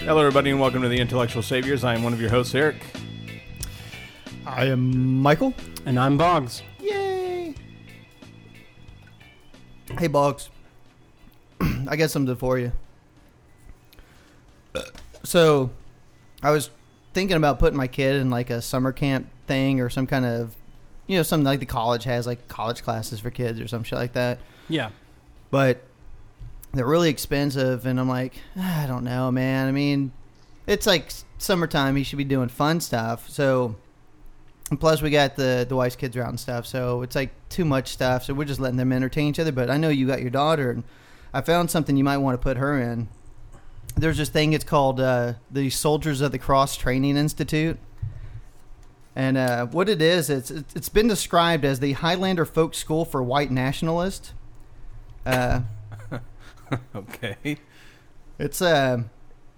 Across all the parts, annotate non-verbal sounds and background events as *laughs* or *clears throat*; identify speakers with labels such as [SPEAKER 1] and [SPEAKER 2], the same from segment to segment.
[SPEAKER 1] Hello, everybody, and welcome to the Intellectual Saviors. I am one of your hosts, Eric.
[SPEAKER 2] I am Michael.
[SPEAKER 3] And I'm Boggs.
[SPEAKER 2] Yay! Hey, Boggs. *clears throat* I got something for you. *clears throat* So, I was thinking about putting my kid in like a summer camp thing or some kind of, you know, something like the college has, like college classes for kids or some shit like that.
[SPEAKER 3] Yeah.
[SPEAKER 2] But they're really expensive, and I'm like, "Ah, I don't know, man. I mean, it's like s- summertime. He should be doing fun stuff. So, and plus we got the the wife's kids around and stuff, so it's like too much stuff. So we're just letting them entertain each other. But I know you got your daughter, and I found something you might want to put her in. There's this thing. It's called uh, the Soldiers of the Cross Training Institute. And uh, what it is, it's it's it's been described as the Highlander Folk School for White Nationalists. Uh,
[SPEAKER 1] Okay.
[SPEAKER 2] It's uh,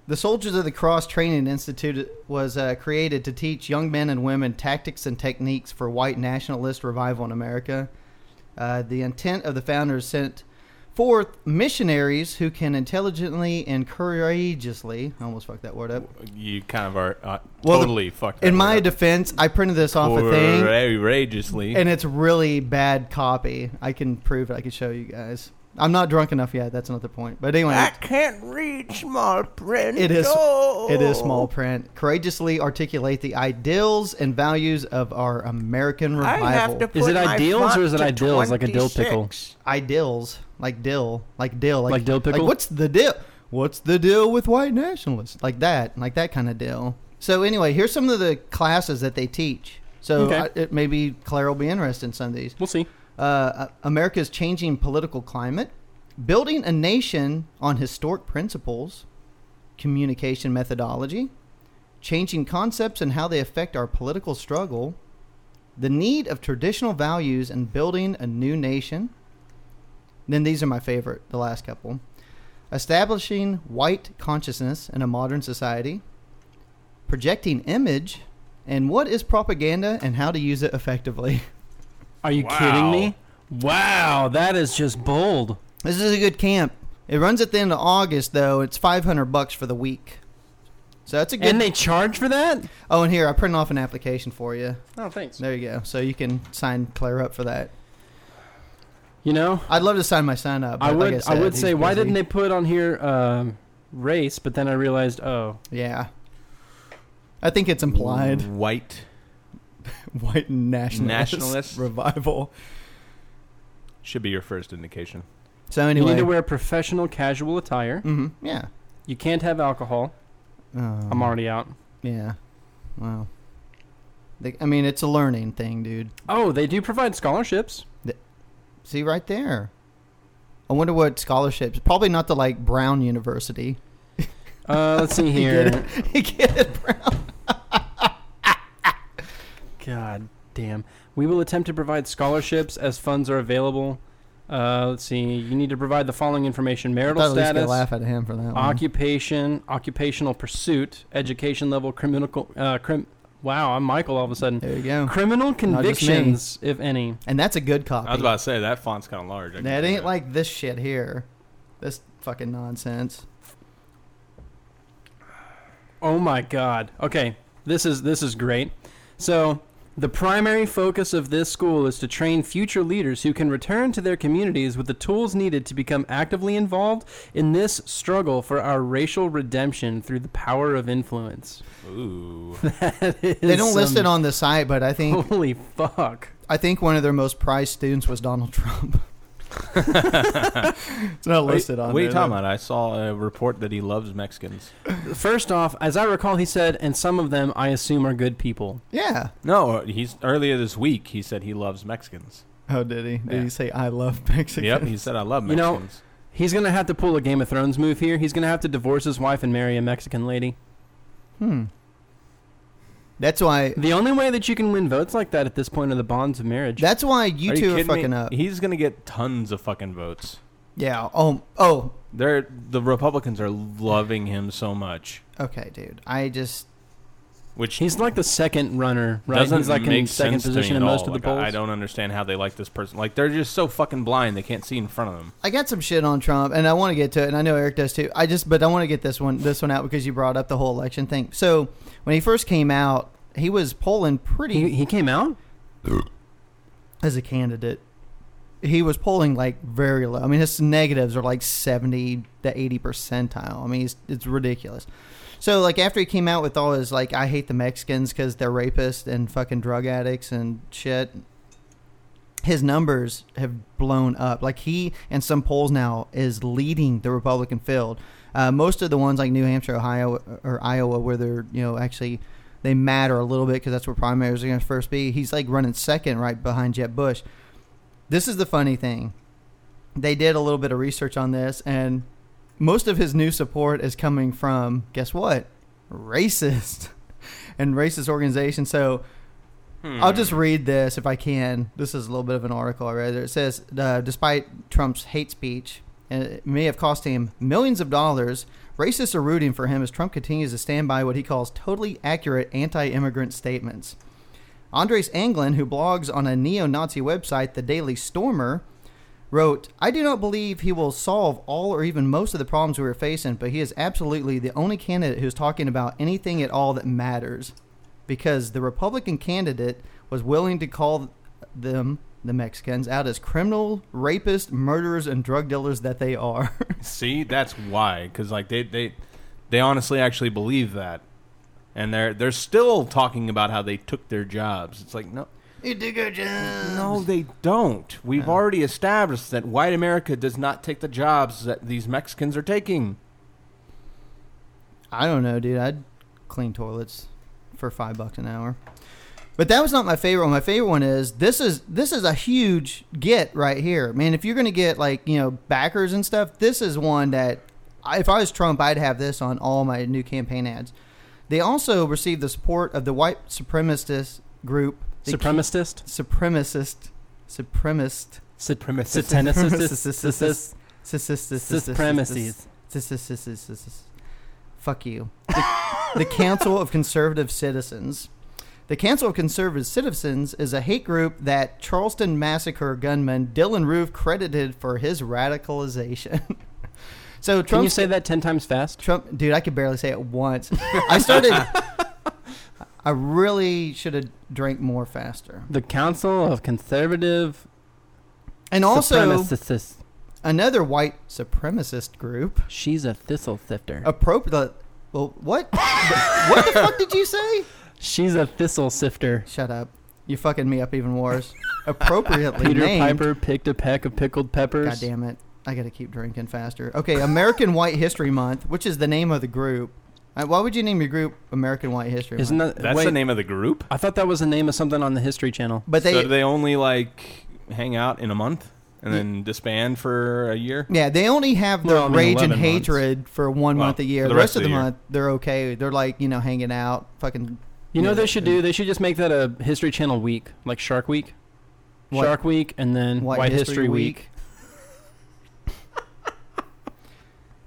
[SPEAKER 2] the Soldiers of the Cross Training Institute was uh, created to teach young men and women tactics and techniques for white nationalist revival in America. Uh, the intent of the founders sent forth missionaries who can intelligently and courageously. I almost fucked that word up.
[SPEAKER 1] You kind of are uh,
[SPEAKER 2] Well, the-
[SPEAKER 1] totally fucked
[SPEAKER 2] In
[SPEAKER 1] that
[SPEAKER 2] my
[SPEAKER 1] word up.
[SPEAKER 2] defense, I printed this off a thing,
[SPEAKER 1] Courageously.
[SPEAKER 2] and it's really bad copy. I can prove it. I can show you guys. I'm not drunk enough yet. That's not the point. But anyway,
[SPEAKER 1] can't read small print.
[SPEAKER 2] It is. It is small print. Courageously articulate the ideals and values of our American revival.
[SPEAKER 3] Is it ideals or is it ideals? Like a dill pickle.
[SPEAKER 2] ideals like dill, like dill, like,
[SPEAKER 3] Like dill pickle?
[SPEAKER 2] what's the deal? What's the deal with white nationalists? Like that, like that kind of deal. So anyway, here's some of the classes that they teach. So
[SPEAKER 3] Okay.
[SPEAKER 2] I, it, maybe Claire will be interested in some of these
[SPEAKER 3] We'll see.
[SPEAKER 2] uh, America's changing political climate, building a nation on historic principles, communication methodology, changing concepts and how they affect our political struggle, the need of traditional values and building a new nation. Then these are my favorite, the last couple. Establishing white consciousness in a modern society, projecting image, and what is propaganda and how to use it effectively. *laughs*
[SPEAKER 3] Are you
[SPEAKER 4] Wow.
[SPEAKER 3] kidding me? Wow, that is just bold.
[SPEAKER 2] This is a good camp. It runs at the end of August though. It's five hundred bucks for the week. So that's a good.
[SPEAKER 3] And they charge for that?
[SPEAKER 2] oh, and here I printed off an application for you.
[SPEAKER 3] Oh, thanks.
[SPEAKER 2] There you go. So you can sign Claire up for that.
[SPEAKER 3] You know,
[SPEAKER 2] I'd love to sign my son up.
[SPEAKER 3] I
[SPEAKER 2] but like
[SPEAKER 3] would I
[SPEAKER 2] said,
[SPEAKER 3] would
[SPEAKER 2] he's
[SPEAKER 3] say why
[SPEAKER 2] busy.
[SPEAKER 3] didn't they put on here um, race, but then I realized, oh,
[SPEAKER 2] Yeah. I think it's implied.
[SPEAKER 1] White.
[SPEAKER 2] *laughs* White nationalist,
[SPEAKER 1] Nationalist.
[SPEAKER 2] revival.
[SPEAKER 1] Should be your first indication.
[SPEAKER 2] So anyway.
[SPEAKER 3] you need to wear professional casual attire.
[SPEAKER 2] Mhm, Yeah.
[SPEAKER 3] You can't have alcohol.
[SPEAKER 2] Um,
[SPEAKER 3] I'm already out.
[SPEAKER 2] Yeah. Wow. They, I mean, it's a learning thing, dude.
[SPEAKER 3] Oh, they do provide scholarships.
[SPEAKER 2] See right there. I wonder what scholarships. Probably not the like Brown University. *laughs*
[SPEAKER 3] Uh, let's *laughs* see
[SPEAKER 2] You get
[SPEAKER 3] here.
[SPEAKER 2] it? You get it, Brown?
[SPEAKER 3] God damn. We will attempt to provide scholarships as funds are available. Uh, let's see. You need to provide the following information:
[SPEAKER 2] I
[SPEAKER 3] marital
[SPEAKER 2] thought at least they
[SPEAKER 3] status,
[SPEAKER 2] laugh at him for that one.
[SPEAKER 3] occupation, occupational pursuit, education level, criminal. Uh, crim- wow, I'm Michael all of a sudden.
[SPEAKER 2] There you go.
[SPEAKER 3] Criminal
[SPEAKER 2] Not just me.
[SPEAKER 3] convictions, if any.
[SPEAKER 2] And that's a good copy.
[SPEAKER 1] I was about to say that font's kind of large. I can
[SPEAKER 2] that
[SPEAKER 1] see
[SPEAKER 2] ain't like this shit here. This fucking nonsense.
[SPEAKER 3] Oh my God. Okay, this is this is great. So The primary focus of this school is to train future leaders who can return to their communities with the tools needed to become actively involved in this struggle for our racial redemption through the power of influence. *laughs*
[SPEAKER 4] Ooh.
[SPEAKER 2] They don't list it on the site, but I think
[SPEAKER 3] Holy fuck.
[SPEAKER 2] I think one of their most prized students was
[SPEAKER 1] *laughs*
[SPEAKER 2] Donald Trump. it's not listed on
[SPEAKER 1] What are you
[SPEAKER 2] there,
[SPEAKER 1] talking
[SPEAKER 2] though.
[SPEAKER 1] about? I saw a report that he loves Mexicans.
[SPEAKER 3] First off, as I recall, he said, and some of them I assume are good people.
[SPEAKER 2] Yeah.
[SPEAKER 1] No, uh, he's earlier this week. He said he loves Mexicans.
[SPEAKER 2] Oh, did he? Did
[SPEAKER 1] Yeah.
[SPEAKER 2] he say I love Mexicans?
[SPEAKER 1] Yep, he said I love
[SPEAKER 3] You know-
[SPEAKER 1] Mexicans.
[SPEAKER 3] He's going to have to pull a Game of Thrones move here. He's going to have to divorce his wife and marry a Mexican lady.
[SPEAKER 2] Hmm. That's why.
[SPEAKER 3] The only way that you can win votes like that at this point are the bonds of marriage.
[SPEAKER 2] That's why you
[SPEAKER 1] Are
[SPEAKER 2] two are
[SPEAKER 1] kidding me?
[SPEAKER 2] fucking up.
[SPEAKER 1] He's gonna get tons of fucking votes.
[SPEAKER 2] Yeah. Oh. Oh.
[SPEAKER 1] They're the Republicans are loving him so much,
[SPEAKER 2] Okay, dude. I just.
[SPEAKER 1] which
[SPEAKER 3] He's like the second runner, right?
[SPEAKER 1] doesn't
[SPEAKER 3] He's like
[SPEAKER 1] make
[SPEAKER 3] in second
[SPEAKER 1] sense to me
[SPEAKER 3] position
[SPEAKER 1] at
[SPEAKER 3] in most
[SPEAKER 1] all.
[SPEAKER 3] of the
[SPEAKER 1] Like,
[SPEAKER 3] polls.
[SPEAKER 1] I don't understand how they like this person. Like they're just so fucking blind they can't see in front of them.
[SPEAKER 2] I got some shit on Trump, and I want to get to it, and I know Eric does too. I just, but I want to get this one, this one out because you brought up the whole election thing. So when he first came out, he was polling pretty
[SPEAKER 3] He, he came out?
[SPEAKER 2] as a candidate. He was polling like very low. I mean, his negatives are like seventy to eighty percentile. I mean, it's, it's ridiculous. So like after he came out with all his like, I hate the Mexicans because they're rapists and fucking drug addicts and shit. His numbers have blown up. Like he and some polls now is leading the Republican field. Uh, most of the ones like New Hampshire, Ohio, or Iowa, where they're you know actually they matter a little bit because that's where primaries are going to first be. He's like running second right behind Jeb Bush. This is the funny thing. They did a little bit of research on this, and most of his new support is coming from, guess what? Racist *laughs* and racist organizations. So I'll just read this if I can. This is a little bit of an article I read. It says, uh, despite Trump's hate speech, and it may have cost him millions of dollars. Racists are rooting for him as Trump continues to stand by what he calls totally accurate anti-immigrant statements. Andres Anglin, who blogs on a neo-Nazi website, The Daily Stormer, wrote, "I do not believe he will solve all or even most of the problems we are facing, but he is absolutely the only candidate who's talking about anything at all that matters." because the Republican candidate was willing to call them, the Mexicans, out as criminal, rapists, murderers, and drug dealers that they are. *laughs*
[SPEAKER 1] See, that's why, because like they they they honestly actually believe that, and they're they're still talking about how they took their jobs. It's like no,
[SPEAKER 2] you do good job.
[SPEAKER 1] no, they don't. We've already established that white America does not take the jobs that these Mexicans are taking.
[SPEAKER 2] I don't know, dude. I'd clean toilets for five bucks an hour. But that was not my favorite one. My favorite one is this is this is a huge get right here, man. If you're gonna get like you know backers and stuff, this is one that I, if I was Trump, I'd have this on all my new campaign ads. They also received the support of the white supremacist group, the
[SPEAKER 3] Supremacist?
[SPEAKER 2] supremacist, supremacist,
[SPEAKER 3] Supremacist.
[SPEAKER 2] Supremacist.
[SPEAKER 3] Satanist.
[SPEAKER 2] supremacies.
[SPEAKER 3] Supremacies.
[SPEAKER 2] Fuck you. The, the Council of Conservative Citizens. The Council of Conservative Citizens is a hate group that Charleston massacre gunman Dylan Roof credited for his radicalization. *laughs* so
[SPEAKER 3] Can you
[SPEAKER 2] Trump's
[SPEAKER 3] say that 10 times fast?
[SPEAKER 2] Trump, dude, I could barely say it once. I started. I really should have drank more faster.
[SPEAKER 3] The Council of Conservative
[SPEAKER 2] And also,
[SPEAKER 3] Supremacists.
[SPEAKER 2] another white supremacist group
[SPEAKER 3] She's a thistle sifter.
[SPEAKER 2] Oh. appropriate. Well, what? what the fuck did you say?
[SPEAKER 3] She's a thistle sifter.
[SPEAKER 2] Shut up. You're fucking me up even worse. Appropriately
[SPEAKER 3] Peter
[SPEAKER 2] named.
[SPEAKER 3] Piper picked a peck of pickled peppers.
[SPEAKER 2] God damn it. I gotta keep drinking faster. Okay, American White History Month, which is the name of the group. Uh, Why would you name your group American White History
[SPEAKER 3] Isn't
[SPEAKER 2] Month?
[SPEAKER 3] that
[SPEAKER 1] That's
[SPEAKER 3] wait,
[SPEAKER 1] the name of the group.
[SPEAKER 3] I thought that was the name of something on the History Channel.
[SPEAKER 2] But they,
[SPEAKER 1] so do they only like hang out in a month and then disband for a year?
[SPEAKER 2] yeah, they only have their
[SPEAKER 3] Well, I mean,
[SPEAKER 2] rage and
[SPEAKER 3] 11 months.
[SPEAKER 2] hatred for one
[SPEAKER 1] Well,
[SPEAKER 2] month a year.
[SPEAKER 1] for
[SPEAKER 2] The rest of the,
[SPEAKER 1] year.
[SPEAKER 2] month, they're okay. They're like you know hanging out, fucking.
[SPEAKER 3] You know
[SPEAKER 2] Yeah,
[SPEAKER 3] what they should do? They should just make that a History Channel week, like Shark Week.
[SPEAKER 2] White-
[SPEAKER 3] Shark Week and then
[SPEAKER 2] White
[SPEAKER 3] White,
[SPEAKER 2] History
[SPEAKER 3] History,
[SPEAKER 2] Week.
[SPEAKER 3] Week.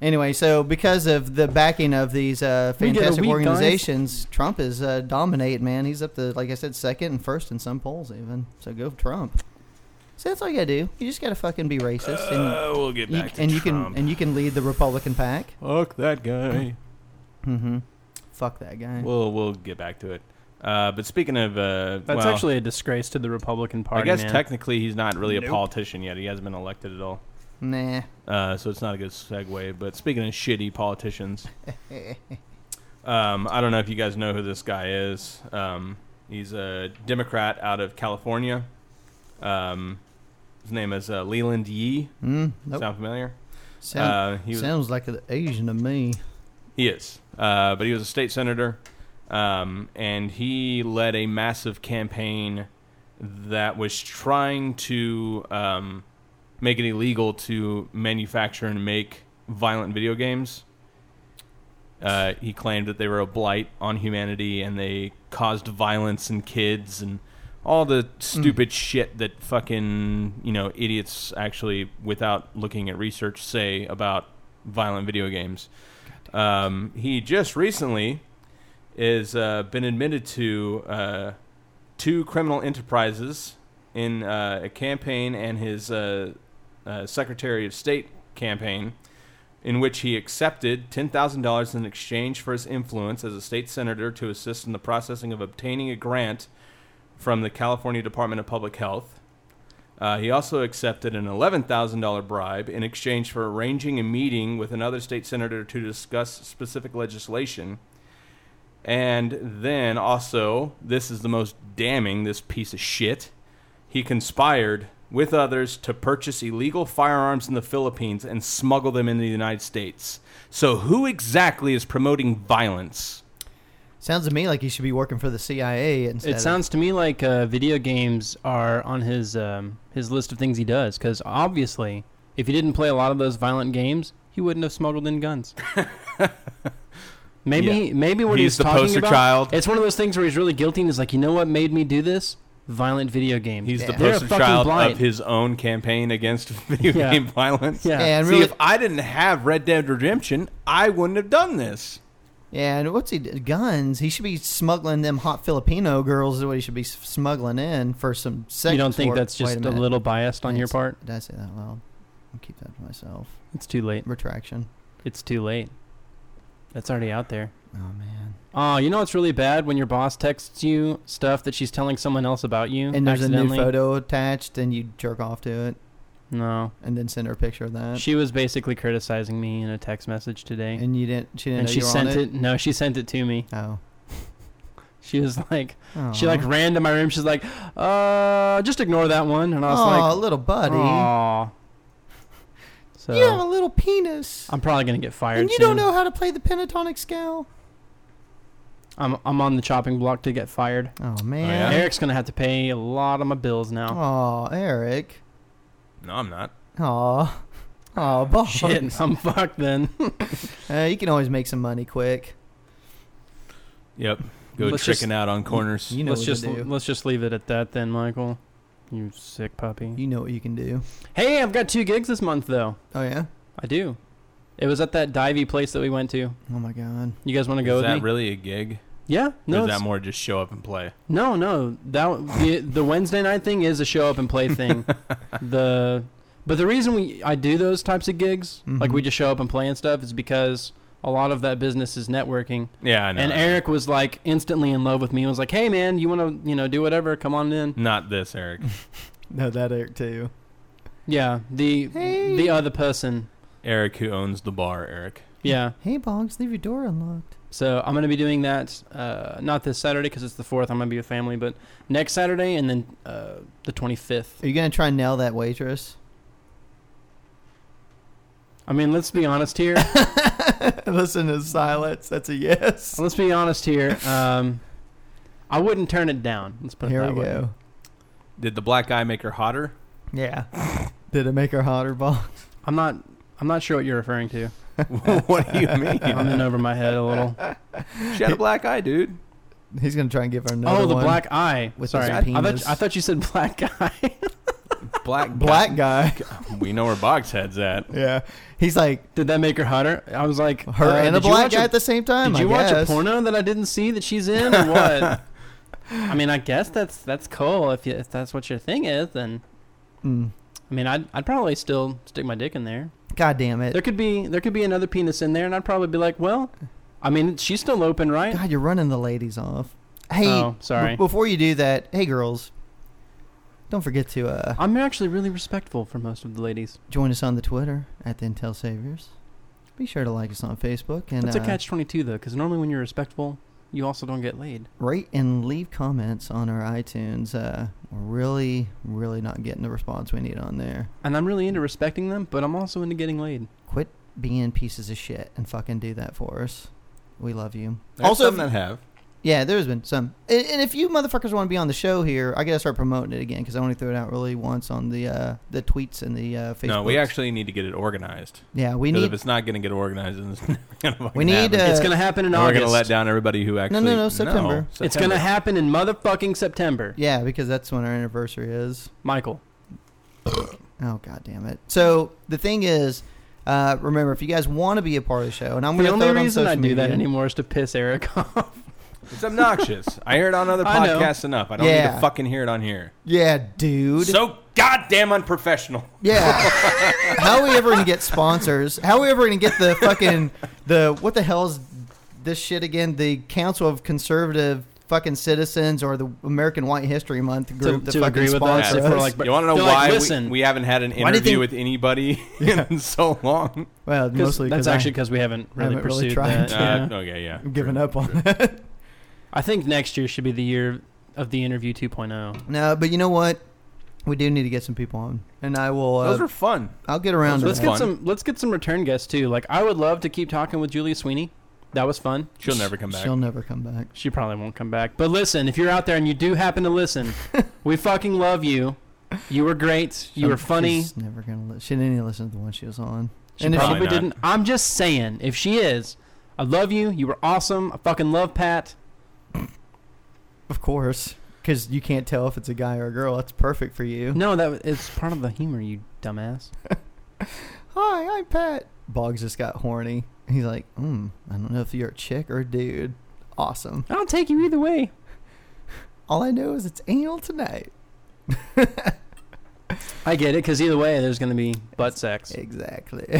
[SPEAKER 2] Anyway, so because of the backing of these uh,
[SPEAKER 3] We get a
[SPEAKER 2] fantastic
[SPEAKER 3] week, guys.
[SPEAKER 2] organizations, Trump is uh, dominating, man. He's up to, like I said, second and first in some polls, even. So go Trump. So that's all you gotta do. You just gotta fucking be racist, and,
[SPEAKER 1] Uh, we'll get
[SPEAKER 2] you,
[SPEAKER 1] back to
[SPEAKER 2] and you
[SPEAKER 1] Trump.
[SPEAKER 2] can and you can lead the Republican pack.
[SPEAKER 1] *laughs* Fuck that guy.
[SPEAKER 2] Mm-hmm. Fuck that guy.
[SPEAKER 1] We'll we'll get back to it. Uh, but speaking of, uh,
[SPEAKER 3] That's
[SPEAKER 1] well,
[SPEAKER 3] actually a disgrace to the Republican Party.
[SPEAKER 1] I guess
[SPEAKER 3] man.
[SPEAKER 1] technically he's not really a
[SPEAKER 3] Nope.
[SPEAKER 1] politician yet. He hasn't been elected at all.
[SPEAKER 2] Nah.
[SPEAKER 1] Uh, so it's not a good segue. But speaking of shitty
[SPEAKER 2] *laughs*
[SPEAKER 1] politicians, um, I don't know if you guys know who this guy is. Um, he's a Democrat out of California. Um, his name is uh, Leland Yee.
[SPEAKER 2] Mm, nope.
[SPEAKER 1] Sound familiar?
[SPEAKER 2] Sound,
[SPEAKER 1] uh, he was,
[SPEAKER 2] sounds like an Asian to me.
[SPEAKER 1] he is. Uh, but he was a state senator, um, and he led a massive campaign that was trying to um, make it illegal to manufacture and make violent video games. Uh, he claimed that they were a blight on humanity and they caused violence in kids and all the stupid shit that fucking you know idiots actually, without looking at research, say about violent video games. Um, he just recently is uh, been admitted to uh, two criminal enterprises in uh, a campaign and his uh, uh, Secretary of State campaign, in which he accepted ten thousand dollars in exchange for his influence as a state senator to assist in the processing of obtaining a grant from the California Department of Public Health. Uh, he also accepted an $11,000 bribe in exchange for arranging a meeting with another state senator to discuss specific legislation. And then also, this is the most damning, this piece of shit. He conspired with others to purchase illegal firearms in the Philippines and smuggle them into the United States. So, who exactly is promoting violence?
[SPEAKER 2] Sounds to me like he should be working for the CIA instead.
[SPEAKER 3] It sounds to me like uh, video games are on his um, his list of things he does because obviously, if he didn't play a lot of those violent games, he wouldn't have smuggled
[SPEAKER 1] *laughs*
[SPEAKER 3] in guns. maybe
[SPEAKER 1] Yeah.
[SPEAKER 3] maybe what
[SPEAKER 1] He's
[SPEAKER 3] he's,
[SPEAKER 1] the
[SPEAKER 3] talking
[SPEAKER 1] poster
[SPEAKER 3] about,
[SPEAKER 1] child.
[SPEAKER 3] It's one of those things where he's really guilty and is like, you know what made me do this? Violent video games.
[SPEAKER 1] He's the
[SPEAKER 2] Yeah.
[SPEAKER 3] They're a
[SPEAKER 1] poster
[SPEAKER 3] fucking
[SPEAKER 1] child
[SPEAKER 3] blind.
[SPEAKER 1] of his own campaign against *laughs* video
[SPEAKER 3] Yeah.
[SPEAKER 1] game violence.
[SPEAKER 3] yeah.
[SPEAKER 2] of. Yeah, and
[SPEAKER 1] See,
[SPEAKER 2] really,
[SPEAKER 1] if I didn't have Red Dead Redemption, I wouldn't have done this.
[SPEAKER 2] yeah, and what's he d- guns? He should be smuggling them hot Filipino girls. Is what he should be s- smuggling in for some sex.
[SPEAKER 3] You don't think
[SPEAKER 2] work.
[SPEAKER 3] that's
[SPEAKER 2] Wait
[SPEAKER 3] just a,
[SPEAKER 2] minute.
[SPEAKER 3] little biased on your part?
[SPEAKER 2] Did I say that loud? I'll keep that to myself.
[SPEAKER 3] It's too late.
[SPEAKER 2] Retraction.
[SPEAKER 3] It's too late. That's already out there.
[SPEAKER 2] Oh man.
[SPEAKER 3] Oh, you know what's really bad when your boss texts you stuff that she's telling someone else about you
[SPEAKER 2] And there's a new
[SPEAKER 3] accidentally.
[SPEAKER 2] photo attached, and you jerk off to it,
[SPEAKER 3] No,
[SPEAKER 2] and then send her a picture of that.
[SPEAKER 3] she was basically criticizing me in a text message today, and,
[SPEAKER 2] and you didn't. She didn't. know
[SPEAKER 3] she
[SPEAKER 2] you were
[SPEAKER 3] sent
[SPEAKER 2] on it.
[SPEAKER 3] it. No, she sent it to me.
[SPEAKER 2] Oh.
[SPEAKER 3] She was *laughs* like,
[SPEAKER 2] oh.
[SPEAKER 3] she like ran to my room. She's like, uh, just ignore that one, and I
[SPEAKER 2] Oh,
[SPEAKER 3] was
[SPEAKER 2] little
[SPEAKER 3] like,
[SPEAKER 2] buddy. *laughs*
[SPEAKER 3] aw. So
[SPEAKER 2] You have a little penis.
[SPEAKER 3] I'm probably gonna get fired.
[SPEAKER 2] and you
[SPEAKER 3] soon.
[SPEAKER 2] don't know how to play the pentatonic scale.
[SPEAKER 3] I'm I'm on the chopping block to get fired.
[SPEAKER 2] Oh
[SPEAKER 1] Yeah.
[SPEAKER 2] man.
[SPEAKER 3] Eric's gonna have to pay a lot of my bills now.
[SPEAKER 2] Oh, Eric.
[SPEAKER 1] No, I'm not.
[SPEAKER 2] Aw. *laughs* Oh, boss.
[SPEAKER 3] Shit, I'm fucked then.
[SPEAKER 2] Uh, you can always make some money quick.
[SPEAKER 1] Yep. Go
[SPEAKER 3] Let's
[SPEAKER 1] tricking
[SPEAKER 3] just-
[SPEAKER 1] out on corners.
[SPEAKER 2] You know
[SPEAKER 3] let's
[SPEAKER 2] what
[SPEAKER 3] just
[SPEAKER 2] to do.
[SPEAKER 3] let's just leave it at that then, Michael. You sick puppy.
[SPEAKER 2] You know what you can do.
[SPEAKER 3] Hey, I've got two gigs this month though.
[SPEAKER 2] Oh yeah.
[SPEAKER 3] I do. It was at that divey place that we went to.
[SPEAKER 2] Oh my God.
[SPEAKER 3] You guys want to go
[SPEAKER 1] is
[SPEAKER 3] with
[SPEAKER 1] that
[SPEAKER 3] me?
[SPEAKER 1] really a gig?
[SPEAKER 3] yeah.
[SPEAKER 1] or
[SPEAKER 3] No.
[SPEAKER 1] is that
[SPEAKER 3] it's-
[SPEAKER 1] more just show up and play?
[SPEAKER 3] No. No. That w- the, the Wednesday night thing is a show up and play
[SPEAKER 1] *laughs*
[SPEAKER 3] thing. the but the reason we I do those types of gigs,
[SPEAKER 1] Mm-hmm.
[SPEAKER 3] like
[SPEAKER 2] Mhm.
[SPEAKER 3] we just show up and play and stuff, is because a lot of that business is networking.
[SPEAKER 1] Yeah, I know.
[SPEAKER 3] and Eric was like instantly in love with me. and was like, "Hey, man, you want to you know do whatever? Come on in."
[SPEAKER 1] Not this,
[SPEAKER 2] *laughs*
[SPEAKER 1] Eric.
[SPEAKER 2] No, that Eric too.
[SPEAKER 3] Yeah. The
[SPEAKER 2] Hey.
[SPEAKER 3] the other person.
[SPEAKER 1] Eric who owns the bar, Eric.
[SPEAKER 3] Yeah.
[SPEAKER 2] Hey, Bongs, leave your door unlocked.
[SPEAKER 3] So I'm going to be doing that, uh, not this Saturday because it's the 4th. I'm going to be with family, but next Saturday and then uh, the 25th.
[SPEAKER 2] Are you gonna try and nail that waitress? *laughs*
[SPEAKER 3] I mean, let's be
[SPEAKER 2] *laughs*
[SPEAKER 3] honest here.
[SPEAKER 2] Listen to silence. That's a yes.
[SPEAKER 3] let's be honest here. Um, I wouldn't turn it down. Let's put it
[SPEAKER 2] Here
[SPEAKER 3] that
[SPEAKER 2] we
[SPEAKER 3] way.
[SPEAKER 2] go.
[SPEAKER 1] Did the black guy make her
[SPEAKER 2] *laughs*
[SPEAKER 1] hotter? *laughs*
[SPEAKER 2] Yeah. Did it make her hotter, Bongs?
[SPEAKER 3] I'm not. I'm not sure what you're referring to.
[SPEAKER 1] what do
[SPEAKER 2] *laughs*
[SPEAKER 1] you mean?
[SPEAKER 3] I'm in over my head a little.
[SPEAKER 1] She had a black eye, dude.
[SPEAKER 2] *laughs* He's gonna try and give her another
[SPEAKER 3] oh, the
[SPEAKER 2] one.
[SPEAKER 3] black eye.
[SPEAKER 2] with
[SPEAKER 3] Sorry,
[SPEAKER 2] his
[SPEAKER 3] I, I thought,
[SPEAKER 2] penis.
[SPEAKER 3] I thought you said *laughs* black guy.
[SPEAKER 1] Black
[SPEAKER 2] *laughs* black guy.
[SPEAKER 1] guy. We know where Box head's at.
[SPEAKER 2] Yeah. He's like
[SPEAKER 3] did that make her hotter? I was like,
[SPEAKER 2] her
[SPEAKER 3] uh,
[SPEAKER 2] and a
[SPEAKER 3] did you
[SPEAKER 2] black
[SPEAKER 3] watch
[SPEAKER 2] guy at the same time.
[SPEAKER 3] Did you
[SPEAKER 2] I
[SPEAKER 3] watch
[SPEAKER 2] guess.
[SPEAKER 3] a porno that I didn't see that
[SPEAKER 2] *laughs*
[SPEAKER 3] she's in, or what? I mean, I guess that's that's cool if you, if that's what your thing is. Then
[SPEAKER 2] Mm.
[SPEAKER 3] I mean, I'd I'd probably still stick my dick in there.
[SPEAKER 2] God damn it.
[SPEAKER 3] There could be there could be another penis in there, and I'd probably be like, well, I mean, she's still open, right?
[SPEAKER 2] God, you're running the ladies off. Hey,
[SPEAKER 3] Oh, sorry.
[SPEAKER 2] b- before you do that, hey girls, don't forget to uh,
[SPEAKER 3] I'm actually really respectful for most of the ladies.
[SPEAKER 2] join us on the Twitter at the Intel Saviors. Be sure to like us on Facebook and
[SPEAKER 3] That's a
[SPEAKER 2] uh,
[SPEAKER 3] catch 22 though, because normally when you're respectful, you also don't get laid.
[SPEAKER 2] rate and leave comments on our iTunes. Uh, we're really, really not getting the response we need on there.
[SPEAKER 3] And I'm really into respecting them, but I'm also into getting laid.
[SPEAKER 2] Quit being pieces of shit and fucking do that for us. We love you.
[SPEAKER 1] There's
[SPEAKER 2] Also-
[SPEAKER 1] some that have.
[SPEAKER 2] Yeah, there's been some. And, and if you motherfuckers want to be on the show here, I gotta start promoting it again because I only threw it out really once on the uh, the tweets and the uh, Facebook.
[SPEAKER 1] No, we actually need to get it organized.
[SPEAKER 2] Yeah, we
[SPEAKER 1] 'Cause if
[SPEAKER 2] need.
[SPEAKER 1] it's not going to get organized, then it's *laughs* never gonna fucking
[SPEAKER 2] We need,
[SPEAKER 1] happen.
[SPEAKER 2] uh,
[SPEAKER 3] it's gonna happen in
[SPEAKER 1] And we're
[SPEAKER 3] August.
[SPEAKER 1] going to let down everybody who actually.
[SPEAKER 2] no, September.
[SPEAKER 3] It's gonna happen in motherfucking September,
[SPEAKER 2] Yeah, because that's when our anniversary is.
[SPEAKER 3] Michael.
[SPEAKER 2] Oh god damn it! So the thing is, uh, remember if you guys want to be a part of the show, and I'm gonna
[SPEAKER 3] the only
[SPEAKER 2] throw it on
[SPEAKER 3] reason I
[SPEAKER 2] social
[SPEAKER 3] do that
[SPEAKER 2] media-
[SPEAKER 3] anymore is to piss Eric off.
[SPEAKER 1] It's obnoxious. I hear it on
[SPEAKER 2] *laughs*
[SPEAKER 1] other
[SPEAKER 3] I know.
[SPEAKER 1] podcasts enough. I don't need
[SPEAKER 2] Yeah.
[SPEAKER 1] to fucking hear it on here.
[SPEAKER 2] Yeah, dude.
[SPEAKER 1] So goddamn unprofessional.
[SPEAKER 2] Yeah. how are we ever gonna get sponsors? How are we ever gonna get the fucking the what the hell's this shit again? The Council of Conservative fucking citizens or the American White History Month group
[SPEAKER 3] to
[SPEAKER 2] to, fucking
[SPEAKER 3] agree with us,
[SPEAKER 2] sponsor
[SPEAKER 3] if we're
[SPEAKER 2] us.
[SPEAKER 3] like-
[SPEAKER 1] you want to know
[SPEAKER 3] they're like,
[SPEAKER 1] why we-
[SPEAKER 3] "Listen."
[SPEAKER 1] we, haven't had an
[SPEAKER 2] Why do you
[SPEAKER 1] interview
[SPEAKER 2] think-
[SPEAKER 1] with anybody *laughs* in so long?
[SPEAKER 2] well, mostly
[SPEAKER 3] that's
[SPEAKER 2] 'cause I-
[SPEAKER 3] actually because we haven't really
[SPEAKER 2] haven't really
[SPEAKER 3] pursued
[SPEAKER 2] tried
[SPEAKER 3] that.
[SPEAKER 2] to.
[SPEAKER 3] yeah.
[SPEAKER 1] Uh, okay, yeah.
[SPEAKER 2] I'm giving
[SPEAKER 1] True,
[SPEAKER 2] up on
[SPEAKER 1] true.
[SPEAKER 3] *laughs*
[SPEAKER 2] that.
[SPEAKER 3] I think next year should be the year of the interview oh. 2.0.
[SPEAKER 2] No, but you know what? We do need to get some people on, and I will. Uh,
[SPEAKER 1] Those are fun.
[SPEAKER 2] I'll get
[SPEAKER 1] those
[SPEAKER 2] around to
[SPEAKER 1] are
[SPEAKER 3] Let's
[SPEAKER 2] that.
[SPEAKER 3] get
[SPEAKER 1] fun.
[SPEAKER 3] some. Let's get some return guests too. Like I would love to keep talking with Julia Sweeney. That was fun.
[SPEAKER 1] She'll never come back.
[SPEAKER 2] She'll never come back.
[SPEAKER 3] She probably won't come back. But listen, if you're out there and you do happen
[SPEAKER 1] *laughs*
[SPEAKER 3] to listen, we fucking love you. You were great. You were
[SPEAKER 1] Um,
[SPEAKER 2] She's
[SPEAKER 3] funny.
[SPEAKER 2] never gonna. Li- she didn't even listen to the one she was on.
[SPEAKER 3] She
[SPEAKER 2] And if she-
[SPEAKER 3] probably
[SPEAKER 1] Probably not.
[SPEAKER 3] didn't. I'm just saying, if she is, I love you. You were awesome. I fucking love Pat.
[SPEAKER 2] Of course, because you can't tell if it's a guy or a girl. That's perfect for you.
[SPEAKER 3] No, that w- it's part of the humor, you dumbass.
[SPEAKER 2] Hi, I'm Pat. Boggs just got horny. He's like, hmm, I don't know if you're a chick or a dude. Awesome.
[SPEAKER 3] I'll take you either way.
[SPEAKER 2] All I know is it's anal tonight.
[SPEAKER 3] I get it, because either way, there's going to be butt sex.
[SPEAKER 2] Exactly. *laughs*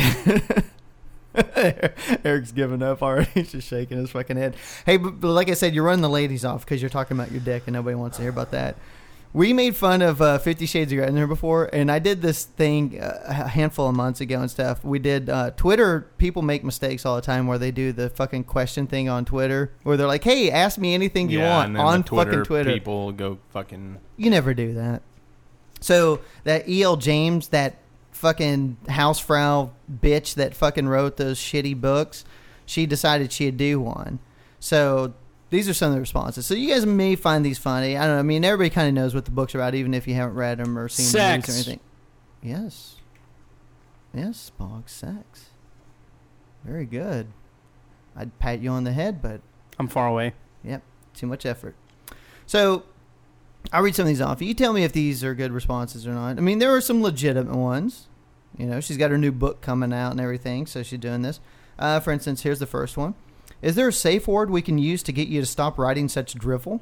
[SPEAKER 2] Eric's giving up already. *laughs* He's just shaking his fucking head. Hey, but, but like I said, you're running the ladies off because you're talking about your dick and nobody wants to hear about that. We made fun of uh, Fifty Shades of Grey in there before, and I did this thing uh, a handful of months ago and stuff. We did uh, Twitter. People make mistakes all the time where they do the fucking question thing on Twitter, where they're like, "Hey, ask me anything you
[SPEAKER 1] Yeah,
[SPEAKER 2] want
[SPEAKER 1] and then
[SPEAKER 2] on
[SPEAKER 1] the Twitter
[SPEAKER 2] fucking Twitter."
[SPEAKER 1] People go fucking.
[SPEAKER 2] You never do that. So that E.L. James, that fucking housefrau bitch that fucking wrote those shitty books, she decided she'd do one. So these are some of the responses. So you guys may find these funny. I don't know. I mean, everybody kind of knows what the books are about, even if you haven't read them or seen the
[SPEAKER 3] Sex.
[SPEAKER 2] movies or anything. Yes. Yes, bog sex. Very good. I'd pat you on the head, but
[SPEAKER 3] I'm far away.
[SPEAKER 2] too much effort. So I'll read some of these off. You tell me if these are good responses or not. I mean, there are some legitimate ones. You know, she's got her new book coming out and everything, so she's doing this. Uh, for instance, here's the first one. Is there a safe word we can use to get you to stop writing such drivel?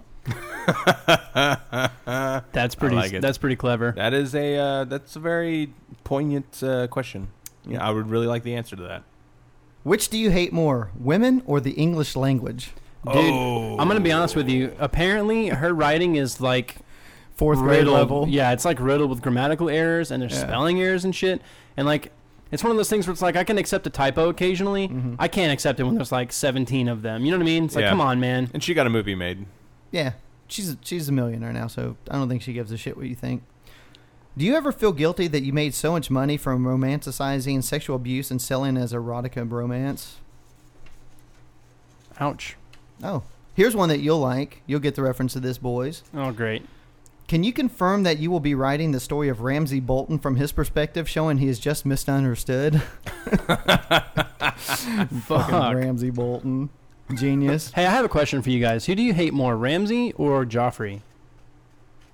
[SPEAKER 1] that
[SPEAKER 3] That's pretty.
[SPEAKER 1] like it.
[SPEAKER 3] that's pretty clever.
[SPEAKER 1] uh, is a uh, that's a very poignant uh, question. Yeah, I would really like the answer to that.
[SPEAKER 2] Which do you hate more, women or the English language?
[SPEAKER 3] Dude,
[SPEAKER 1] Oh.
[SPEAKER 3] I'm gonna be honest with you. Apparently, her writing is like
[SPEAKER 2] Fourth grade
[SPEAKER 3] riddled.
[SPEAKER 2] level.
[SPEAKER 3] Yeah, it's like riddled with grammatical errors and there's
[SPEAKER 2] Yeah.
[SPEAKER 3] spelling errors and shit. And like, it's one of those things where it's like I can accept a typo occasionally.
[SPEAKER 2] Mhm.
[SPEAKER 3] I can't accept it when there's like 17 of them. You know what I mean? It's like,
[SPEAKER 1] Yeah.
[SPEAKER 3] come on, man.
[SPEAKER 1] And she got a movie made.
[SPEAKER 2] Yeah, she's she's a millionaire now, so I don't think she gives a shit what you think. Do you ever feel guilty that you made so much money from romanticizing sexual abuse and selling as erotica romance?
[SPEAKER 3] Ouch.
[SPEAKER 2] Oh, here's one that you'll like. You'll get the reference to this, boys.
[SPEAKER 3] Oh, great.
[SPEAKER 2] Can you confirm that you will be writing the story of Ramsey Bolton from his perspective, showing he is just misunderstood? *laughs* Fucking
[SPEAKER 3] Fuck.
[SPEAKER 2] Ramsey Bolton,
[SPEAKER 3] *laughs*
[SPEAKER 2] genius.
[SPEAKER 3] Hey, I have a question for you guys. Who do you hate more, Ramsey or Joffrey?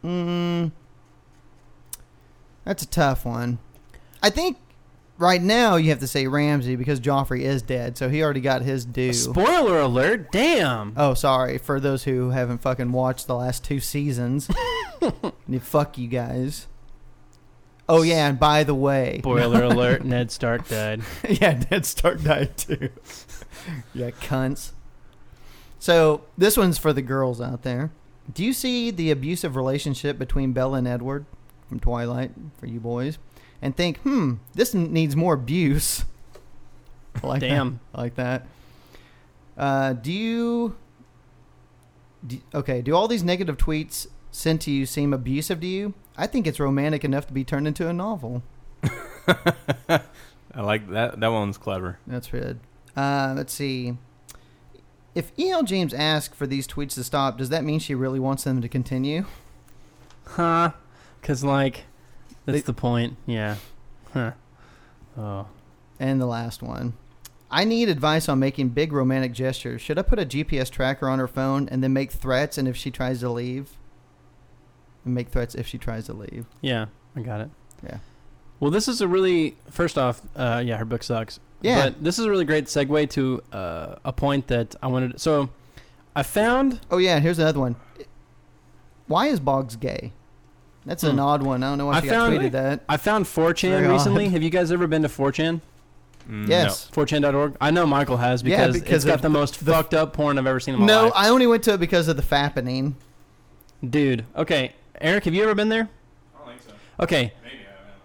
[SPEAKER 2] Mm, that's a tough one. I think right now you have to say Ramsey because Joffrey is dead, so he already got his due.
[SPEAKER 3] Spoiler alert! Damn.
[SPEAKER 2] oh, sorry for those who haven't fucking watched the last two seasons. Yeah, Fuck you guys. Oh yeah, and by the way, *laughs*
[SPEAKER 3] Spoiler alert! Ned Stark died.
[SPEAKER 2] *laughs* yeah, Ned Stark died too. yeah, cunts. So this one's for the girls out there. Do you see the abusive relationship between Bella and Edward from Twilight for you boys, and think, hmm, this n- needs more abuse? *laughs* I like
[SPEAKER 3] Damn.
[SPEAKER 2] that. I like that. Uh, do you? Do, okay. Do all these negative tweets sent to you seem abusive to you? I think it's romantic enough to be turned into a novel.
[SPEAKER 1] I like that. That one's clever.
[SPEAKER 2] That's good. Uh, let's see. If E.L. James asks for these tweets to stop, does that mean she really wants them to continue?
[SPEAKER 3] Huh? Because, like, that's
[SPEAKER 2] They-
[SPEAKER 3] the point. Yeah. Huh. Oh.
[SPEAKER 2] And the last one. I need advice on making big romantic gestures. Should I put a GPS tracker on her phone and then make threats and if she tries to leave? And make threats if she tries to leave.
[SPEAKER 3] Yeah. I got it.
[SPEAKER 2] Yeah.
[SPEAKER 3] Well, this is a really, first off, uh, yeah, her book sucks.
[SPEAKER 2] Yeah.
[SPEAKER 3] But this is a really great segue to uh, a point that I wanted. So, I found.
[SPEAKER 2] Oh, yeah, here's another one. Why is Boggs gay? That's an
[SPEAKER 3] Hmm.
[SPEAKER 2] odd one. I don't know why
[SPEAKER 3] I
[SPEAKER 2] she
[SPEAKER 3] found-
[SPEAKER 2] got tweeted that.
[SPEAKER 3] I found 4chan
[SPEAKER 2] Very
[SPEAKER 3] recently.
[SPEAKER 2] odd.
[SPEAKER 3] Have you guys ever been to 4chan? Hmm.
[SPEAKER 1] Mm,
[SPEAKER 2] Yes.
[SPEAKER 3] 4chan.org? I know Michael has
[SPEAKER 2] Yeah,
[SPEAKER 3] because,
[SPEAKER 2] because
[SPEAKER 3] it's got
[SPEAKER 2] of
[SPEAKER 3] the, most
[SPEAKER 2] the-
[SPEAKER 3] fucked up porn I've ever seen in my
[SPEAKER 2] No,
[SPEAKER 3] life.
[SPEAKER 2] I only went to it because of the fappening.
[SPEAKER 3] Dude, okay. Eric, have you ever been there?
[SPEAKER 1] No. I don't think so.
[SPEAKER 3] Okay.
[SPEAKER 1] Maybe I haven't.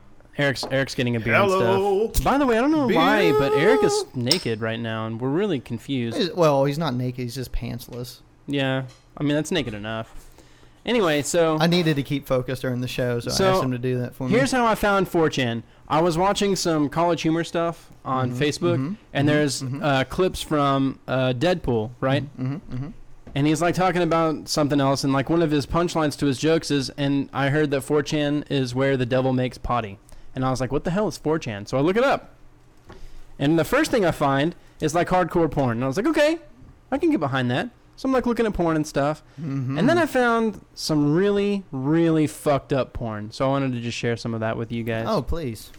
[SPEAKER 3] Eric's Eric's getting a beer
[SPEAKER 1] Hello.
[SPEAKER 3] and stuff. By the way, I don't know why, but
[SPEAKER 2] Beer.
[SPEAKER 3] Eric is naked right now, and we're really confused.
[SPEAKER 2] Well, he's not naked. He's just pantsless.
[SPEAKER 3] Yeah, I mean that's naked enough. Anyway, so
[SPEAKER 2] I needed to keep focused during the show, so,
[SPEAKER 3] So,
[SPEAKER 2] I asked him to do that for me.
[SPEAKER 3] here's how I found 4chan. I was watching some college humor stuff on
[SPEAKER 2] Mhm,
[SPEAKER 3] Facebook,
[SPEAKER 2] mhm,
[SPEAKER 3] and
[SPEAKER 2] mhm,
[SPEAKER 3] there's
[SPEAKER 2] mhm.
[SPEAKER 3] uh, clips from uh, Deadpool, right?
[SPEAKER 2] Mhm, mhm.
[SPEAKER 3] And he's like talking about something else, and like one of his punchlines to his jokes is, "And I heard that 4chan is where the devil makes potty." And I was like, "What the hell is 4chan?" So I look it up, and the first thing I find is like hardcore porn, and I was like, "Okay, I can get behind that." So I'm like looking at porn and stuff,
[SPEAKER 2] Mhm.
[SPEAKER 3] and then I found some really, really fucked up porn. So I wanted to just share some of that with you guys.
[SPEAKER 2] oh please,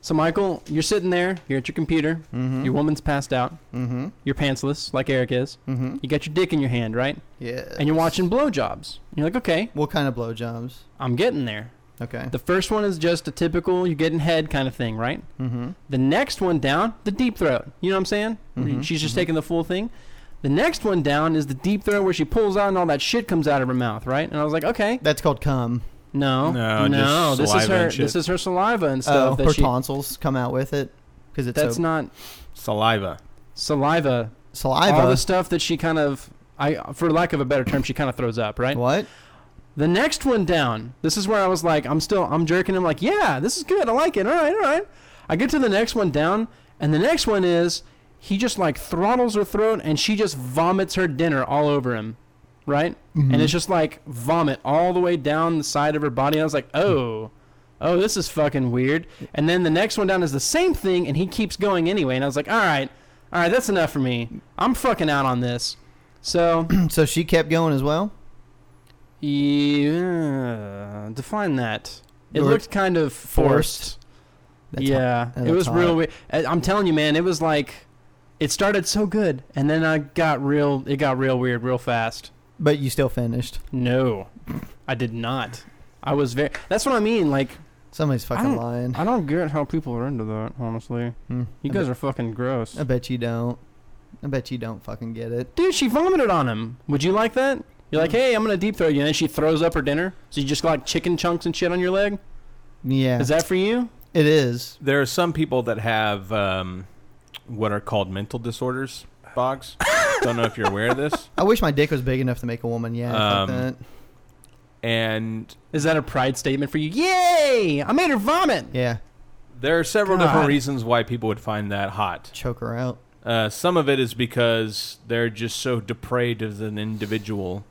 [SPEAKER 3] So Michael, you're sitting there, you're at your computer,
[SPEAKER 2] mm-hmm.
[SPEAKER 3] your woman's passed out,
[SPEAKER 2] mm-hmm.
[SPEAKER 3] you're pantsless like Eric is,
[SPEAKER 2] Mm-hmm.
[SPEAKER 3] you got your dick in your hand, right?
[SPEAKER 2] yeah.
[SPEAKER 3] and you're watching blowjobs. You're like, okay,
[SPEAKER 2] what kind of blowjobs?
[SPEAKER 3] I'm getting there.
[SPEAKER 2] Okay.
[SPEAKER 3] The first one is just a typical you're getting head kind of thing, right?
[SPEAKER 2] Mm-hmm.
[SPEAKER 3] The next one down, the deep throat. You know what I'm saying?
[SPEAKER 2] Mhm,
[SPEAKER 3] She's just taking the full thing. The next one down is the deep throat where she pulls out and all that shit comes out of her mouth, right? And I was like, okay,
[SPEAKER 2] That's called cum.
[SPEAKER 3] no,
[SPEAKER 1] No,
[SPEAKER 3] no,
[SPEAKER 1] just
[SPEAKER 3] this is
[SPEAKER 1] saliva and
[SPEAKER 3] her,
[SPEAKER 1] shit.
[SPEAKER 3] this is her saliva and
[SPEAKER 2] Oh,
[SPEAKER 3] stuff
[SPEAKER 2] her
[SPEAKER 3] that she.
[SPEAKER 2] tonsils come out with it because it's
[SPEAKER 3] That's
[SPEAKER 2] so-
[SPEAKER 3] not
[SPEAKER 1] Saliva.
[SPEAKER 3] saliva. All
[SPEAKER 2] saliva.
[SPEAKER 3] the stuff that she kind of, I, for lack of a better term, she kind of throws up, right?
[SPEAKER 2] What?
[SPEAKER 3] The next one down. This is where I was like, I'm still, I'm jerking. I'm like, yeah, this is good. I like it. All right, all right. I get to the next one down, and the next one is he just like throttles her throat, and she just vomits her dinner all over him, right? And it's just like vomit all the way down the side of her body. And I was like, oh, oh, this is fucking weird. And then the next one down is the same thing, and he keeps going anyway. And I was like, all right, all right, that's enough for me. I'm fucking out on this. So
[SPEAKER 2] so she kept going as well.
[SPEAKER 3] yeah, define that. It
[SPEAKER 2] Or
[SPEAKER 3] looked kind of forced.
[SPEAKER 2] forced. That's
[SPEAKER 3] yeah,
[SPEAKER 2] That's
[SPEAKER 3] it was
[SPEAKER 2] hot.
[SPEAKER 3] real weird. I'm telling you, man, it was like it started so good, and then I got real. It got real weird, real fast.
[SPEAKER 2] But you still finished.
[SPEAKER 3] No, I did not. I was very. That's what I mean. Like
[SPEAKER 2] Somebody's fucking
[SPEAKER 3] don't-
[SPEAKER 2] lying.
[SPEAKER 3] I don't get how people are into that. Honestly,
[SPEAKER 2] Hmm.
[SPEAKER 3] you
[SPEAKER 2] I
[SPEAKER 3] guys
[SPEAKER 2] bet-
[SPEAKER 3] are fucking gross.
[SPEAKER 2] I bet you don't. I bet you don't fucking get it.
[SPEAKER 3] Dude, she vomited on him. Would you like that? You're like, hey, I'm gonna deep throw you, and then she throws up her dinner. So you just got like chicken chunks and shit on your leg.
[SPEAKER 2] Yeah,
[SPEAKER 3] Is that for you?
[SPEAKER 2] it is.
[SPEAKER 1] There are some people that have um, what are called mental disorders. Box. Don't know if you're aware of this. *laughs*
[SPEAKER 2] I wish my dick was big enough to make a woman. Yeah,
[SPEAKER 1] Um,
[SPEAKER 2] like that.
[SPEAKER 1] And
[SPEAKER 3] Is that a pride statement for you? Yay! I made her vomit.
[SPEAKER 2] Yeah,
[SPEAKER 1] there are several
[SPEAKER 3] God.
[SPEAKER 1] different reasons why people would find that hot.
[SPEAKER 2] choke her out.
[SPEAKER 1] Uh, some of it is because they're just so depraved as an individual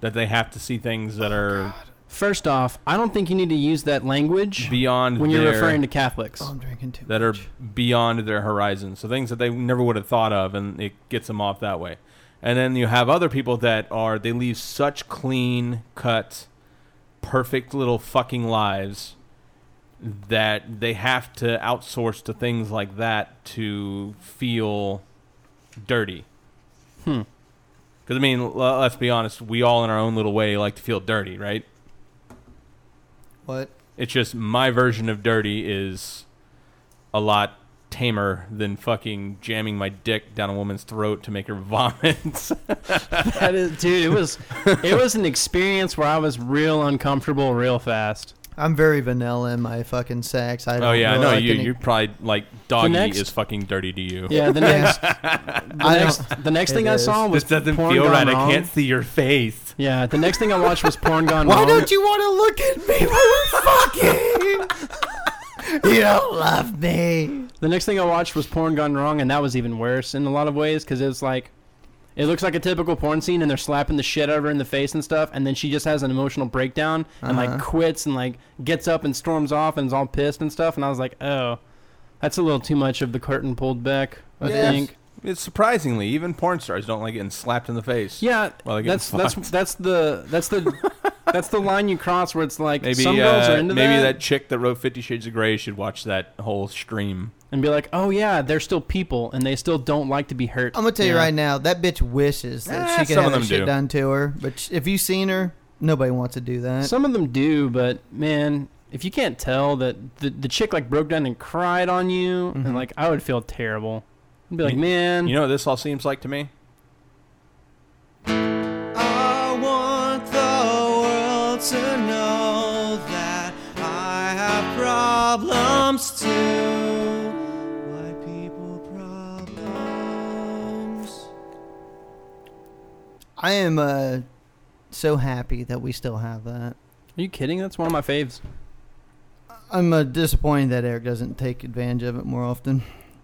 [SPEAKER 1] that they have to see things
[SPEAKER 3] Oh,
[SPEAKER 1] that are
[SPEAKER 3] First off, I don't think you need to use that language
[SPEAKER 1] beyond
[SPEAKER 3] when you're
[SPEAKER 1] their,
[SPEAKER 3] referring to Catholics.
[SPEAKER 2] Oh, I'm drinking too.
[SPEAKER 1] that are beyond their horizon. So things that they never would have thought of, and it gets them off that way. And then you have other people that are they leave such clean cut, perfect little fucking lives that they have to outsource to things like that to feel dirty.
[SPEAKER 3] Hmm.
[SPEAKER 1] Because I mean, l- let's be honest, we all in our own little way like to feel dirty, right?
[SPEAKER 2] What?
[SPEAKER 1] It's just my version of dirty is a lot tamer than fucking jamming my dick down a woman's throat to make her *laughs* vomit.
[SPEAKER 3] That is, dude, it *laughs* was it was an experience where I was real uncomfortable real fast.
[SPEAKER 2] I'm very vanilla in my fucking sex. I don't
[SPEAKER 1] oh yeah, I
[SPEAKER 2] really
[SPEAKER 1] know
[SPEAKER 2] like
[SPEAKER 1] you.
[SPEAKER 2] any-
[SPEAKER 1] You're probably like doggy
[SPEAKER 3] next-
[SPEAKER 1] is fucking dirty to you.
[SPEAKER 3] Yeah,
[SPEAKER 2] *laughs*
[SPEAKER 3] the next the
[SPEAKER 2] I
[SPEAKER 3] next, the next
[SPEAKER 2] It
[SPEAKER 3] thing I
[SPEAKER 2] is.
[SPEAKER 3] saw was
[SPEAKER 1] This doesn't
[SPEAKER 3] porn
[SPEAKER 1] feel
[SPEAKER 3] gone
[SPEAKER 1] right.
[SPEAKER 3] wrong.
[SPEAKER 1] I can't see your face.
[SPEAKER 3] Yeah, the next thing I watched
[SPEAKER 2] *laughs*
[SPEAKER 3] was porn gone
[SPEAKER 2] Why
[SPEAKER 3] wrong.
[SPEAKER 2] don't you want to look at me *laughs* when we're
[SPEAKER 1] *laughs*
[SPEAKER 2] fucking? you don't love me.
[SPEAKER 3] The next thing I watched was porn gone wrong, and that was even worse in a lot of ways because it was like. It looks like a typical porn scene, and they're slapping the shit out of her in the face and stuff. And then she just has an emotional breakdown and like
[SPEAKER 2] Uh-huh.
[SPEAKER 3] quits and like gets up and storms off and is all pissed and stuff. And I was like, oh, that's a little too much of the curtain pulled back. I
[SPEAKER 2] Yes.
[SPEAKER 3] think.
[SPEAKER 1] It's surprisingly even porn stars don't like getting slapped in the face.
[SPEAKER 3] Yeah,
[SPEAKER 1] Well, I get
[SPEAKER 3] that's that's
[SPEAKER 1] fucked.
[SPEAKER 3] that's the
[SPEAKER 1] *laughs*
[SPEAKER 3] that's the that's the line you cross where it's like
[SPEAKER 1] Maybe
[SPEAKER 3] some girls
[SPEAKER 1] uh,
[SPEAKER 3] are into
[SPEAKER 1] maybe that.
[SPEAKER 3] that,
[SPEAKER 1] chick that wrote Fifty Shades of Grey should watch that whole stream.
[SPEAKER 3] and be like, oh yeah, they're still people and they still don't like to be hurt.
[SPEAKER 2] I'm gonna tell you
[SPEAKER 3] Yeah. Ah,
[SPEAKER 2] right now, that bitch wishes that
[SPEAKER 1] Eh,
[SPEAKER 2] she could
[SPEAKER 1] some of
[SPEAKER 2] have that
[SPEAKER 1] them
[SPEAKER 2] shit
[SPEAKER 1] do.
[SPEAKER 2] done to her. But sh- if you seen her, nobody wants to do that.
[SPEAKER 3] Some of them do, but man, if you can't tell that the, the chick like broke down and cried on you,
[SPEAKER 2] Mhm.
[SPEAKER 3] and like I would feel terrible. I'd be like,
[SPEAKER 1] You-
[SPEAKER 3] man,
[SPEAKER 1] You know what this all seems like to me?
[SPEAKER 5] I want the world to know that I have problems too. My people problems.
[SPEAKER 2] I am uh, so happy that we still have that.
[SPEAKER 3] are you kidding? That's one of my faves.
[SPEAKER 2] I'm uh, disappointed that Eric doesn't take advantage of it more often.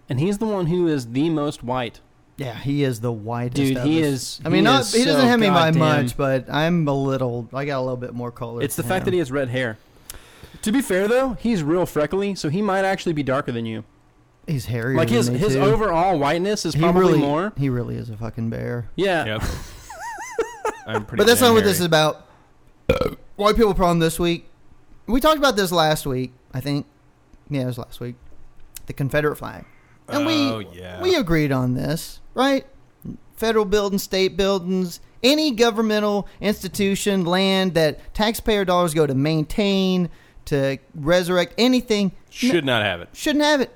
[SPEAKER 3] And he's the one who is the most white.
[SPEAKER 2] Yeah, he is the whitest.
[SPEAKER 3] Dude,
[SPEAKER 2] of
[SPEAKER 3] he
[SPEAKER 2] us.
[SPEAKER 3] is-
[SPEAKER 2] I mean,
[SPEAKER 3] he
[SPEAKER 2] not
[SPEAKER 3] is
[SPEAKER 2] he doesn't
[SPEAKER 3] so
[SPEAKER 2] have me by
[SPEAKER 3] goddamn-
[SPEAKER 2] much, but I'm a little. I got a little bit more color.
[SPEAKER 3] It's the
[SPEAKER 2] than
[SPEAKER 3] fact
[SPEAKER 2] him.
[SPEAKER 3] that he has red hair. To be fair though, he's real freckly, so he might actually be darker than you.
[SPEAKER 2] he's hairy.
[SPEAKER 3] like
[SPEAKER 2] than
[SPEAKER 3] his
[SPEAKER 2] me
[SPEAKER 3] his
[SPEAKER 2] too.
[SPEAKER 3] overall whiteness is
[SPEAKER 2] He
[SPEAKER 3] probably
[SPEAKER 2] really,
[SPEAKER 3] more.
[SPEAKER 2] He really is a fucking bear.
[SPEAKER 3] Yeah.
[SPEAKER 1] Yep. I'm pretty.
[SPEAKER 2] But that's
[SPEAKER 1] damn
[SPEAKER 2] not what this is
[SPEAKER 1] hairy.
[SPEAKER 2] about. White people problem this week. We talked about this last week, I think. Yeah, it was last week. The Confederate flag, and we
[SPEAKER 1] Oh, yeah.
[SPEAKER 2] we agreed on this, right? Federal buildings, state buildings, any governmental institution, land that taxpayer dollars go to maintain, to resurrect, anything
[SPEAKER 1] should not have it.
[SPEAKER 2] shouldn't have it.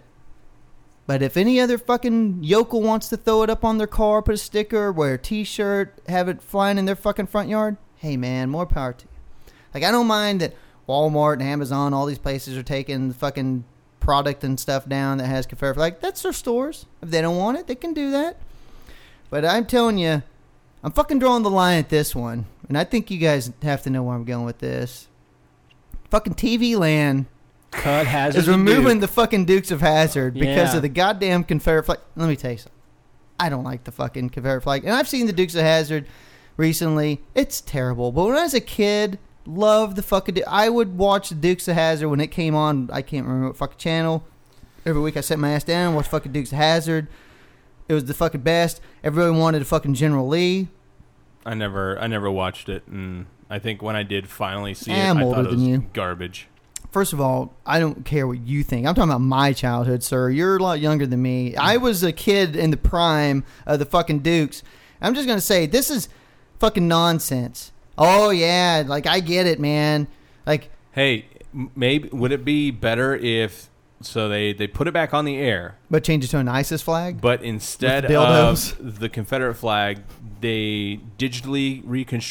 [SPEAKER 2] But if any other fucking yokel wants to throw it up on their car, put a sticker, wear a T-shirt, have it flying in their fucking front yard, hey man, more power to you. Like I don't mind that Walmart and Amazon, all these places are taking fucking product and stuff down that has Confederate flag. That's their stores. If they don't want it, they can do that. But I'm telling you, I'm fucking drawing the line at this one, and I think you guys have to know where I'm going with this. Fucking TV land
[SPEAKER 3] Cut has
[SPEAKER 2] is removing the fucking Dukes of Hazard because
[SPEAKER 3] Yeah.
[SPEAKER 2] of the goddamn Confederate flag. Let me tell you something. I don't like the fucking Confederate flag, and I've seen the Dukes of Hazard recently. It's terrible. But when I was a kid, loved the fucking. Du- I would watch the Dukes of Hazard when it came on. I can't remember what fucking channel. Every week I set my ass down and watched fucking Dukes of Hazard. It was the fucking best. Everyone wanted a fucking General Lee.
[SPEAKER 1] I never I never watched it, and I think when I did finally see
[SPEAKER 2] Eh,
[SPEAKER 1] it,
[SPEAKER 2] I'm
[SPEAKER 1] I
[SPEAKER 2] older
[SPEAKER 1] thought it
[SPEAKER 2] than
[SPEAKER 1] was
[SPEAKER 2] you.
[SPEAKER 1] garbage.
[SPEAKER 2] First of all, I don't care what you think. I'm talking about my childhood, sir. You're a lot younger than me. I
[SPEAKER 1] Mm.
[SPEAKER 2] was a kid in the prime of the fucking Dukes. I'm just gonna say this is fucking nonsense. Oh yeah, like I get it, man. Like
[SPEAKER 1] Hey, m- maybe would it be better if so they they put it back on the air,
[SPEAKER 2] but change it to an ISIS flag.
[SPEAKER 1] but instead
[SPEAKER 2] With dildos.
[SPEAKER 1] of the Confederate flag, they digitally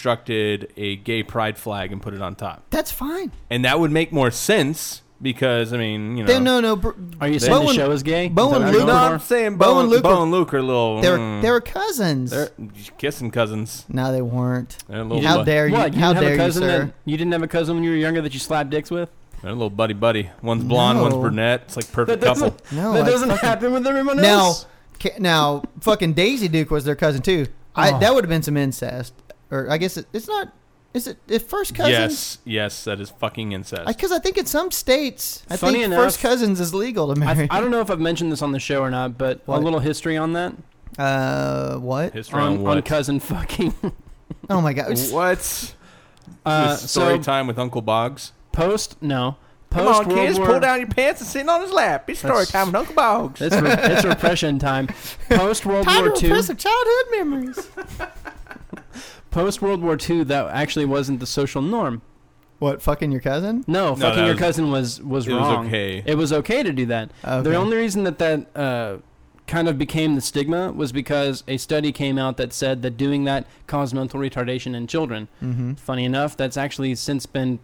[SPEAKER 1] reconstructed a gay pride flag and put it on top,
[SPEAKER 2] That's fine.
[SPEAKER 1] and that would make more sense because I mean you know.
[SPEAKER 2] Then no, no. Br-
[SPEAKER 3] Are you saying
[SPEAKER 2] Bowen-
[SPEAKER 3] the show is gay? Is
[SPEAKER 2] Bowen
[SPEAKER 3] that what
[SPEAKER 2] Luke-
[SPEAKER 3] you're
[SPEAKER 1] no,
[SPEAKER 3] going
[SPEAKER 1] I'm
[SPEAKER 3] for?
[SPEAKER 1] saying
[SPEAKER 2] Bo
[SPEAKER 1] Bo,
[SPEAKER 2] and
[SPEAKER 1] and
[SPEAKER 2] Luke
[SPEAKER 1] Luke,
[SPEAKER 2] are-
[SPEAKER 1] Bo and Luke are little.
[SPEAKER 2] they're
[SPEAKER 1] mm,
[SPEAKER 2] they're cousins.
[SPEAKER 1] they're kissing cousins.
[SPEAKER 2] no, they weren't.
[SPEAKER 1] They're a little,
[SPEAKER 2] How
[SPEAKER 1] bu-
[SPEAKER 2] dare you?
[SPEAKER 3] What? You
[SPEAKER 2] how
[SPEAKER 3] didn't have
[SPEAKER 2] dare
[SPEAKER 3] a
[SPEAKER 2] you,
[SPEAKER 3] cousin
[SPEAKER 2] sir?
[SPEAKER 3] that you didn't have a cousin when you were younger that you slapped
[SPEAKER 2] *laughs*
[SPEAKER 3] dicks with?
[SPEAKER 1] they're a little buddy buddy. One's blonde, one's
[SPEAKER 2] No.
[SPEAKER 1] brunette. It's like
[SPEAKER 3] That
[SPEAKER 1] perfect couple.
[SPEAKER 3] doesn't,
[SPEAKER 2] No,
[SPEAKER 3] that
[SPEAKER 2] I
[SPEAKER 3] doesn't happen with everyone
[SPEAKER 2] Now, *laughs*
[SPEAKER 3] else.
[SPEAKER 2] ca- now, fucking Daisy Duke was their cousin too. I
[SPEAKER 3] Oh.
[SPEAKER 2] that would have been some incest, or I guess it, it's not. Is it if first cousins?
[SPEAKER 1] Yes, yes, that is fucking incest.
[SPEAKER 2] Because I, think in some states, I
[SPEAKER 3] Funny
[SPEAKER 2] think
[SPEAKER 3] enough-
[SPEAKER 2] first cousins is legal to
[SPEAKER 3] I,
[SPEAKER 2] marry.
[SPEAKER 3] I don't know if I've mentioned this on the show or not, but
[SPEAKER 2] What?
[SPEAKER 3] a little history on that
[SPEAKER 2] uh, what?
[SPEAKER 1] History on,
[SPEAKER 3] on, on
[SPEAKER 1] what?
[SPEAKER 2] *laughs*
[SPEAKER 3] cousin fucking.
[SPEAKER 2] Oh my god! It's-
[SPEAKER 1] what?
[SPEAKER 3] Uh,
[SPEAKER 1] This story
[SPEAKER 3] so
[SPEAKER 1] time with Uncle Boggs.
[SPEAKER 3] post no post World War.
[SPEAKER 1] your pants and sit on his lap. It's
[SPEAKER 3] story That's- time
[SPEAKER 1] with Uncle Boggs.
[SPEAKER 3] *laughs* It's, re- it's
[SPEAKER 2] *laughs*
[SPEAKER 3] repression time. Post World
[SPEAKER 2] Time
[SPEAKER 3] War
[SPEAKER 2] to
[SPEAKER 3] II.
[SPEAKER 2] repress of childhood memories.
[SPEAKER 3] Post World War II, that actually wasn't the social norm.
[SPEAKER 2] What, fucking your cousin?
[SPEAKER 3] No, fucking
[SPEAKER 1] that
[SPEAKER 3] your
[SPEAKER 1] was-
[SPEAKER 3] cousin was was
[SPEAKER 1] it was
[SPEAKER 3] wrong.
[SPEAKER 1] okay.
[SPEAKER 3] It was okay to do that.
[SPEAKER 2] Okay.
[SPEAKER 3] The only reason that that uh, kind of became the stigma was because a study came out that said that doing that caused mental retardation in children.
[SPEAKER 2] Mm-hmm.
[SPEAKER 3] Funny enough, that's actually since been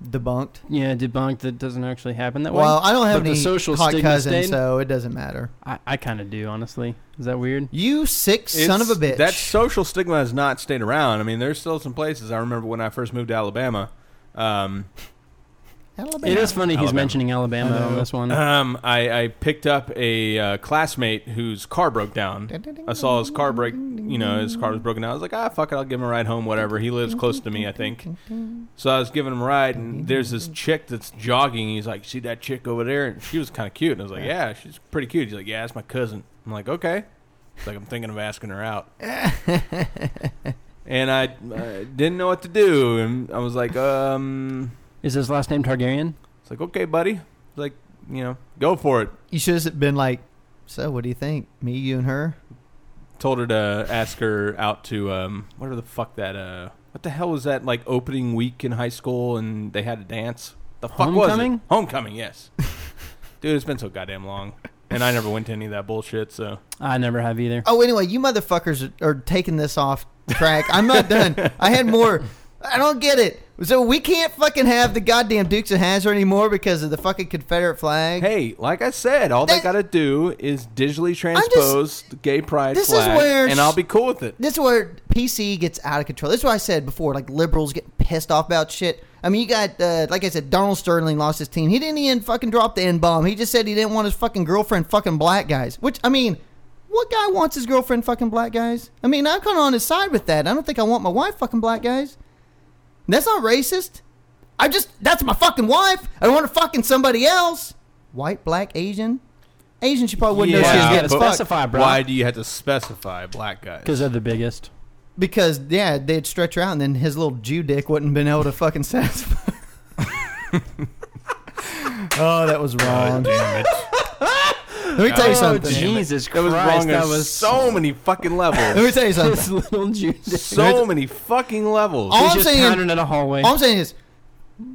[SPEAKER 2] Debunked.
[SPEAKER 3] yeah debunked. That doesn't actually happen that
[SPEAKER 2] Well,
[SPEAKER 3] way.
[SPEAKER 2] I don't have
[SPEAKER 3] But the
[SPEAKER 2] any
[SPEAKER 3] social
[SPEAKER 2] hot
[SPEAKER 3] stigma
[SPEAKER 2] cousins,
[SPEAKER 3] stayed?
[SPEAKER 2] so it doesn't matter.
[SPEAKER 3] I, I kind of do honestly. Is that weird?
[SPEAKER 2] You sick son of a
[SPEAKER 1] It's-
[SPEAKER 2] bitch.
[SPEAKER 1] That social stigma has not stayed around. I mean, there's still some places. I remember when I first moved to Alabama. Um,
[SPEAKER 2] Alabama.
[SPEAKER 3] It is funny he's
[SPEAKER 1] Alabama.
[SPEAKER 3] mentioning Alabama
[SPEAKER 2] I know.
[SPEAKER 3] on this one.
[SPEAKER 1] um, I, I picked up a uh, classmate whose car broke down. I saw his car break. You know, his car was broken down. I was like, ah, fuck it, I'll give him a ride home. Whatever. He lives close to me, I think. So I was giving him a ride, and there's this chick that's jogging. He's like, see that chick over there? And she was kind of cute. And I was like, yeah, she's pretty cute. He's like, yeah, that's my cousin. I'm like, okay. He's like, I'm thinking of asking her out. and I uh, didn't know what to do. And I was like, um,
[SPEAKER 3] Is his last name Targaryen?
[SPEAKER 1] it's like, okay, buddy. It's like, you know, go for it.
[SPEAKER 2] You should have been like, so what do you think? Me, you, and her?
[SPEAKER 1] Told her to ask her out to, um, whatever the fuck that, uh, what the hell was that, like, opening week in high school and they had a dance? The fuck was
[SPEAKER 3] Homecoming?
[SPEAKER 1] it? Homecoming, yes. Dude, it's been so goddamn long. And I never went to any of that bullshit, so.
[SPEAKER 3] I never have either.
[SPEAKER 2] Oh, anyway, you motherfuckers are, are taking this off track. I'm not done. I had more. I don't get it. So we can't fucking have the goddamn Dukes of Hazzard anymore because of the fucking Confederate flag.
[SPEAKER 1] Hey, like I said, all they
[SPEAKER 2] That-
[SPEAKER 1] gotta do is digitally transpose the gay pride
[SPEAKER 2] This is
[SPEAKER 1] flag,
[SPEAKER 2] where sh-
[SPEAKER 1] and I'll be cool with it.
[SPEAKER 2] This is where PC gets out of control. This is what I said before. Like liberals getting pissed off about shit. I mean, you got uh, like I said, Donald Sterling lost his team. He didn't even fucking drop the n bomb. He just said he didn't want his fucking girlfriend fucking black guys. Which I mean, what guy wants his girlfriend fucking black guys? I mean, I'm kind of on his side with that. I don't think I want my wife fucking black guys. That's not racist. I just that's my fucking wife. I don't want to fucking somebody else. White, black, Asian. Asian, she probably wouldn't know she was
[SPEAKER 1] Yeah,
[SPEAKER 2] getting as
[SPEAKER 1] but-
[SPEAKER 2] fuck.
[SPEAKER 3] Specify, bro.
[SPEAKER 1] Why do you have to specify black guys?
[SPEAKER 3] Because they're the biggest.
[SPEAKER 2] Because yeah, they'd stretch her out, and then his little Jew dick wouldn't have been able to fucking *laughs* satisfy. oh, that was wrong.
[SPEAKER 1] damn it.
[SPEAKER 2] Let me
[SPEAKER 3] Oh,
[SPEAKER 2] tell you something.
[SPEAKER 3] Jesus
[SPEAKER 1] oh, That was
[SPEAKER 3] Christ,
[SPEAKER 1] wrong
[SPEAKER 3] that
[SPEAKER 1] on
[SPEAKER 3] was
[SPEAKER 1] so many fucking
[SPEAKER 2] *laughs* Let me
[SPEAKER 1] levels.
[SPEAKER 2] tell you
[SPEAKER 3] *laughs* this
[SPEAKER 2] something.
[SPEAKER 3] little Jew.
[SPEAKER 1] so many fucking levels.
[SPEAKER 2] All
[SPEAKER 3] He's
[SPEAKER 2] I'm
[SPEAKER 3] just
[SPEAKER 2] saying-
[SPEAKER 3] pounding in a hallway.
[SPEAKER 2] All I'm saying is,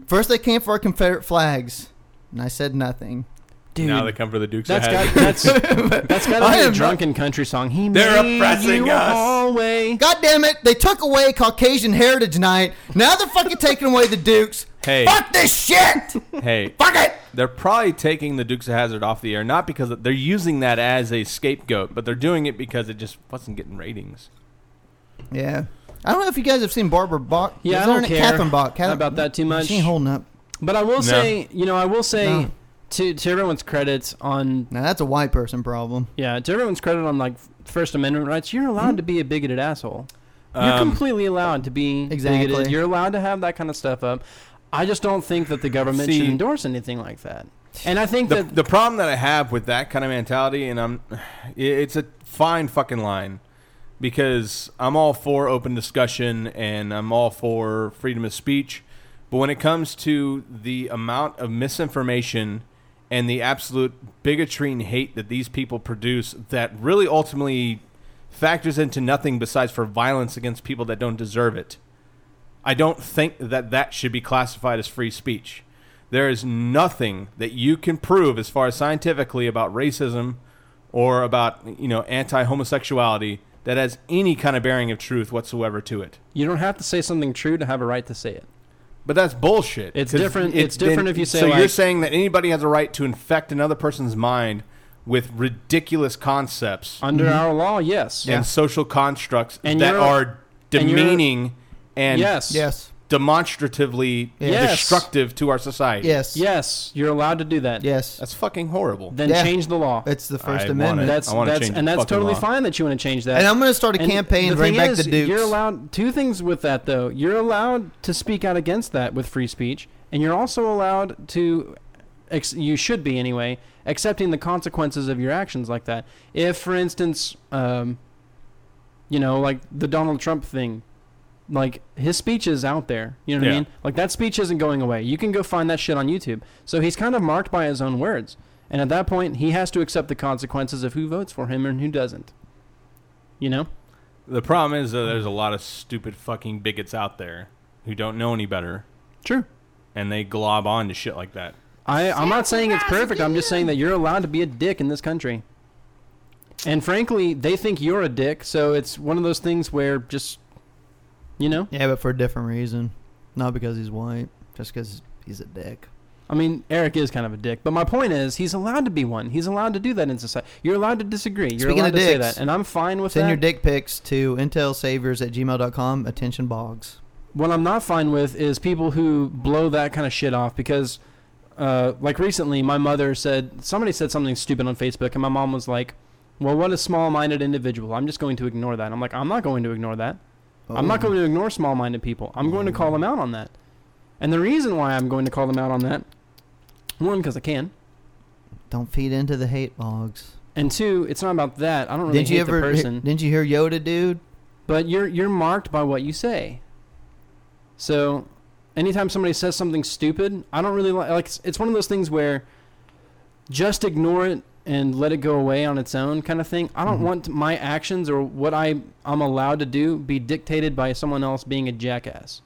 [SPEAKER 2] first they came for our Confederate flags, and I said nothing.
[SPEAKER 3] Dude,
[SPEAKER 1] Now they come for the Dukes.
[SPEAKER 3] that's
[SPEAKER 1] of
[SPEAKER 3] got
[SPEAKER 1] Hazzard.
[SPEAKER 3] that's that's got
[SPEAKER 1] *laughs*
[SPEAKER 2] I
[SPEAKER 3] to be a
[SPEAKER 2] am
[SPEAKER 3] drunken country song. He
[SPEAKER 1] They're
[SPEAKER 3] made
[SPEAKER 1] oppressing
[SPEAKER 3] you
[SPEAKER 1] us.
[SPEAKER 3] a hallway.
[SPEAKER 2] God damn it! They took away Caucasian Heritage Night. Now they're fucking taking away the Dukes.
[SPEAKER 1] Hey.
[SPEAKER 2] Fuck this shit.
[SPEAKER 1] hey,
[SPEAKER 2] Fuck it.
[SPEAKER 1] they're probably taking the Dukes of Hazard off the air, not because they're using that as a scapegoat, but they're doing it because it just wasn't getting ratings.
[SPEAKER 2] Yeah. I don't know if you guys have seen Barbara Bach.
[SPEAKER 3] Yeah,
[SPEAKER 2] Is
[SPEAKER 3] I
[SPEAKER 2] there
[SPEAKER 3] don't
[SPEAKER 2] an-
[SPEAKER 3] care
[SPEAKER 2] Catherine Bach. Catherine-
[SPEAKER 3] about that too much.
[SPEAKER 2] She ain't holding up.
[SPEAKER 3] But I will say, you know, I will say
[SPEAKER 2] No.
[SPEAKER 3] to to everyone's credit on
[SPEAKER 2] Now that's a white person problem.
[SPEAKER 3] yeah to everyone's credit on like First Amendment rights. You're allowed
[SPEAKER 2] Hmm?
[SPEAKER 3] to be a bigoted asshole. You're
[SPEAKER 1] Um,
[SPEAKER 3] completely allowed to be
[SPEAKER 2] Exactly.
[SPEAKER 3] bigoted. You're allowed to have that kind of stuff up. I just don't think that the government
[SPEAKER 1] See-
[SPEAKER 3] should endorse anything like that. And I think
[SPEAKER 1] the,
[SPEAKER 3] that
[SPEAKER 1] the problem that I have with that kind of mentality, and I'm, it- it's a fine fucking line because I'm all for open discussion and I'm all for freedom of speech, but when it comes to the amount of misinformation and the absolute bigotry and hate that these people produce, that really ultimately factors into nothing besides for violence against people that don't deserve it. I don't think that that should be classified as free speech. There is nothing that you can prove as far as scientifically about racism or about, you know, anti-homosexuality that has any kind of bearing of truth whatsoever to it.
[SPEAKER 3] you don't have to say something true to have a right to say it.
[SPEAKER 1] But that's bullshit.
[SPEAKER 3] It's
[SPEAKER 1] 'cause
[SPEAKER 3] different-
[SPEAKER 1] it-
[SPEAKER 3] it's different
[SPEAKER 1] then-
[SPEAKER 3] if you say,
[SPEAKER 1] So you're
[SPEAKER 3] like-
[SPEAKER 1] saying that anybody has a right to infect another person's mind with ridiculous concepts
[SPEAKER 3] Under our law, yes.
[SPEAKER 1] and social constructs
[SPEAKER 3] And
[SPEAKER 1] that
[SPEAKER 3] you're-
[SPEAKER 1] are
[SPEAKER 3] and you're-
[SPEAKER 1] demeaning and,
[SPEAKER 3] Yes.
[SPEAKER 2] Yes.
[SPEAKER 1] demonstratively
[SPEAKER 3] Yes.
[SPEAKER 1] destructive to our society.
[SPEAKER 2] Yes.
[SPEAKER 3] Yes, you're allowed to do that.
[SPEAKER 2] Yes.
[SPEAKER 1] That's fucking horrible.
[SPEAKER 3] Then
[SPEAKER 2] Yeah.
[SPEAKER 3] change the law.
[SPEAKER 2] It's the
[SPEAKER 1] I
[SPEAKER 2] First
[SPEAKER 1] want
[SPEAKER 2] Amendment.
[SPEAKER 1] it.
[SPEAKER 3] That's
[SPEAKER 1] I wanna
[SPEAKER 3] that's
[SPEAKER 1] change
[SPEAKER 3] and
[SPEAKER 1] the
[SPEAKER 3] that's
[SPEAKER 1] fucking
[SPEAKER 3] totally
[SPEAKER 1] law.
[SPEAKER 3] fine that you want to change that.
[SPEAKER 2] and I'm going to start a
[SPEAKER 3] And
[SPEAKER 2] campaign to
[SPEAKER 3] the
[SPEAKER 2] bring
[SPEAKER 3] thing
[SPEAKER 2] back
[SPEAKER 3] is,
[SPEAKER 2] the Dukes.
[SPEAKER 3] You're allowed two things with that though. You're allowed to speak out against that with free speech, and you're also allowed to. Ex- you should be anyway accepting the consequences of your actions like that. If, for instance, um, you know, like the Donald Trump thing. Like his speech is out there, you know what
[SPEAKER 1] Yeah.
[SPEAKER 3] I mean. Like that speech isn't going away. You can go find that shit on YouTube. So he's kind of marked by his own words, and at that point, he has to accept the consequences of who votes for him and who doesn't. You know.
[SPEAKER 1] The problem is that there's a lot of stupid fucking bigots out there who don't know any better
[SPEAKER 3] Sure.
[SPEAKER 1] and they glob on to shit like that.
[SPEAKER 3] I, I'm not saying it's perfect. I'm just saying that you're allowed to be a dick in this country. And frankly, they think you're a dick, so it's one of those things where just, you know,
[SPEAKER 2] Yeah, but for a different reason. Not because he's white, just because he's a dick.
[SPEAKER 3] I mean, Eric is kind of a dick, but my point is, he's allowed to be one. He's allowed to do that in society. You're allowed to disagree. You're
[SPEAKER 2] Speaking
[SPEAKER 3] allowed
[SPEAKER 2] of
[SPEAKER 3] to say
[SPEAKER 2] dicks,
[SPEAKER 3] that, and I'm fine with
[SPEAKER 2] Send
[SPEAKER 3] that.
[SPEAKER 2] your dick pics to intelsaviors at gmail.com. Attention bogs.
[SPEAKER 3] what I'm not fine with is people who blow that kind of shit off because, uh, like recently, my mother said somebody said something stupid on Facebook, and my mom was like, "Well, what a small-minded individual." I'm just going to ignore that. I'm like, I'm not going to ignore that. I'm
[SPEAKER 2] Oh.
[SPEAKER 3] not going to ignore small-minded people. I'm going to call them out on that. And the reason why I'm going to call them out on that, one, because I can,
[SPEAKER 2] Oh, Don't feed into the hate bogs.
[SPEAKER 3] and two, it's not about that. I don't really
[SPEAKER 2] Didn't
[SPEAKER 3] hate
[SPEAKER 2] you ever?
[SPEAKER 3] the person.
[SPEAKER 2] *laughs* Didn't you hear Yoda, dude?
[SPEAKER 3] but you're you're marked by what you say. So, anytime somebody says something stupid, I don't really like. Like it's, it's one of those things where just ignore it and let it go away on its own, kind of thing. I don't
[SPEAKER 2] Mhm.
[SPEAKER 3] want my actions or what I I'm allowed to do be dictated by someone else being a jackass.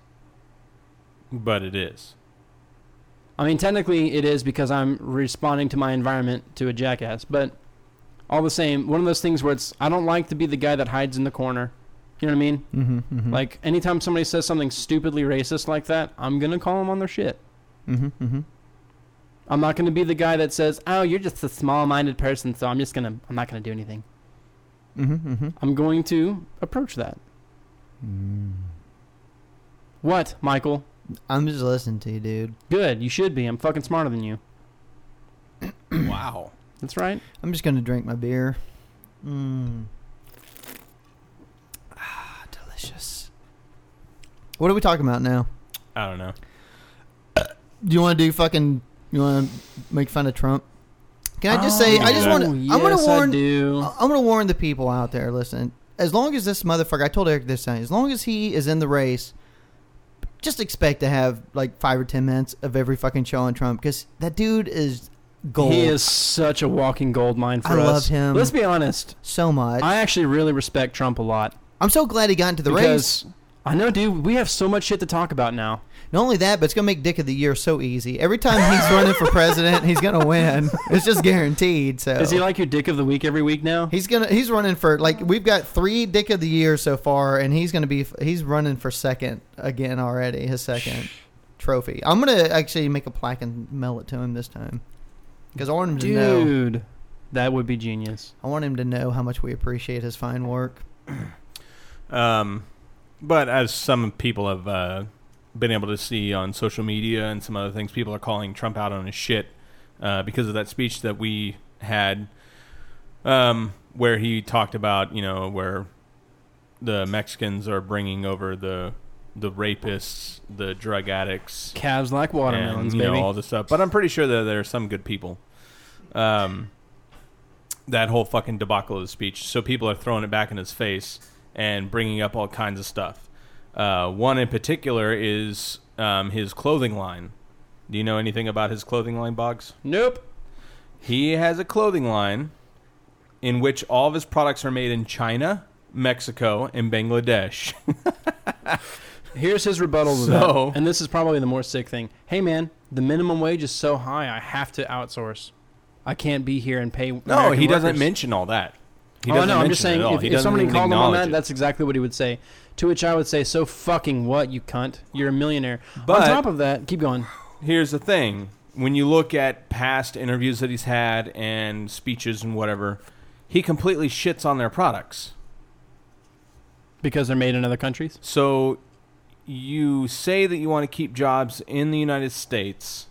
[SPEAKER 1] But it is.
[SPEAKER 3] I mean, technically it is because I'm responding to my environment to a jackass, but all the same, one of those things where it's I don't like to be the guy that hides in the corner. You know what I mean?
[SPEAKER 2] Mm-hmm,
[SPEAKER 3] Like anytime somebody says something stupidly racist like that, I'm gonna call them on their shit.
[SPEAKER 2] mm-hmm, mm-hmm.
[SPEAKER 3] I'm not gonna be the guy that says, "Oh, you're just a small-minded person," so I'm just gonna, I'm not gonna do anything.
[SPEAKER 2] Mm-hmm, mm-hmm.
[SPEAKER 3] I'm going to approach that. What, Michael?
[SPEAKER 2] Mm. I'm just listening to you, dude.
[SPEAKER 3] Good, you should be. I'm fucking smarter than you.
[SPEAKER 1] *clears throat* wow.
[SPEAKER 3] That's right.
[SPEAKER 2] I'm just gonna drink my beer. Mmm. Ah, delicious. What are we talking about now?
[SPEAKER 1] I don't know.
[SPEAKER 2] Do you want to do fucking? You want to make fun of Trump? Can I just say? I just want to.
[SPEAKER 3] Oh,
[SPEAKER 2] I'm gonna
[SPEAKER 3] yes,
[SPEAKER 2] warn.
[SPEAKER 3] I do.
[SPEAKER 2] I- I'm gonna warn the people out there. Listen, as long as this motherfucker, I told Eric this time, as long as he is in the race, just expect to have like five or ten minutes of every fucking show on Trump because that dude is gold
[SPEAKER 3] He is such a walking gold mine for
[SPEAKER 2] I love
[SPEAKER 3] us.
[SPEAKER 2] him.
[SPEAKER 3] Let's be honest.
[SPEAKER 2] so much.
[SPEAKER 3] I actually really respect Trump a lot
[SPEAKER 2] I'm so glad he got into the race.
[SPEAKER 3] because I know, dude. We have so much shit to talk about now.
[SPEAKER 2] Not only that, but it's gonna make Dick of the Year so easy. Every time he's running for president, he's gonna
[SPEAKER 3] *laughs*
[SPEAKER 2] win. It's just guaranteed. So
[SPEAKER 3] Is he like your dick of the week every week now?
[SPEAKER 2] He's gonna he's running for like we've got three dick of the year so far, and he's gonna be he's running for second again already his second trophy. I'm gonna actually make a plaque and mail it to him this time because I want him to know
[SPEAKER 3] Dude, that would be genius.
[SPEAKER 2] I want him to know how much we appreciate his fine work.
[SPEAKER 1] Um, but as some people have uh, been able to see on social media and some other things, people are calling Trump out on his shit uh, because of that speech that we had, um, where he talked about you know where the Mexicans are bringing over the the rapists, the drug addicts,
[SPEAKER 3] Calves like
[SPEAKER 1] and,
[SPEAKER 3] watermelons,
[SPEAKER 1] you
[SPEAKER 3] baby.
[SPEAKER 1] know all this stuff. But I'm pretty sure that there are some good people. Um, that whole fucking debacle of the speech. So people are throwing it back in his face and bringing up all kinds of stuff. Uh, one in particular is um, his clothing line. Do you know anything about his clothing line, Boggs?
[SPEAKER 3] nope.
[SPEAKER 1] He has a clothing line in which all of his products are made in China, Mexico, and Bangladesh.
[SPEAKER 3] Here's his rebuttal to
[SPEAKER 1] So-
[SPEAKER 3] that. And this is probably the more sick thing. Hey man, the minimum wage is so high I have to outsource. I can't be here and
[SPEAKER 1] *laughs*
[SPEAKER 3] pay
[SPEAKER 1] no,
[SPEAKER 3] American
[SPEAKER 1] he doesn't
[SPEAKER 3] workers.
[SPEAKER 1] mention all that. He
[SPEAKER 3] oh
[SPEAKER 1] doesn't
[SPEAKER 3] no, I'm
[SPEAKER 1] mention
[SPEAKER 3] just
[SPEAKER 1] it
[SPEAKER 3] saying
[SPEAKER 1] at all.
[SPEAKER 3] if,
[SPEAKER 1] He
[SPEAKER 3] if
[SPEAKER 1] doesn't
[SPEAKER 3] somebody
[SPEAKER 1] even
[SPEAKER 3] called him on
[SPEAKER 1] acknowledge
[SPEAKER 3] that,
[SPEAKER 1] it.
[SPEAKER 3] that's exactly what he would say. To which I would say, "So fucking what, you cunt? You're a millionaire."
[SPEAKER 1] But-
[SPEAKER 3] on top of that, keep going.
[SPEAKER 1] here's the thing when you look at past interviews that he's had and speeches and whatever he completely shits on their products
[SPEAKER 3] Because they're made in other countries.
[SPEAKER 1] so you say that you want to keep jobs in the united states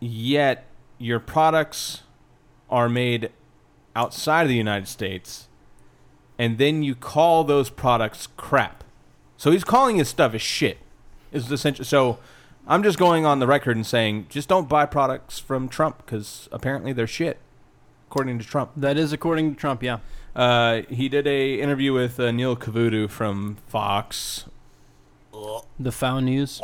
[SPEAKER 1] yet your products are made outside of the united states and then you call those products crap so he's calling his stuff as shit is essential. So I'm just going on the record and saying, just don't buy products from Trump because apparently they're shit, according to Trump.
[SPEAKER 3] That is according to Trump. Yeah.
[SPEAKER 1] Uh, he did a interview with uh, Neil Cavuto from Fox,
[SPEAKER 3] The foul news.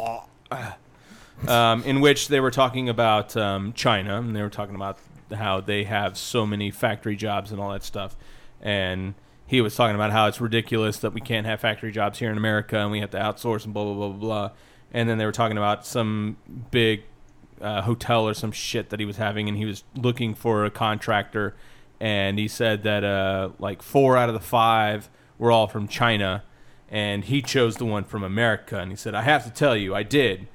[SPEAKER 1] um, in which they were talking about um, China and they were talking about how they have so many factory jobs and all that stuff. And he was talking about how it's ridiculous that we can't have factory jobs here in America and we have to outsource and blah blah blah blah. blah. and then they were talking about some big uh, hotel or some shit that he was having, and he was looking for a contractor, and he said that uh, like four out of the five were all from China, and he chose the one from America, and he said, "I have to tell you, I did,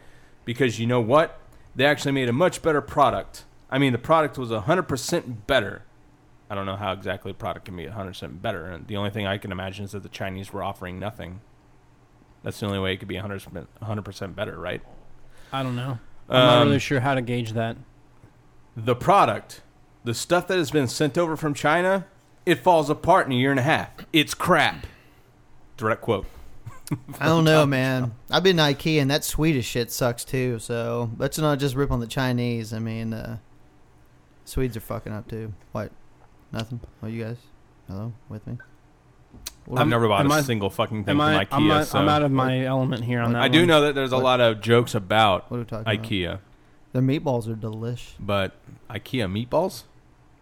[SPEAKER 1] because you know what? They actually made a much better product. I mean, the product was hundred percent better." I don't know how exactly a product can be 100% better. And the only thing I can imagine is that the Chinese were offering nothing. That's the only way it could be 100%, 100% better, right?
[SPEAKER 3] I don't know. I'm not
[SPEAKER 1] Um,
[SPEAKER 3] really sure how to gauge that.
[SPEAKER 1] The product, the stuff that has been sent over from China, it falls apart in a year and a half. It's crap. Direct quote.
[SPEAKER 2] I don't know, man. I've been to IKEA, and that Swedish shit sucks too. So let's not just rip on the Chinese. I mean, uh, Swedes are fucking up too. What? Nothing. What you guys? Hello, with me?
[SPEAKER 1] I've never bought
[SPEAKER 3] am
[SPEAKER 1] a
[SPEAKER 3] I-
[SPEAKER 1] single fucking thing
[SPEAKER 3] Am
[SPEAKER 1] from
[SPEAKER 3] I,
[SPEAKER 1] IKEA.
[SPEAKER 3] I'm, not-
[SPEAKER 1] so.
[SPEAKER 3] I'm out of my element here on that.
[SPEAKER 1] I do
[SPEAKER 3] one.
[SPEAKER 1] know that there's a lot of jokes about
[SPEAKER 2] What are we talking about?
[SPEAKER 1] IKEA,
[SPEAKER 2] Their meatballs are delish.
[SPEAKER 1] but IKEA meatballs?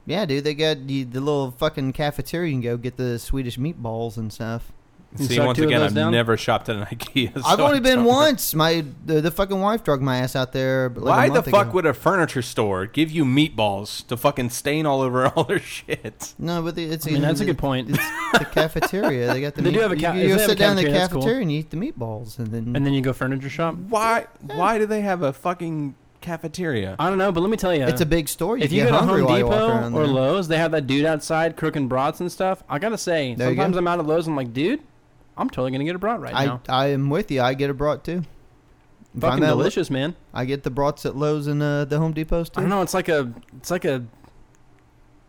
[SPEAKER 2] Yeah, dude, they got the, the little fucking cafeteria. You can go get the Swedish meatballs and stuff.
[SPEAKER 3] You
[SPEAKER 1] See,
[SPEAKER 3] suck
[SPEAKER 1] once
[SPEAKER 3] two of
[SPEAKER 1] again,
[SPEAKER 3] those
[SPEAKER 1] I've
[SPEAKER 3] down?
[SPEAKER 1] never shopped at an *laughs* IKEA.
[SPEAKER 2] I've
[SPEAKER 1] so I
[SPEAKER 2] only been
[SPEAKER 1] don't-
[SPEAKER 2] once. My the, the fucking wife drug my ass out there. Like
[SPEAKER 1] Why
[SPEAKER 2] a
[SPEAKER 1] the
[SPEAKER 2] month
[SPEAKER 1] fuck
[SPEAKER 2] ago.
[SPEAKER 1] would a furniture store give you meatballs to fucking stain all over *laughs* all their shit?
[SPEAKER 2] No, but the, it's
[SPEAKER 3] I mean, that's a
[SPEAKER 2] the-
[SPEAKER 3] good point.
[SPEAKER 2] It's the cafeteria. They got the.
[SPEAKER 3] *laughs* They
[SPEAKER 2] meat,
[SPEAKER 3] do have a ca-
[SPEAKER 2] You,
[SPEAKER 3] they
[SPEAKER 2] you go
[SPEAKER 3] have a
[SPEAKER 2] sit down in the
[SPEAKER 3] cafeteria, that's cool.
[SPEAKER 2] cafeteria and you eat the meatballs, and then
[SPEAKER 3] And then you go furniture shop.
[SPEAKER 1] Why? Why do they have a fucking cafeteria?
[SPEAKER 3] I don't know, but let me tell you,
[SPEAKER 2] it's a big store. You
[SPEAKER 3] uh, if
[SPEAKER 2] get
[SPEAKER 3] you go to
[SPEAKER 2] hungry
[SPEAKER 3] Home
[SPEAKER 2] while you walk
[SPEAKER 3] Depot
[SPEAKER 2] around
[SPEAKER 3] or
[SPEAKER 2] there.
[SPEAKER 3] Lowe's, they have that dude outside cooking brats and stuff. I gotta say,
[SPEAKER 2] There you go.
[SPEAKER 3] sometimes I'm out of Lowe's, I'm like, dude, I'm totally gonna get a brat right
[SPEAKER 2] I
[SPEAKER 3] now.
[SPEAKER 2] I am with you. I get a brat too. If
[SPEAKER 3] Fucking
[SPEAKER 2] I'm at Lo-
[SPEAKER 3] delicious, man.
[SPEAKER 2] I get the brats at Lowe's and uh, the Home Depot
[SPEAKER 3] I
[SPEAKER 2] too.
[SPEAKER 3] don't know. It's like a, it's like a,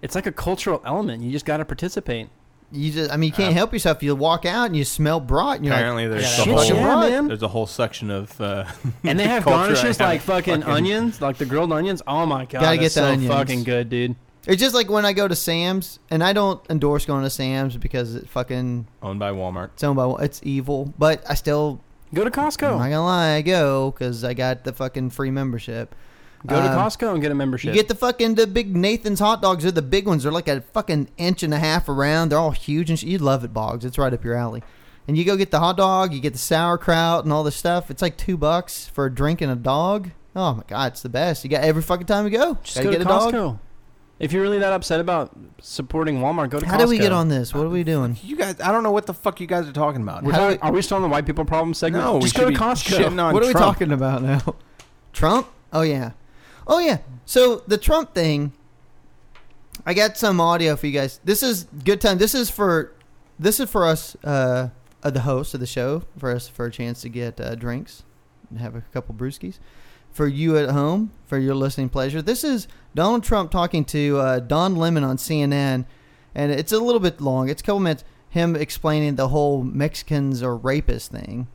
[SPEAKER 3] it's like a cultural element. You just gotta participate.
[SPEAKER 2] You just, I mean, you can't help yourself. You walk out and you smell brat, and you're like,
[SPEAKER 1] Apparently, there's
[SPEAKER 3] Yeah,
[SPEAKER 1] a
[SPEAKER 3] that's-
[SPEAKER 1] whole
[SPEAKER 3] Yeah, man.
[SPEAKER 1] there's a whole section of uh,
[SPEAKER 3] And they have
[SPEAKER 1] Culture, I
[SPEAKER 3] garnishes like
[SPEAKER 1] have
[SPEAKER 3] fucking,
[SPEAKER 1] fucking-
[SPEAKER 3] onions, like the grilled onions. Oh my god,
[SPEAKER 2] Gotta
[SPEAKER 3] that's
[SPEAKER 2] get the
[SPEAKER 3] so
[SPEAKER 2] onions.
[SPEAKER 3] fucking good, dude.
[SPEAKER 2] It's just like when I go to Sam's, and I don't endorse going to Sam's because it fucking
[SPEAKER 1] owned by Walmart.
[SPEAKER 2] it's owned by it's evil. But I still,
[SPEAKER 3] Go to
[SPEAKER 2] I'm not
[SPEAKER 3] Costco.
[SPEAKER 2] gonna lie, I go because I got the fucking free membership.
[SPEAKER 3] Go to
[SPEAKER 2] Um,
[SPEAKER 3] Costco and get a membership.
[SPEAKER 2] You get the fucking the big Nathan's hot dogs. They're the big ones. They're like a fucking inch and a half around. They're all huge and sh- you love it, Boggs. It's right up your alley. And you go get the hot dog. You get the sauerkraut and all this stuff. It's like two bucks for a drink and a dog. Oh my god, it's the best. You got every fucking time you go.
[SPEAKER 3] Just
[SPEAKER 2] Gotta
[SPEAKER 3] go to
[SPEAKER 2] get a
[SPEAKER 3] Costco.
[SPEAKER 2] dog.
[SPEAKER 3] If you're really that upset about supporting Walmart, go to
[SPEAKER 2] How
[SPEAKER 3] Costco.
[SPEAKER 2] do we get on this? What are we doing?
[SPEAKER 1] You guys, I don't know what the fuck you guys are talking about.
[SPEAKER 3] We're
[SPEAKER 2] How
[SPEAKER 3] talking-
[SPEAKER 2] do we-
[SPEAKER 3] are we still on the white people problem segment?
[SPEAKER 1] No, we
[SPEAKER 3] just
[SPEAKER 1] should
[SPEAKER 3] go to
[SPEAKER 1] be
[SPEAKER 3] Costco.
[SPEAKER 1] shitting on
[SPEAKER 2] what are we
[SPEAKER 1] Trump.
[SPEAKER 2] talking about now? Trump? Oh yeah, oh yeah. So the Trump thing. I got some audio for you guys. This is good time. This is for, this is for us, uh, uh, the host of the show, for us for a chance to get uh, drinks, and have a couple brewskis, for you at home for your listening pleasure. This is Donald Trump talking to uh, Don Lemon on CNN, and it's a little bit long. It's a couple minutes. Him explaining the whole Mexicans are rapists thing.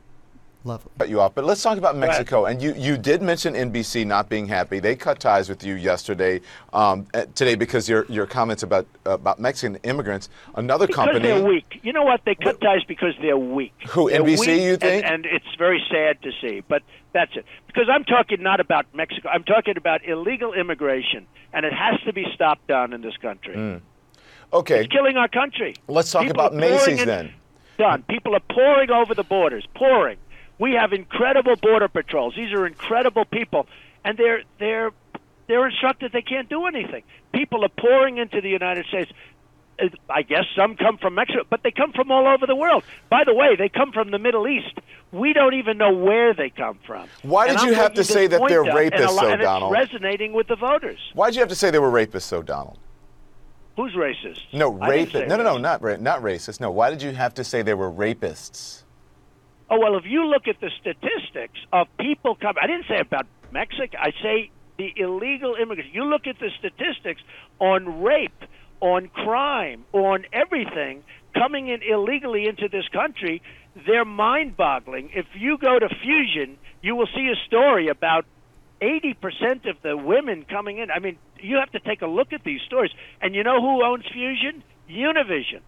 [SPEAKER 2] Lovely.
[SPEAKER 6] cut you off, but let's talk about Mexico. And you, you did mention NBC not being happy. They cut ties with you yesterday, um, uh, today because your your comments about about Mexican immigrants. Another
[SPEAKER 7] Because
[SPEAKER 6] company.
[SPEAKER 7] they're weak. You know what? They cut ties because they're weak.
[SPEAKER 6] Who,
[SPEAKER 7] They're
[SPEAKER 6] NBC,
[SPEAKER 7] weak,
[SPEAKER 6] you think?
[SPEAKER 7] And, and it's very sad to see, but that's it. Because I'm talking not about Mexico. I'm talking about illegal immigration, and it has to be stopped down in this country.
[SPEAKER 6] Mm. Okay,
[SPEAKER 7] It's killing our country.
[SPEAKER 6] Let's talk
[SPEAKER 7] People
[SPEAKER 6] about
[SPEAKER 7] are pouring
[SPEAKER 6] Macy's
[SPEAKER 7] in-
[SPEAKER 6] then.
[SPEAKER 7] Done. People are pouring over the borders. Pouring. We have incredible border patrols. These are incredible people, and they're they're they're instructed they can't do anything. People are pouring into the United States. Uh, I guess some come from Mexico, but they come from all over the world. By the way, they come from the Middle East. We don't even know where they come from.
[SPEAKER 6] Why did
[SPEAKER 7] And I'm
[SPEAKER 6] you have
[SPEAKER 7] bringing
[SPEAKER 6] to say
[SPEAKER 7] this
[SPEAKER 6] that
[SPEAKER 7] point
[SPEAKER 6] they're
[SPEAKER 7] up, and a
[SPEAKER 6] rapists,
[SPEAKER 7] lot-
[SPEAKER 6] though,
[SPEAKER 7] and it's
[SPEAKER 6] Donald?
[SPEAKER 7] resonating with the voters.
[SPEAKER 6] why'd you have to say they were rapists, though, Donald?
[SPEAKER 7] Who's racist?
[SPEAKER 6] No,
[SPEAKER 7] I didn't say
[SPEAKER 6] rapist. No, no, no,
[SPEAKER 7] racist.
[SPEAKER 6] not ra- not racist. No, why did you have to say they were rapists?
[SPEAKER 7] Oh well, if you look at the statistics of people come, I didn't say about Mexico. I say the illegal immigrants. You look at the statistics on rape, on crime, on everything coming in illegally into this country. They're mind-boggling. If you go to Fusion, you will see a story about eighty percent of the women coming in. I mean, you have to take a look at these stories. And you know who owns Fusion? Univision.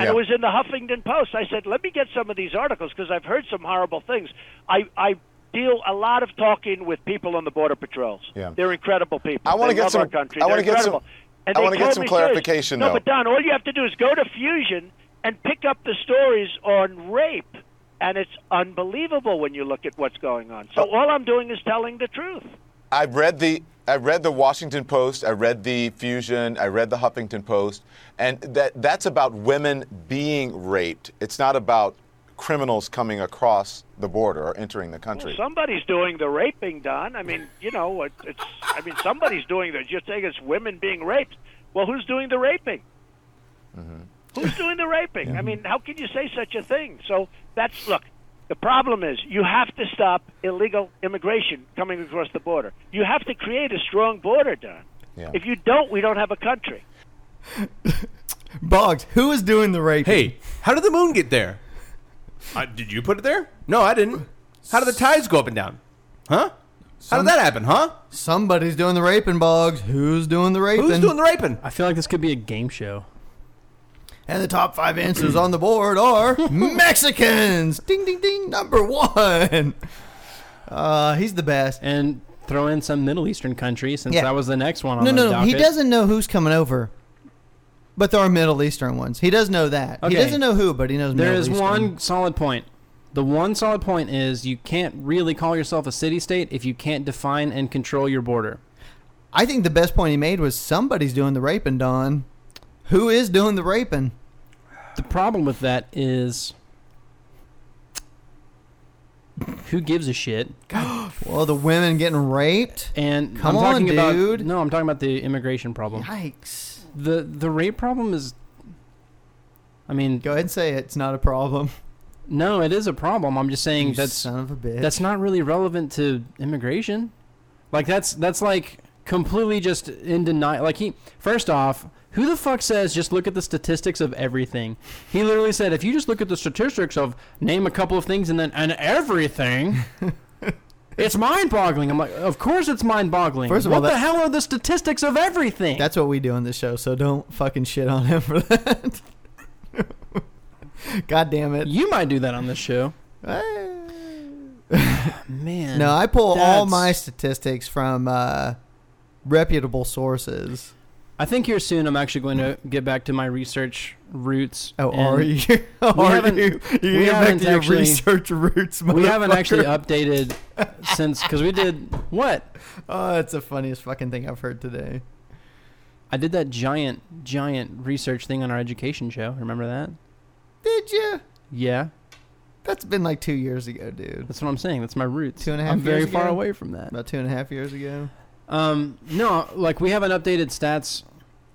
[SPEAKER 7] And
[SPEAKER 6] Yeah.
[SPEAKER 7] it was in the Huffington Post. I said, let me get some of these articles because I've heard some horrible things. I, I deal a lot of talking with people on the border patrols.
[SPEAKER 6] Yeah.
[SPEAKER 7] They're incredible people.
[SPEAKER 6] I wanna
[SPEAKER 7] They
[SPEAKER 6] get
[SPEAKER 7] love
[SPEAKER 6] some-
[SPEAKER 7] our country.
[SPEAKER 6] I wanna
[SPEAKER 7] They're
[SPEAKER 6] get some-
[SPEAKER 7] incredible. And
[SPEAKER 6] I
[SPEAKER 7] they
[SPEAKER 6] wanna get
[SPEAKER 7] told
[SPEAKER 6] some
[SPEAKER 7] me, "Serge,
[SPEAKER 6] clarification,
[SPEAKER 7] No,
[SPEAKER 6] though.
[SPEAKER 7] but Don, all you have to do is go to Fusion and pick up the stories on rape and it's unbelievable when you look at what's going on.
[SPEAKER 6] Oh.
[SPEAKER 7] So all I'm doing is telling the truth.
[SPEAKER 6] I read the I read the Washington Post, I read the Fusion, I read the Huffington Post, and that that's about women being raped. It's not about criminals coming across the border or entering the country.
[SPEAKER 7] Somebody's doing the raping, Don. I mean, you know, it, it's. I mean, somebody's doing the. You're saying it's women being raped. Well, who's doing the raping? Who's doing the raping? I mean, how can you say such a thing? So that's look. The problem is you have to stop illegal immigration coming across the border. You have to create a strong border, Don.
[SPEAKER 6] Yeah.
[SPEAKER 7] If you don't, we don't have a country.
[SPEAKER 2] Boggs, who is doing the rape?
[SPEAKER 1] Hey, how did the moon get there? Uh, did you put it there? No, I didn't. How did the tides go up and down? Huh? How
[SPEAKER 2] Some-
[SPEAKER 1] did that happen? Huh?
[SPEAKER 2] somebody's doing the raping, Boggs. Who's doing the raping?
[SPEAKER 1] Who's doing the raping?
[SPEAKER 3] I feel like this could be a game show.
[SPEAKER 2] and the top five answers on the board
[SPEAKER 3] *laughs*
[SPEAKER 2] are Mexicans. Ding, ding, ding. Number one. Uh, he's the best.
[SPEAKER 3] And throw in some Middle Eastern country since
[SPEAKER 2] Yeah.
[SPEAKER 3] that was the next one on
[SPEAKER 2] No,
[SPEAKER 3] the
[SPEAKER 2] no, no. He
[SPEAKER 3] docket.
[SPEAKER 2] doesn't know who's coming over. But there are Middle Eastern ones. He does know that.
[SPEAKER 3] Okay.
[SPEAKER 2] He doesn't know who, but he knows
[SPEAKER 3] There
[SPEAKER 2] Middle
[SPEAKER 3] is
[SPEAKER 2] Eastern.
[SPEAKER 3] one solid point. The one solid point is you can't really call yourself a city state if you can't define and control your border.
[SPEAKER 2] I think the best point he made was somebody's doing the raping, Don. Who is doing the raping?
[SPEAKER 3] The problem with that is who gives a shit?
[SPEAKER 2] Well, the women getting raped.
[SPEAKER 3] And
[SPEAKER 2] Come
[SPEAKER 3] I'm
[SPEAKER 2] on,
[SPEAKER 3] talking about
[SPEAKER 2] dude.
[SPEAKER 3] no, I'm talking about the immigration problem.
[SPEAKER 2] Yikes.
[SPEAKER 3] The the rape problem is I mean,
[SPEAKER 2] Go ahead and say it. it's not a problem.
[SPEAKER 3] no, it is a problem. I'm just saying
[SPEAKER 2] You
[SPEAKER 3] that's
[SPEAKER 2] son of a bitch.
[SPEAKER 3] that's not really relevant to immigration. Like that's that's like completely just in denial. Like he first off, who the fuck says just look at the statistics of everything? He literally said if you just look at the statistics of name a couple of things and then and everything.
[SPEAKER 2] *laughs*
[SPEAKER 3] It's mind-boggling. I'm like, of course it's mind-boggling.
[SPEAKER 2] First of
[SPEAKER 3] what
[SPEAKER 2] all,
[SPEAKER 3] the
[SPEAKER 2] that-
[SPEAKER 3] hell are the statistics of everything?
[SPEAKER 2] That's what we do on this show, so don't fucking shit on him for that. *laughs* God damn it.
[SPEAKER 3] you might do that on this show, man.
[SPEAKER 2] No, I pull all
[SPEAKER 3] That's-
[SPEAKER 2] my statistics from uh, reputable sources.
[SPEAKER 3] I think here soon I'm actually going to get back to my research roots.
[SPEAKER 2] Oh,
[SPEAKER 3] and-
[SPEAKER 2] are you? *laughs* Are
[SPEAKER 3] haven't-
[SPEAKER 2] you? You
[SPEAKER 3] we
[SPEAKER 2] get back
[SPEAKER 3] haven't
[SPEAKER 2] to your
[SPEAKER 3] actually-
[SPEAKER 2] research roots,
[SPEAKER 3] *laughs* We haven't
[SPEAKER 2] motherfucker.
[SPEAKER 3] actually updated since because
[SPEAKER 2] *laughs*
[SPEAKER 3] we did what?
[SPEAKER 2] Oh, it's the funniest fucking thing I've heard today.
[SPEAKER 3] I did that giant, giant research thing on our education show. Remember that?
[SPEAKER 2] Did you?
[SPEAKER 3] Yeah,
[SPEAKER 2] That's been like two years ago, dude.
[SPEAKER 3] that's what I'm saying. That's my roots.
[SPEAKER 2] Two and a half
[SPEAKER 3] I'm very
[SPEAKER 2] years
[SPEAKER 3] far
[SPEAKER 2] ago?
[SPEAKER 3] away from that.
[SPEAKER 2] About two and a half years ago.
[SPEAKER 3] Um, no, like we haven't updated stats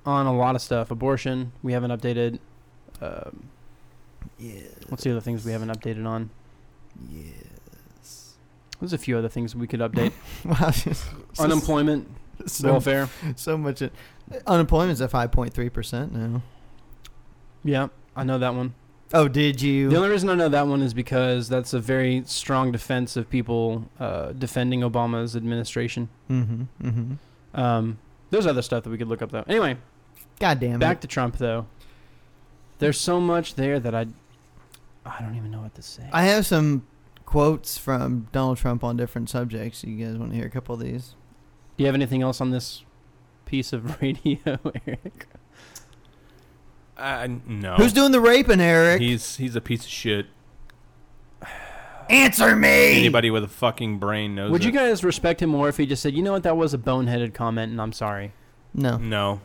[SPEAKER 3] on a lot of stuff. Abortion. We haven't updated. Um,
[SPEAKER 2] Yeah.
[SPEAKER 3] what's the other things we haven't updated on?
[SPEAKER 2] Yes.
[SPEAKER 3] There's a few other things we could update.
[SPEAKER 2] *laughs* Wow. *laughs* just-
[SPEAKER 3] Unemployment,
[SPEAKER 2] So,
[SPEAKER 3] welfare.
[SPEAKER 2] so much. Unemployment's at 5.3% now.
[SPEAKER 3] Yeah, I know that one.
[SPEAKER 2] Oh, did you?
[SPEAKER 3] The only reason I know that one is because that's a very strong defense of people uh, defending Obama's administration.
[SPEAKER 2] mm-hmm. Mm-hmm.
[SPEAKER 3] Um, there's other stuff that we could look up though. Anyway,
[SPEAKER 2] God damn it.
[SPEAKER 3] back to Trump though. There's so much there that I, I don't even know what to say.
[SPEAKER 2] I have some quotes from Donald Trump on different subjects. You guys want to hear a couple of these?
[SPEAKER 3] Do you have anything else on this piece of *laughs* radio, Eric?
[SPEAKER 1] Uh, no.
[SPEAKER 2] Who's doing the raping, Eric?
[SPEAKER 1] He's he's a piece of shit.
[SPEAKER 2] Answer me.
[SPEAKER 1] Anybody with a fucking brain knows.
[SPEAKER 3] Would you
[SPEAKER 1] it.
[SPEAKER 3] guys respect him more if he just said, "You know what? That was a boneheaded comment, and I'm sorry."
[SPEAKER 2] No.
[SPEAKER 1] No,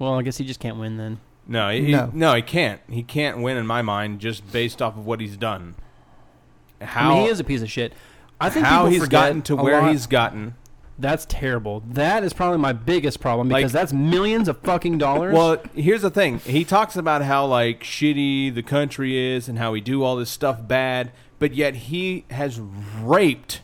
[SPEAKER 3] Well, I guess he just can't win then.
[SPEAKER 1] no, he, no,
[SPEAKER 2] No.
[SPEAKER 1] no. He can't. He can't win in my mind just based off of what he's done. How
[SPEAKER 3] I mean, he is a piece of shit. I think
[SPEAKER 1] how
[SPEAKER 3] people
[SPEAKER 1] he's
[SPEAKER 3] forget
[SPEAKER 1] gotten to
[SPEAKER 3] a
[SPEAKER 1] where
[SPEAKER 3] lot-
[SPEAKER 1] he's gotten.
[SPEAKER 3] That's terrible. That is probably my biggest problem
[SPEAKER 1] Like-
[SPEAKER 3] because that's millions of fucking dollars.
[SPEAKER 1] Well, here's the thing. He talks about how like shitty the country is and how we do all this stuff bad, but yet he has raped,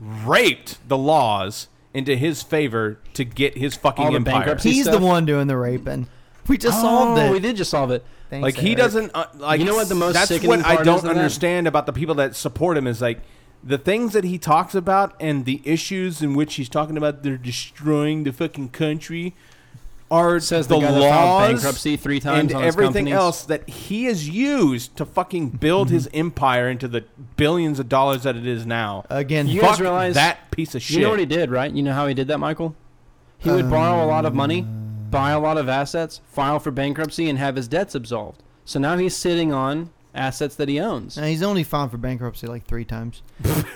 [SPEAKER 1] raped the laws into his favor to get his fucking
[SPEAKER 3] All the
[SPEAKER 1] empire.
[SPEAKER 3] bankruptcy
[SPEAKER 2] He's
[SPEAKER 3] stuff?
[SPEAKER 2] the one doing the raping. We just
[SPEAKER 3] oh,
[SPEAKER 2] solved it.
[SPEAKER 3] We did just solve it.
[SPEAKER 2] Thanks,
[SPEAKER 1] like he
[SPEAKER 2] Eric.
[SPEAKER 1] doesn't uh, like
[SPEAKER 3] You know what the most
[SPEAKER 1] that's
[SPEAKER 3] sickening
[SPEAKER 1] what I
[SPEAKER 3] part is
[SPEAKER 1] don't
[SPEAKER 3] of that?
[SPEAKER 1] understand about the people that support him is like the things that he talks about and the issues in which he's talking about they're destroying the fucking country are
[SPEAKER 3] Says the
[SPEAKER 1] the,
[SPEAKER 3] guy that
[SPEAKER 1] laws
[SPEAKER 3] filed bankruptcy three times
[SPEAKER 1] and
[SPEAKER 3] on his
[SPEAKER 1] everything
[SPEAKER 3] companies.
[SPEAKER 1] else that he has used to fucking build his
[SPEAKER 3] Mm-hmm.
[SPEAKER 1] empire into the billions of dollars that it is now.
[SPEAKER 2] Again,
[SPEAKER 3] You
[SPEAKER 1] Fuck
[SPEAKER 3] guys realize-
[SPEAKER 1] that piece of shit.
[SPEAKER 3] You know what he did, right? You know how he did that, Michael? He would borrow a lot of money,
[SPEAKER 2] Uh,
[SPEAKER 3] buy a lot of assets, file for bankruptcy, and have his debts absolved. So now he's sitting on assets that he owns.
[SPEAKER 2] Now, he's only filed for bankruptcy like three times.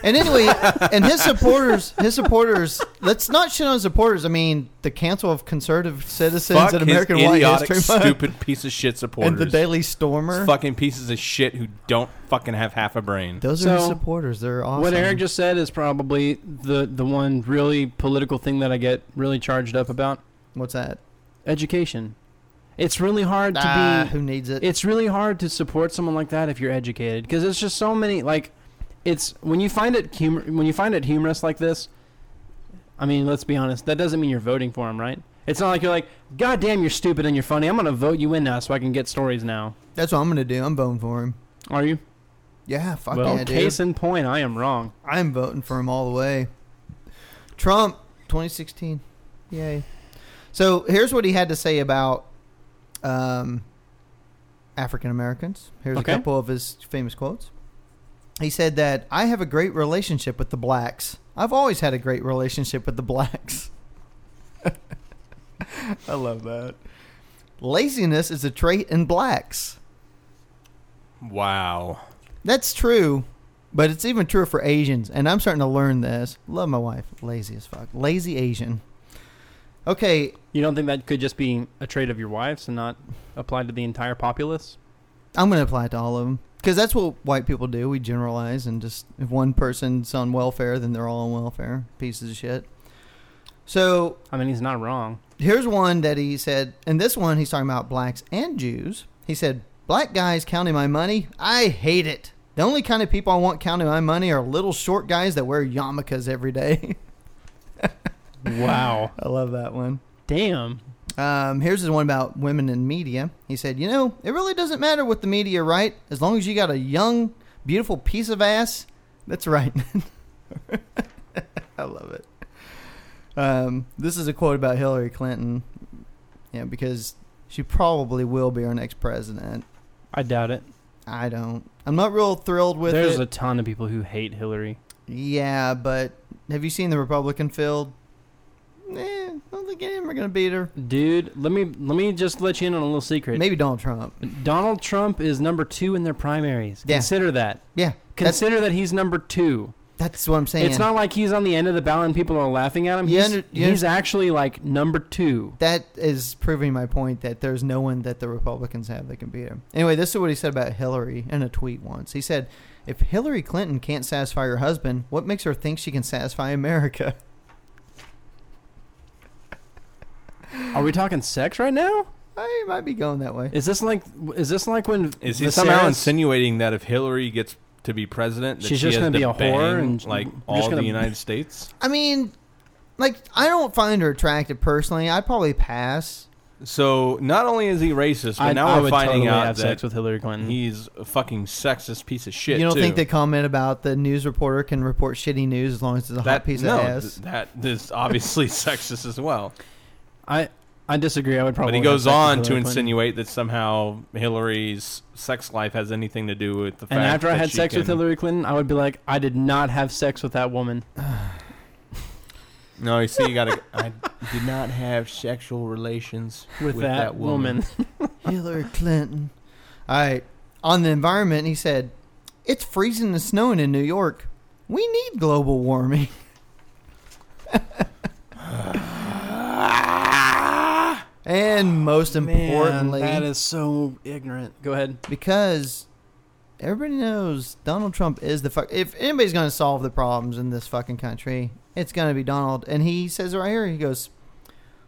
[SPEAKER 2] and anyway, and his supporters, his supporters. Let's not shit on his supporters. I mean, the Council of Conservative Citizens
[SPEAKER 1] Fuck
[SPEAKER 2] and
[SPEAKER 1] his
[SPEAKER 2] American White
[SPEAKER 1] idiotic,
[SPEAKER 2] History Month
[SPEAKER 1] stupid piece
[SPEAKER 3] *laughs*
[SPEAKER 1] of shit supporters.
[SPEAKER 2] and the Daily Stormer.
[SPEAKER 1] It's fucking pieces of shit who don't fucking have half a brain.
[SPEAKER 2] Those are his
[SPEAKER 3] So,
[SPEAKER 2] supporters. They're awesome.
[SPEAKER 3] What Eric just said is probably the the one really political thing that I get really charged up about.
[SPEAKER 2] What's that?
[SPEAKER 3] Education. It's really hard to
[SPEAKER 2] Ah,
[SPEAKER 3] be
[SPEAKER 2] who needs it?
[SPEAKER 3] it's really hard to support someone like that if you're educated because it's just so many like it's when you find it humor when you find it humorous like this i mean let's be honest that doesn't mean you're voting for him right it's not like you're like god damn you're stupid and you're funny i'm gonna vote you in now so i can get stories now
[SPEAKER 2] That's what I'm gonna do. I'm voting for him.
[SPEAKER 3] are you
[SPEAKER 2] Yeah, fuck
[SPEAKER 3] well
[SPEAKER 2] yeah, dude.
[SPEAKER 3] case in point i am wrong
[SPEAKER 2] I'm voting for him all the way. Trump, 2016. Yay. So here's what he had to say about um, African Americans. Here's
[SPEAKER 3] Okay.
[SPEAKER 2] a couple of his famous quotes. He said that I have a great relationship with the blacks. I've always had a great relationship with the blacks. *laughs* I love that. Laziness is a trait in blacks.
[SPEAKER 1] Wow.
[SPEAKER 2] That's true, but it's even truer for Asians, and I'm starting to learn this. Love my wife, lazy as fuck, lazy Asian. Okay,
[SPEAKER 3] you don't think that could just be a trait of your wife's and not applied to the entire populace
[SPEAKER 2] I'm gonna apply it to all of them because that's what white people do. We generalize and just if one person's on welfare, then they're all on welfare. Pieces of shit. So
[SPEAKER 3] i mean he's not wrong
[SPEAKER 2] Here's one that he said, and this one he's talking about blacks and Jews. He said, Black guys counting my money, I hate it. The only kind of people I want counting my money are little short guys that wear yarmulkes every day. *laughs*
[SPEAKER 3] wow
[SPEAKER 2] I love that one.
[SPEAKER 3] *laughs* damn
[SPEAKER 2] Um, here's the one about women in media. He said, You know, it really doesn't matter what the media write as long as you got a young, beautiful piece of ass. That's right. *laughs* I love it. Um, this is a quote about Hillary Clinton. Yeah, because she probably will be our next president.
[SPEAKER 3] i doubt it
[SPEAKER 2] I don't. I'm not real thrilled with
[SPEAKER 3] there's a
[SPEAKER 2] it.
[SPEAKER 3] ton of people who hate hillary
[SPEAKER 2] yeah, but have you seen the Republican field? Eh, I don't think any of them are going to beat her.
[SPEAKER 3] Dude, let me let me just let you in on a little secret.
[SPEAKER 2] Maybe Donald Trump.
[SPEAKER 3] Donald Trump is number two in their primaries.
[SPEAKER 2] Yeah.
[SPEAKER 3] Consider that.
[SPEAKER 2] Yeah, that's,
[SPEAKER 3] Consider that he's number two.
[SPEAKER 2] that's what I'm saying.
[SPEAKER 3] It's not like he's on the end of the ballot and people are laughing at him.
[SPEAKER 2] You
[SPEAKER 3] He's,
[SPEAKER 2] under- you
[SPEAKER 3] he's actually like number two.
[SPEAKER 2] that is proving my point that there's no one that the Republicans have that can beat him. Anyway, this is what he said about Hillary in a tweet once. He said, "If Hillary Clinton can't satisfy her husband, what makes her think she can satisfy America?" *laughs*
[SPEAKER 3] Are we talking sex right now?
[SPEAKER 2] I might be going that way.
[SPEAKER 3] Is this like is this like when
[SPEAKER 1] Is he
[SPEAKER 3] Viserys-
[SPEAKER 1] somehow insinuating that if Hillary gets to be president, that
[SPEAKER 3] She's
[SPEAKER 1] she
[SPEAKER 3] just
[SPEAKER 1] has
[SPEAKER 3] gonna be
[SPEAKER 1] to
[SPEAKER 3] a whore
[SPEAKER 1] bang,
[SPEAKER 3] and
[SPEAKER 1] like
[SPEAKER 3] just
[SPEAKER 1] all
[SPEAKER 3] gonna-
[SPEAKER 1] the United States?
[SPEAKER 2] I mean, like I don't find her attractive personally. I'd probably pass.
[SPEAKER 1] So not only is he racist, but
[SPEAKER 3] I,
[SPEAKER 1] now
[SPEAKER 3] I
[SPEAKER 1] we're
[SPEAKER 3] would
[SPEAKER 1] finding
[SPEAKER 3] totally
[SPEAKER 1] out
[SPEAKER 3] have
[SPEAKER 1] that
[SPEAKER 3] sex with Hillary Clinton.
[SPEAKER 1] he's a fucking sexist piece of shit.
[SPEAKER 2] you don't
[SPEAKER 1] too.
[SPEAKER 2] think the comment about the news reporter can report shitty news as long as it's a hot piece
[SPEAKER 1] no,
[SPEAKER 2] of ass?
[SPEAKER 1] th- that is obviously *laughs* sexist as
[SPEAKER 3] *laughs*
[SPEAKER 1] well.
[SPEAKER 3] I I disagree. I would probably.
[SPEAKER 1] but he
[SPEAKER 3] have
[SPEAKER 1] goes
[SPEAKER 3] sex with
[SPEAKER 1] on to
[SPEAKER 3] Hillary Clinton.
[SPEAKER 1] insinuate that somehow Hillary's sex life has anything to do with the fact
[SPEAKER 3] And after I
[SPEAKER 1] that
[SPEAKER 3] had
[SPEAKER 1] she
[SPEAKER 3] sex with
[SPEAKER 1] can-
[SPEAKER 3] Hillary Clinton, I would be like, I did not have sex with that woman.
[SPEAKER 1] No, you see, you gotta. I *laughs* did not have sexual relations
[SPEAKER 3] With, that, woman.
[SPEAKER 2] Hillary Clinton. All right. On the environment, he said, "It's freezing and snowing in New York. We need global
[SPEAKER 3] *sighs*
[SPEAKER 2] warming." *laughs* and most importantly,
[SPEAKER 3] that is so ignorant. Go ahead.
[SPEAKER 2] because everybody knows Donald Trump is the fuck. If anybody's going to solve the problems in this fucking country, it's going to be Donald. And he says it right here, he goes,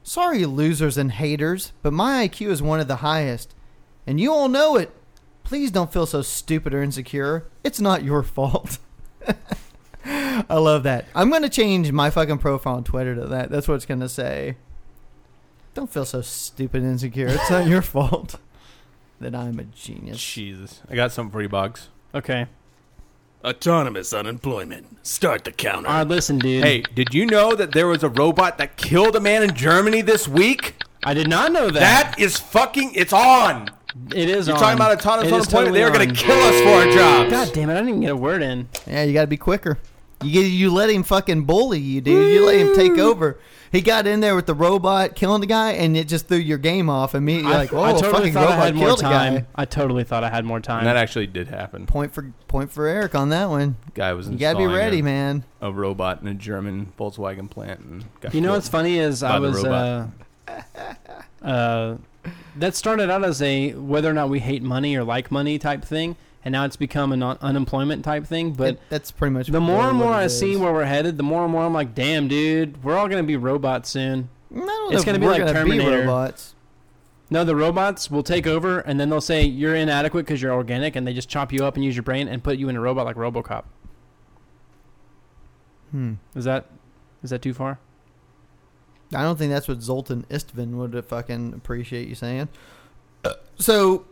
[SPEAKER 2] "Sorry, losers and haters, but my IQ is one of the highest, and you all know it. Please don't feel so stupid or insecure. It's not your fault." *laughs* I love that. I'm going to change my fucking profile on Twitter to that. That's what it's going to say. Don't feel so stupid and insecure. It's not your *laughs* fault that I'm a genius.
[SPEAKER 1] Jesus, I got something for you, Bugs.
[SPEAKER 3] Okay.
[SPEAKER 8] Autonomous unemployment. Start the counter.
[SPEAKER 3] All right, Uh, listen, dude.
[SPEAKER 1] Hey, did you know that there was a robot that killed a man in Germany this week?
[SPEAKER 3] I did not know that.
[SPEAKER 1] That is fucking. It's on.
[SPEAKER 3] it is.
[SPEAKER 1] You're
[SPEAKER 3] on.
[SPEAKER 1] talking about autonomous
[SPEAKER 3] It is
[SPEAKER 1] unemployment. they are
[SPEAKER 3] totally
[SPEAKER 1] going
[SPEAKER 3] on.
[SPEAKER 1] to kill us for our jobs.
[SPEAKER 3] God damn it! I didn't even get a word in.
[SPEAKER 2] Yeah, you got to be quicker. You get, you let him fucking bully you, dude. You let him take over. He got in there with the robot killing the guy, and it just threw your game off immediately. You're like, whoa,
[SPEAKER 3] I
[SPEAKER 2] a
[SPEAKER 3] totally
[SPEAKER 2] fucking
[SPEAKER 3] thought I
[SPEAKER 2] robot
[SPEAKER 3] had more
[SPEAKER 2] killed a
[SPEAKER 3] time.
[SPEAKER 2] guy.
[SPEAKER 3] I totally thought I had more time.
[SPEAKER 1] And that actually did happen.
[SPEAKER 2] Point for point for Eric on that one.
[SPEAKER 1] Guy was
[SPEAKER 2] You gotta be
[SPEAKER 1] installing a-
[SPEAKER 2] ready, man.
[SPEAKER 1] A robot in a German Volkswagen plant. And got
[SPEAKER 3] You know
[SPEAKER 1] killed.
[SPEAKER 3] what's funny is
[SPEAKER 1] By
[SPEAKER 3] I
[SPEAKER 1] the
[SPEAKER 3] was uh, uh, that started out as a whether or not we hate money or like money type thing, and now it's become an un- unemployment type thing. But
[SPEAKER 2] It- that's pretty much
[SPEAKER 3] the more
[SPEAKER 2] really
[SPEAKER 3] and
[SPEAKER 2] what
[SPEAKER 3] more
[SPEAKER 2] it
[SPEAKER 3] I
[SPEAKER 2] is.
[SPEAKER 3] see where we're headed, the more and more I'm like, damn, dude, we're all gonna be robots soon.
[SPEAKER 2] I don't know
[SPEAKER 3] it's
[SPEAKER 2] if
[SPEAKER 3] gonna be
[SPEAKER 2] we're
[SPEAKER 3] like
[SPEAKER 2] gonna be
[SPEAKER 3] Terminator.
[SPEAKER 2] robots.
[SPEAKER 3] No, the robots will take over, and then they'll say you're inadequate because you're organic, and they just chop you up and use your brain and put you in a robot like RoboCop.
[SPEAKER 2] Hmm.
[SPEAKER 3] Is that is that too far?
[SPEAKER 2] I don't think that's what Zoltan Istvan would fucking appreciate you saying. Uh, So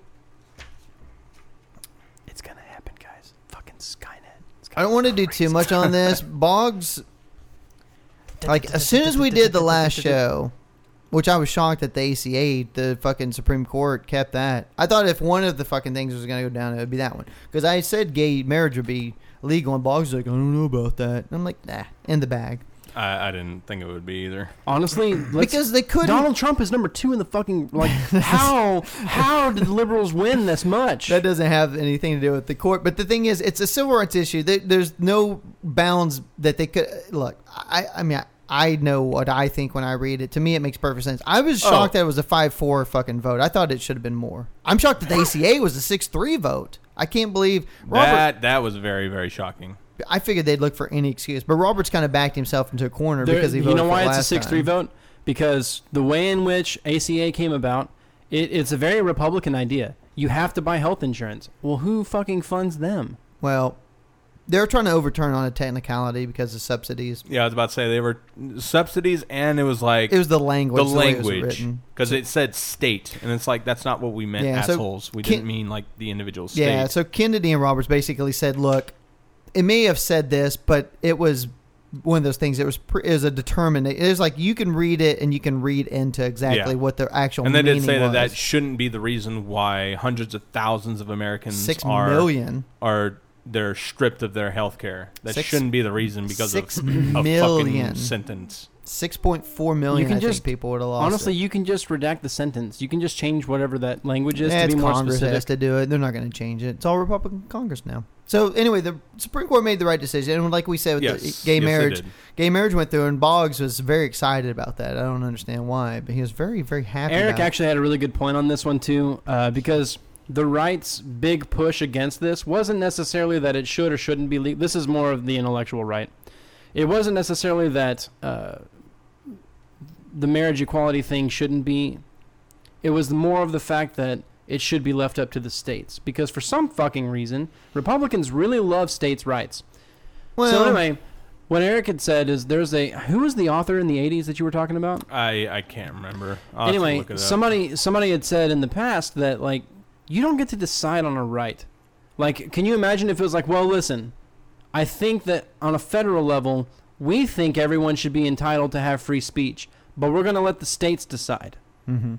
[SPEAKER 3] It's gonna happen, guys. Fucking Skynet. It's
[SPEAKER 2] I don't want to do too much on this. Boggs, like as soon as we did the last show, which I was shocked that the ACA, the fucking Supreme Court, kept that. I thought if one of the fucking things was going to go down, it would be that one because I said gay marriage would be legal, and Boggs was like, I don't know about that. And I'm like, nah, in the bag
[SPEAKER 1] I, I didn't think it would be either.
[SPEAKER 3] Honestly, let's,
[SPEAKER 2] because they couldn't.
[SPEAKER 3] *laughs* Donald Trump is number two in the fucking *laughs* like. how how did the liberals win this much?
[SPEAKER 2] That doesn't have anything to do with the court. But the thing is, it's a civil rights issue. There, there's no bounds that they could look. I, I mean, I, I know what I think when I read it. To me, it makes perfect sense. I was
[SPEAKER 3] Oh.
[SPEAKER 2] shocked that it was a five four fucking vote. I thought it should have been more. I'm shocked that the ACA was a six three vote. I can't believe Robert.
[SPEAKER 1] that that was very very shocking.
[SPEAKER 2] I figured they'd look for any excuse, but Roberts kind of backed himself into a corner
[SPEAKER 3] There-
[SPEAKER 2] because he
[SPEAKER 3] you
[SPEAKER 2] voted
[SPEAKER 3] know
[SPEAKER 2] for
[SPEAKER 3] why
[SPEAKER 2] it
[SPEAKER 3] it's a
[SPEAKER 2] last
[SPEAKER 3] six three
[SPEAKER 2] time.
[SPEAKER 3] vote? Because the way in which ACA came about, it, it's a very Republican idea. You have to buy health insurance. Well, who fucking funds them?
[SPEAKER 2] Well, they're trying to overturn on a technicality because of subsidies.
[SPEAKER 1] Yeah, I was about to say they were subsidies, and it was like
[SPEAKER 2] It was the language.
[SPEAKER 1] the
[SPEAKER 2] way it was
[SPEAKER 1] language
[SPEAKER 2] written.
[SPEAKER 1] because it said state, and it's like that's not what we meant,
[SPEAKER 2] Yeah, so
[SPEAKER 1] assholes. we
[SPEAKER 2] can-
[SPEAKER 1] didn't mean like the individual state.
[SPEAKER 2] Yeah, so Kennedy and Roberts basically said, "Look, it may have said this, but it was one of those things. It was pre- it was a determinate. It was like you can read it and you can read into exactly
[SPEAKER 1] Yeah.
[SPEAKER 2] what the actual
[SPEAKER 1] and they did
[SPEAKER 2] meaning
[SPEAKER 1] say that that
[SPEAKER 2] was.
[SPEAKER 1] shouldn't be the reason why hundreds of thousands of Americans
[SPEAKER 2] six
[SPEAKER 1] are
[SPEAKER 2] million,
[SPEAKER 1] are they're stripped of their health care. That
[SPEAKER 2] Six-
[SPEAKER 1] shouldn't be the reason because
[SPEAKER 2] six
[SPEAKER 1] of a
[SPEAKER 2] million.
[SPEAKER 1] fucking sentence.
[SPEAKER 2] six point four million.
[SPEAKER 3] You can
[SPEAKER 2] I think
[SPEAKER 3] just-
[SPEAKER 2] people would have lost.
[SPEAKER 3] Honestly,
[SPEAKER 2] it.
[SPEAKER 3] you can just redact the sentence. You can just change whatever that language is
[SPEAKER 2] Yeah,
[SPEAKER 3] to
[SPEAKER 2] it's
[SPEAKER 3] be more
[SPEAKER 2] Congress
[SPEAKER 3] specific.
[SPEAKER 2] has to do it. They're not going to change it. It's all Republican Congress now. So anyway, the Supreme Court made the right decision, and like we said with
[SPEAKER 1] Yes,
[SPEAKER 2] the gay
[SPEAKER 1] yes, they
[SPEAKER 2] marriage,
[SPEAKER 1] did.
[SPEAKER 2] gay marriage went through, and Boggs was very excited about that. I don't understand why, but he was very, very happy.
[SPEAKER 3] Eric
[SPEAKER 2] about it.
[SPEAKER 3] actually had a really good point on this one too, uh, because the right's big push against this wasn't necessarily that it should or shouldn't be legal. This is more of the intellectual right. It wasn't necessarily that uh, the marriage equality thing shouldn't be. It was more of the fact that it should be left up to the states because for some fucking reason Republicans really love states' rights. so anyway, what Eric had said is there's a who was the author in the '80s that you were talking about?
[SPEAKER 1] I I can't remember. I'll have to
[SPEAKER 3] anyway,
[SPEAKER 1] look it up.
[SPEAKER 3] somebody somebody had said in the past that like you don't get to decide on a right. Like, can you imagine if it was like, well, listen, I think that on a federal level, we think everyone should be entitled to have free speech, but we're going to let the states decide.
[SPEAKER 2] hmm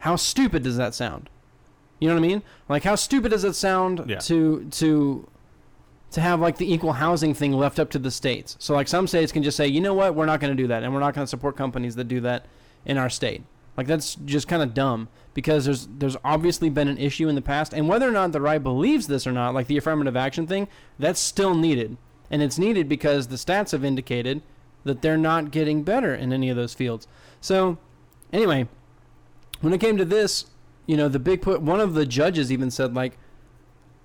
[SPEAKER 3] How stupid does that sound? You know what I mean? Like, how stupid does it sound
[SPEAKER 1] Yeah.
[SPEAKER 3] to to to have like the equal housing thing left up to the states? So like some states can just say, you know what, we're not going to do that, and we're not going to support companies that do that in our state. Like that's just kind of dumb because there's there's obviously been an issue in the past, and whether or not the right believes this or not, like the affirmative action thing, that's still needed, and it's needed because the stats have indicated that they're not getting better in any of those fields. So, anyway, when it came to this, you know, the big put one of the judges even said like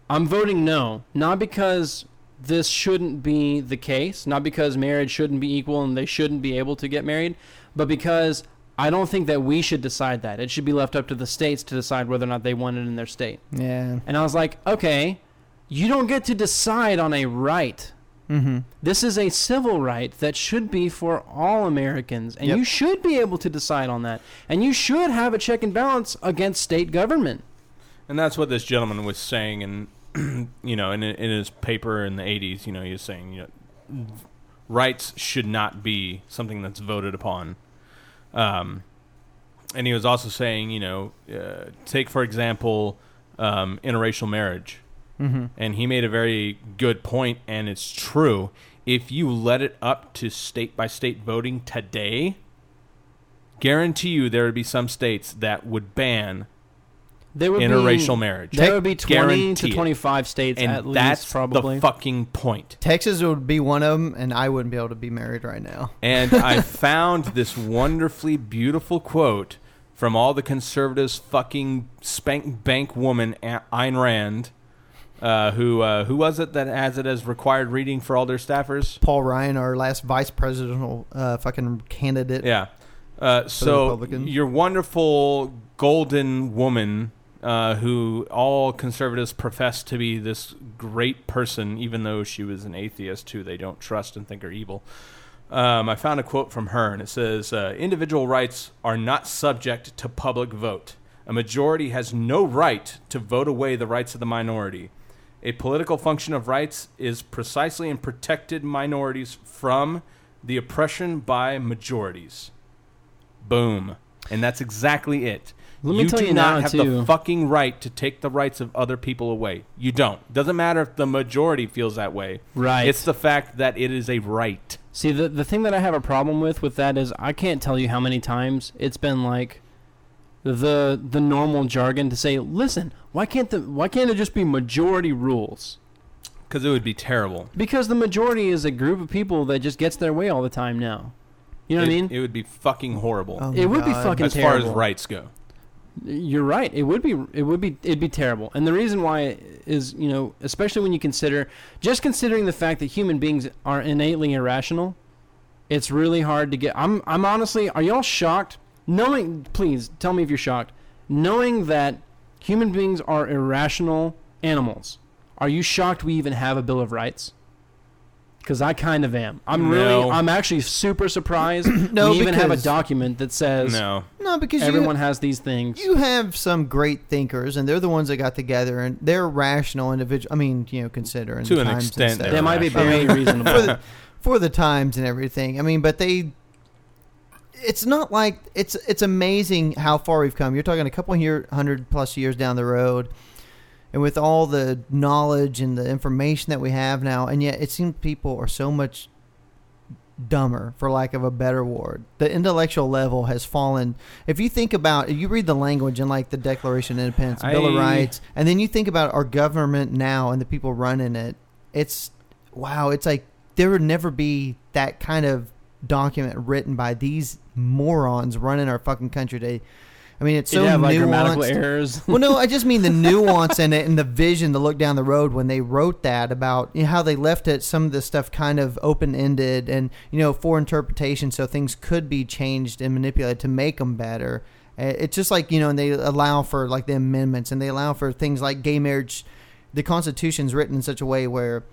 [SPEAKER 3] I'm voting no, not because this shouldn't be the case, not because marriage shouldn't be equal and they shouldn't be able to get married, but because I don't think that we should decide that. It should be left up to the states to decide whether or not they want it in their state.
[SPEAKER 2] yeah.
[SPEAKER 3] And I was like, okay, you don't get to decide on a right.
[SPEAKER 2] Mm-hmm.
[SPEAKER 3] This is a civil right that should be for all Americans, and
[SPEAKER 2] Yep.
[SPEAKER 3] you should be able to decide on that. And you should have a check and balance against state government.
[SPEAKER 1] And that's what this gentleman was saying, in *clears throat* you know, in, in his paper in the '80s, you know, he was saying, you know, rights should not be something that's voted upon. Um, and he was also saying, you know, uh, take for example um, interracial marriage, mm-hmm. and he made a very good point, and it's true. if you let it up to state by state voting today, guarantee you there would be some states that would ban
[SPEAKER 3] There would
[SPEAKER 1] interracial
[SPEAKER 3] be,
[SPEAKER 1] marriage.
[SPEAKER 3] There would be twenty
[SPEAKER 1] Guarantee
[SPEAKER 3] to
[SPEAKER 1] it.
[SPEAKER 3] twenty-five states
[SPEAKER 1] and
[SPEAKER 3] at
[SPEAKER 1] that's
[SPEAKER 3] least, probably.
[SPEAKER 1] the fucking point.
[SPEAKER 2] Texas would be one of them, and I wouldn't be able to be married right now.
[SPEAKER 1] And
[SPEAKER 3] *laughs*
[SPEAKER 1] I found this wonderfully beautiful quote from all the conservatives fucking spank bank woman A- Ayn Rand, uh, who uh, who was it that has it as required reading for all their staffers?
[SPEAKER 2] Paul Ryan, our last vice presidential uh, fucking candidate.
[SPEAKER 1] Yeah. Uh, so
[SPEAKER 2] Republicans.
[SPEAKER 1] your wonderful golden woman, uh, who all conservatives profess to be this great person, even though she was an atheist who they don't trust and think are evil. Um, I found a quote from her, and it says, uh, "Individual rights are not subject to public vote. A majority has no right to vote away the rights of the minority. A political function of rights is precisely in protected minorities from the oppression by majorities." Boom. And that's exactly it.
[SPEAKER 3] Let me
[SPEAKER 1] you
[SPEAKER 3] tell
[SPEAKER 1] do
[SPEAKER 3] you
[SPEAKER 1] not
[SPEAKER 3] now,
[SPEAKER 1] have the
[SPEAKER 3] too.
[SPEAKER 1] fucking right to take the rights of other people away. You don't. Doesn't matter if the majority feels that way.
[SPEAKER 3] Right.
[SPEAKER 1] It's the fact that it is a right.
[SPEAKER 3] See, the the thing that I have a problem with with that is I can't tell you how many times it's been like the the normal jargon to say, "Listen, why can't the why can't it just be majority rules?"
[SPEAKER 1] Because it would be terrible.
[SPEAKER 3] Because the majority is a group of people that just gets their way all the time now. You know
[SPEAKER 1] it,
[SPEAKER 3] what I mean?
[SPEAKER 1] It would be fucking horrible.
[SPEAKER 2] Oh my
[SPEAKER 3] It would be
[SPEAKER 2] God.
[SPEAKER 3] fucking
[SPEAKER 1] as
[SPEAKER 3] terrible.
[SPEAKER 1] far as rights go.
[SPEAKER 3] You're right. It would be. It would be. It'd be terrible. And the reason why is, you know, especially when you consider, just considering the fact that human beings are innately irrational, it's really hard to get. I'm. I'm honestly. Are y'all shocked? Knowing, please tell me if you're shocked. Knowing that human beings are irrational animals, are you shocked we even have a Bill of Rights? Because I kind of am.
[SPEAKER 1] No.
[SPEAKER 3] I'm really. I'm actually super surprised
[SPEAKER 2] No,
[SPEAKER 3] we even have a
[SPEAKER 2] because-
[SPEAKER 3] document that says
[SPEAKER 1] No.
[SPEAKER 2] No, because you,
[SPEAKER 3] everyone has these things.
[SPEAKER 2] you have some great thinkers, and they're the ones that got together, and they're rational individuals. I mean, you know, considering
[SPEAKER 1] To
[SPEAKER 2] the
[SPEAKER 1] an
[SPEAKER 2] times and
[SPEAKER 1] extent,
[SPEAKER 2] stuff.
[SPEAKER 1] they're
[SPEAKER 3] That might be very
[SPEAKER 2] for
[SPEAKER 3] reasonable.
[SPEAKER 2] the, for the times and everything. I mean, but they. It's not like it's it's amazing how far we've come. You're talking a couple year, hundred plus years down the road, and with all the knowledge and the information that we have now, and yet it seems people are so much dumber, for lack of a better word. The intellectual level has fallen. If you think about, if you read the language in like the Declaration of Independence, Bill of
[SPEAKER 1] I-
[SPEAKER 2] Rights, and then you think about our government now and the people running it, it's wow. It's like there would never be that kind of document written by these morons running our fucking country today. I mean, it's so
[SPEAKER 3] you have like grammatical
[SPEAKER 2] nuanced.
[SPEAKER 3] errors. *laughs*
[SPEAKER 2] well, no, I just mean the nuance in it and the vision to look down the road when they wrote that about you know, how they left it, some of the stuff kind of open ended and, you know, for interpretation. So things could be changed and manipulated to make them better. Uh, It's just like, you know, and they allow for like the amendments and they allow for things like gay marriage. The Constitution's written in such a way where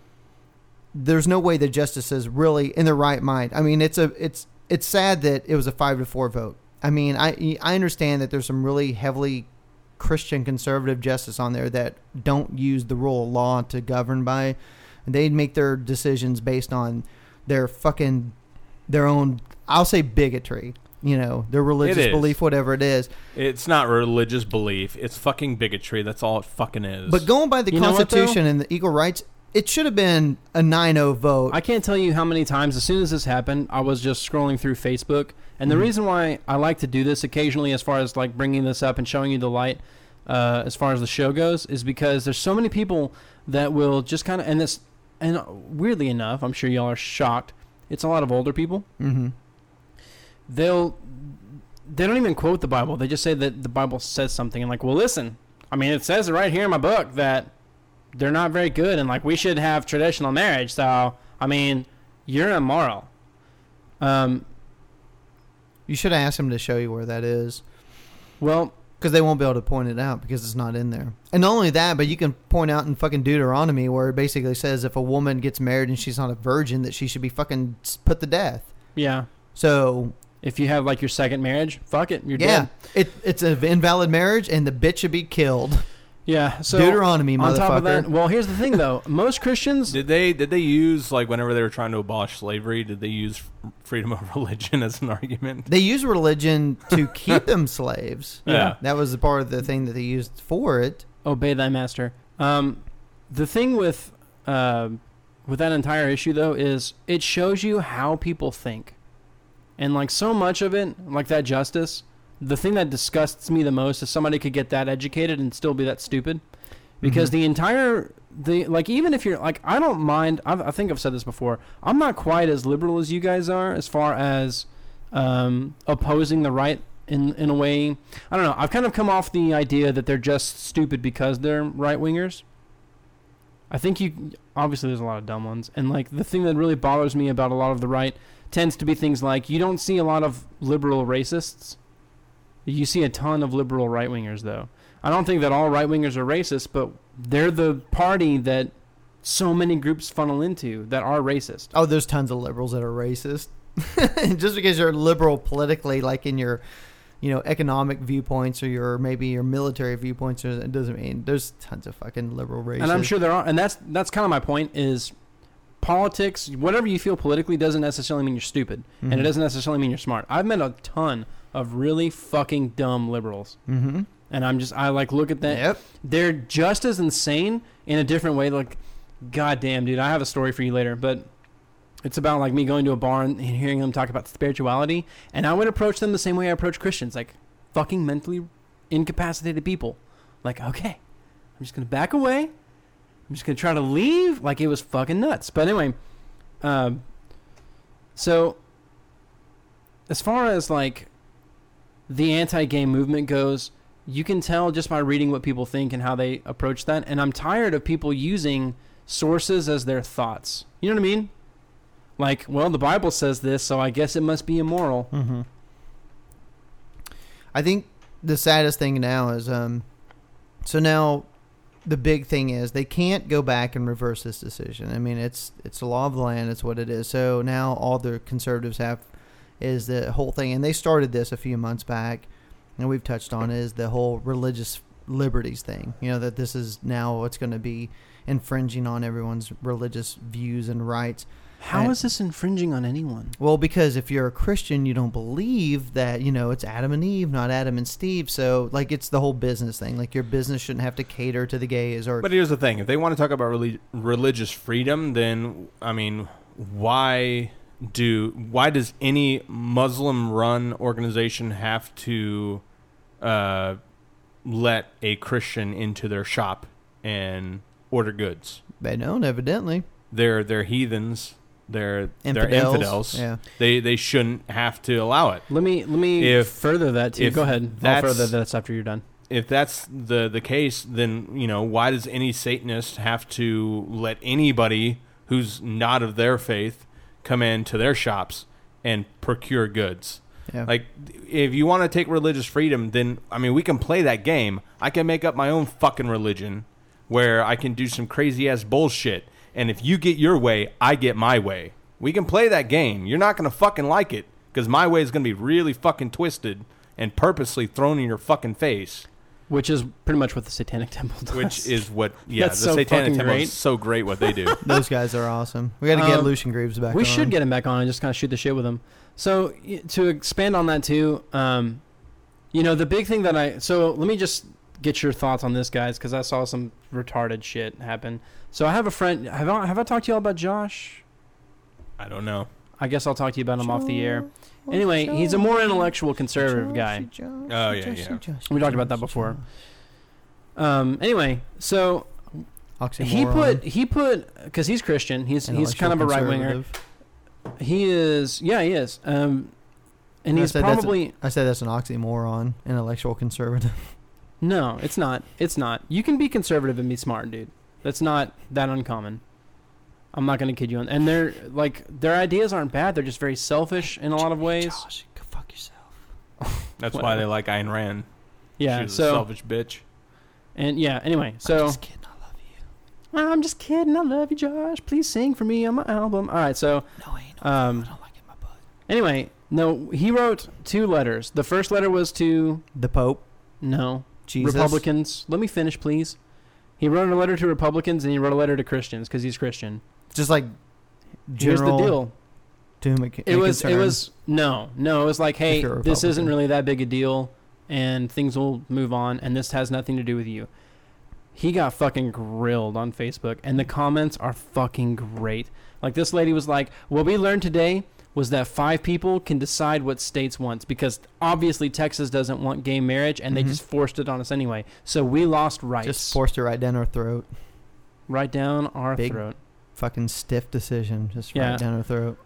[SPEAKER 2] there's no way the justice is really in their right mind. I mean, it's a it's it's sad that it was a five to four vote. I mean, I I understand that there's some really heavily Christian conservative justice on there that don't use the rule of law to govern by. They make their decisions based on their fucking their own. I'll say bigotry. You know, their religious
[SPEAKER 1] is.
[SPEAKER 2] belief, whatever it is.
[SPEAKER 1] It's not religious belief. It's fucking bigotry. That's all it fucking is.
[SPEAKER 2] But going by the
[SPEAKER 3] You know what, though?
[SPEAKER 2] Constitution and the equal rights, it should have been a 9-0 vote.
[SPEAKER 3] I can't tell you how many times as soon as this happened, I was just scrolling through Facebook.
[SPEAKER 2] Mm-hmm.
[SPEAKER 3] And the reason why I like to do this occasionally, as far as like bringing this up and showing you the light, uh, as far as the show goes, is because there's so many people that will just kind of and this and uh, weirdly enough, I'm sure y'all are shocked. It's a lot of older people.
[SPEAKER 2] mm-hmm.
[SPEAKER 3] they'll they don't even quote the Bible. They just say that the Bible says something and like, well, listen, I mean, it says it right here in my book that they're not very good and like we should have traditional marriage. So I mean, you're immoral. Um,
[SPEAKER 2] You should have asked them to show you where that is.
[SPEAKER 3] well,
[SPEAKER 2] Because they won't be able to point it out because it's not in there. And not only that, but you can point out in fucking Deuteronomy where it basically says if a woman gets married and she's not a virgin, that she should be fucking s- put to death.
[SPEAKER 3] yeah.
[SPEAKER 2] So
[SPEAKER 3] If you have like your second marriage, fuck it, you're
[SPEAKER 2] yeah,
[SPEAKER 3] dead.
[SPEAKER 2] it, it's an invalid marriage, and the bitch should be killed.
[SPEAKER 3] Yeah. So
[SPEAKER 2] Deuteronomy,
[SPEAKER 3] on top of
[SPEAKER 2] motherfucker.
[SPEAKER 3] that, well, here's the thing though. Most Christians,
[SPEAKER 1] did they did they use like whenever they were trying to abolish slavery? Did they use f- freedom of *laughs* religion as an argument?
[SPEAKER 2] They use religion to keep them slaves.
[SPEAKER 1] Yeah.
[SPEAKER 2] that was the part of the thing that they used for it.
[SPEAKER 3] obey thy master. Um, the thing with um with that entire issue though is it shows you how people think. And like so much of it, like that justice, the thing that disgusts me the most is somebody could get that educated and still be that stupid. Because the entire the like even if you're like I don't mind I've, I think I've said this before. I'm not quite as liberal as you guys are as far as um, opposing the right in in a way. I don't know. I've kind of come off the idea that they're just stupid because they're right wingers. I think you obviously there's a lot of dumb ones, and like the thing that really bothers me about a lot of the right tends to be things like you don't see a lot of liberal racists. You see a ton of liberal right wingers though. I don't think that all right wingers are racist, but they're the party that so many groups funnel into that are racist.
[SPEAKER 2] Oh, there's tons of liberals that are racist. *laughs* Just because you're liberal politically, like in your, you know, economic viewpoints or your maybe your military viewpoints, or- it doesn't mean there's tons of fucking liberal racists.
[SPEAKER 3] and I'm sure there are, and that's that's kind of my point is politics. Whatever you feel politically doesn't necessarily mean you're stupid, and it doesn't necessarily mean you're smart. I've met a ton of really fucking dumb liberals,
[SPEAKER 2] Mm-hmm.
[SPEAKER 3] and I'm just I like look at that.
[SPEAKER 2] Yep.
[SPEAKER 3] They're just as insane in a different way. Like, goddamn, dude, I have a story for you later, but. It's about like me going to a bar and and hearing them talk about spirituality, and I would approach them the same way I approach Christians, like fucking mentally incapacitated people. Like, okay, I'm just gonna back away. I'm just gonna try to leave. Like it was fucking nuts. But anyway, um, so as far as like the anti-gay movement goes, you can tell just by reading what people think and how they approach that. And I'm tired of people using sources as their thoughts. You know what I mean? Like, well, the Bible says this, so I guess it must be immoral.
[SPEAKER 1] Hmm.
[SPEAKER 2] I think the saddest thing now is um so now the big thing is they can't go back and reverse this decision. I mean, it's it's the law of the land, it's what it is. So now all the conservatives have is the whole thing and they started this a few months back and we've touched on is the whole religious liberties thing. You know that this is now what's going to be infringing on everyone's religious views and rights.
[SPEAKER 3] How
[SPEAKER 2] Right.
[SPEAKER 3] is this infringing on anyone?
[SPEAKER 2] Well, because if you're a Christian, you don't believe that, you know, it's Adam and Eve, not Adam and Steve. So, like, it's the whole business thing. Like, your business shouldn't have to cater to the gays or.
[SPEAKER 1] But here's the thing: if they want to talk about relig- religious freedom, then I mean, why do why does any Muslim-run organization have to uh, let a Christian into their shop and order goods?
[SPEAKER 2] they don't, evidently.
[SPEAKER 1] They're they're heathens. They're
[SPEAKER 2] Infidels,
[SPEAKER 1] they're infidels.
[SPEAKER 2] yeah.
[SPEAKER 1] They they shouldn't have to allow it.
[SPEAKER 3] Let me let me
[SPEAKER 1] If-
[SPEAKER 3] further that to you.
[SPEAKER 1] if
[SPEAKER 3] Go ahead. I'll
[SPEAKER 1] that's-
[SPEAKER 3] further that's after you're done.
[SPEAKER 1] if that's the the case, then you know why does any Satanist have to let anybody who's not of their faith come into their shops and procure goods?
[SPEAKER 2] Yeah.
[SPEAKER 1] Like, if you want to take religious freedom, then I mean we can play that game. I can make up my own fucking religion where I can do some crazy ass bullshit, and if you get your way, I get my way. We can play that game. You're not gonna fucking like it because my way is gonna be really fucking twisted and purposely thrown in your fucking face
[SPEAKER 3] Which is pretty much what the Satanic *laughs* Temple does.
[SPEAKER 1] which is what yeah
[SPEAKER 3] That's
[SPEAKER 1] the
[SPEAKER 3] so fucking
[SPEAKER 1] satanic temple
[SPEAKER 3] great.
[SPEAKER 1] is so great what
[SPEAKER 3] *laughs*
[SPEAKER 1] they do
[SPEAKER 2] Those guys are awesome. We got to get
[SPEAKER 3] Um,
[SPEAKER 2] Lucian Greaves back
[SPEAKER 3] we
[SPEAKER 2] on.
[SPEAKER 3] should get him back on and just kind of shoot the shit with him. So y- to expand on that too, um, you know, the big thing that I so let me just get your thoughts on this, guys, because I saw some retarded shit happen. So I have a friend. Have I have I talked to y'all about Josh?
[SPEAKER 1] i don't know
[SPEAKER 3] I guess I'll talk to you about him off the air. Anyway, he's a more intellectual conservative guy.
[SPEAKER 1] Oh, yeah, yeah.
[SPEAKER 3] We talked about that before. Um, anyway, so
[SPEAKER 2] Oxymoron.
[SPEAKER 3] he put he put because he's Christian. He's he's kind of a right winger. He is yeah he is. Um, and
[SPEAKER 2] I
[SPEAKER 3] he's
[SPEAKER 2] said that's a-
[SPEAKER 3] probably
[SPEAKER 2] I said that's an oxymoron, intellectual conservative. *laughs*
[SPEAKER 3] No, it's not. It's not. You can be conservative and be smart, dude. That's not that uncommon. I'm not gonna kid you on. And they're like their ideas aren't bad. They're just very selfish in a lot of ways.
[SPEAKER 2] Josh, go fuck yourself.
[SPEAKER 1] that's
[SPEAKER 3] Whatever.
[SPEAKER 1] why they like ayn rand
[SPEAKER 3] Yeah.
[SPEAKER 1] She's a
[SPEAKER 3] So
[SPEAKER 1] selfish bitch
[SPEAKER 3] and yeah. Anyway, so
[SPEAKER 2] Just kidding, I love you.
[SPEAKER 3] I'm just kidding. I love you, Josh. Please sing for me on my album. All right. So
[SPEAKER 2] No, I ain't. No,
[SPEAKER 3] um.
[SPEAKER 2] I don't like it in my butt.
[SPEAKER 3] Anyway, no. He wrote two letters. The first letter was to
[SPEAKER 2] The Pope,
[SPEAKER 3] no.
[SPEAKER 2] Jesus.
[SPEAKER 3] Republicans. Let me finish, please. He wrote a letter to Republicans and he wrote a letter to Christians because he's Christian.
[SPEAKER 2] Just like general
[SPEAKER 3] Here's the deal.
[SPEAKER 2] to whom it,
[SPEAKER 3] it was it
[SPEAKER 2] concerns.
[SPEAKER 3] was no no it was like
[SPEAKER 2] If
[SPEAKER 3] hey
[SPEAKER 2] you're a
[SPEAKER 3] this isn't
[SPEAKER 2] Republican.
[SPEAKER 3] really that big a deal and things will move on and this has nothing to do with you He got fucking grilled on Facebook, and the comments are fucking great. Like this lady was like, "What we learned today was that five people can decide what states wants because obviously Texas doesn't want gay marriage, and they just forced it on us anyway. So we lost rights,
[SPEAKER 2] Mm-hmm. Just forced it right down our throat.
[SPEAKER 3] right down our
[SPEAKER 2] Big-
[SPEAKER 3] throat."
[SPEAKER 2] Fucking stiff decision. Just
[SPEAKER 3] Yeah.
[SPEAKER 2] right down our throat.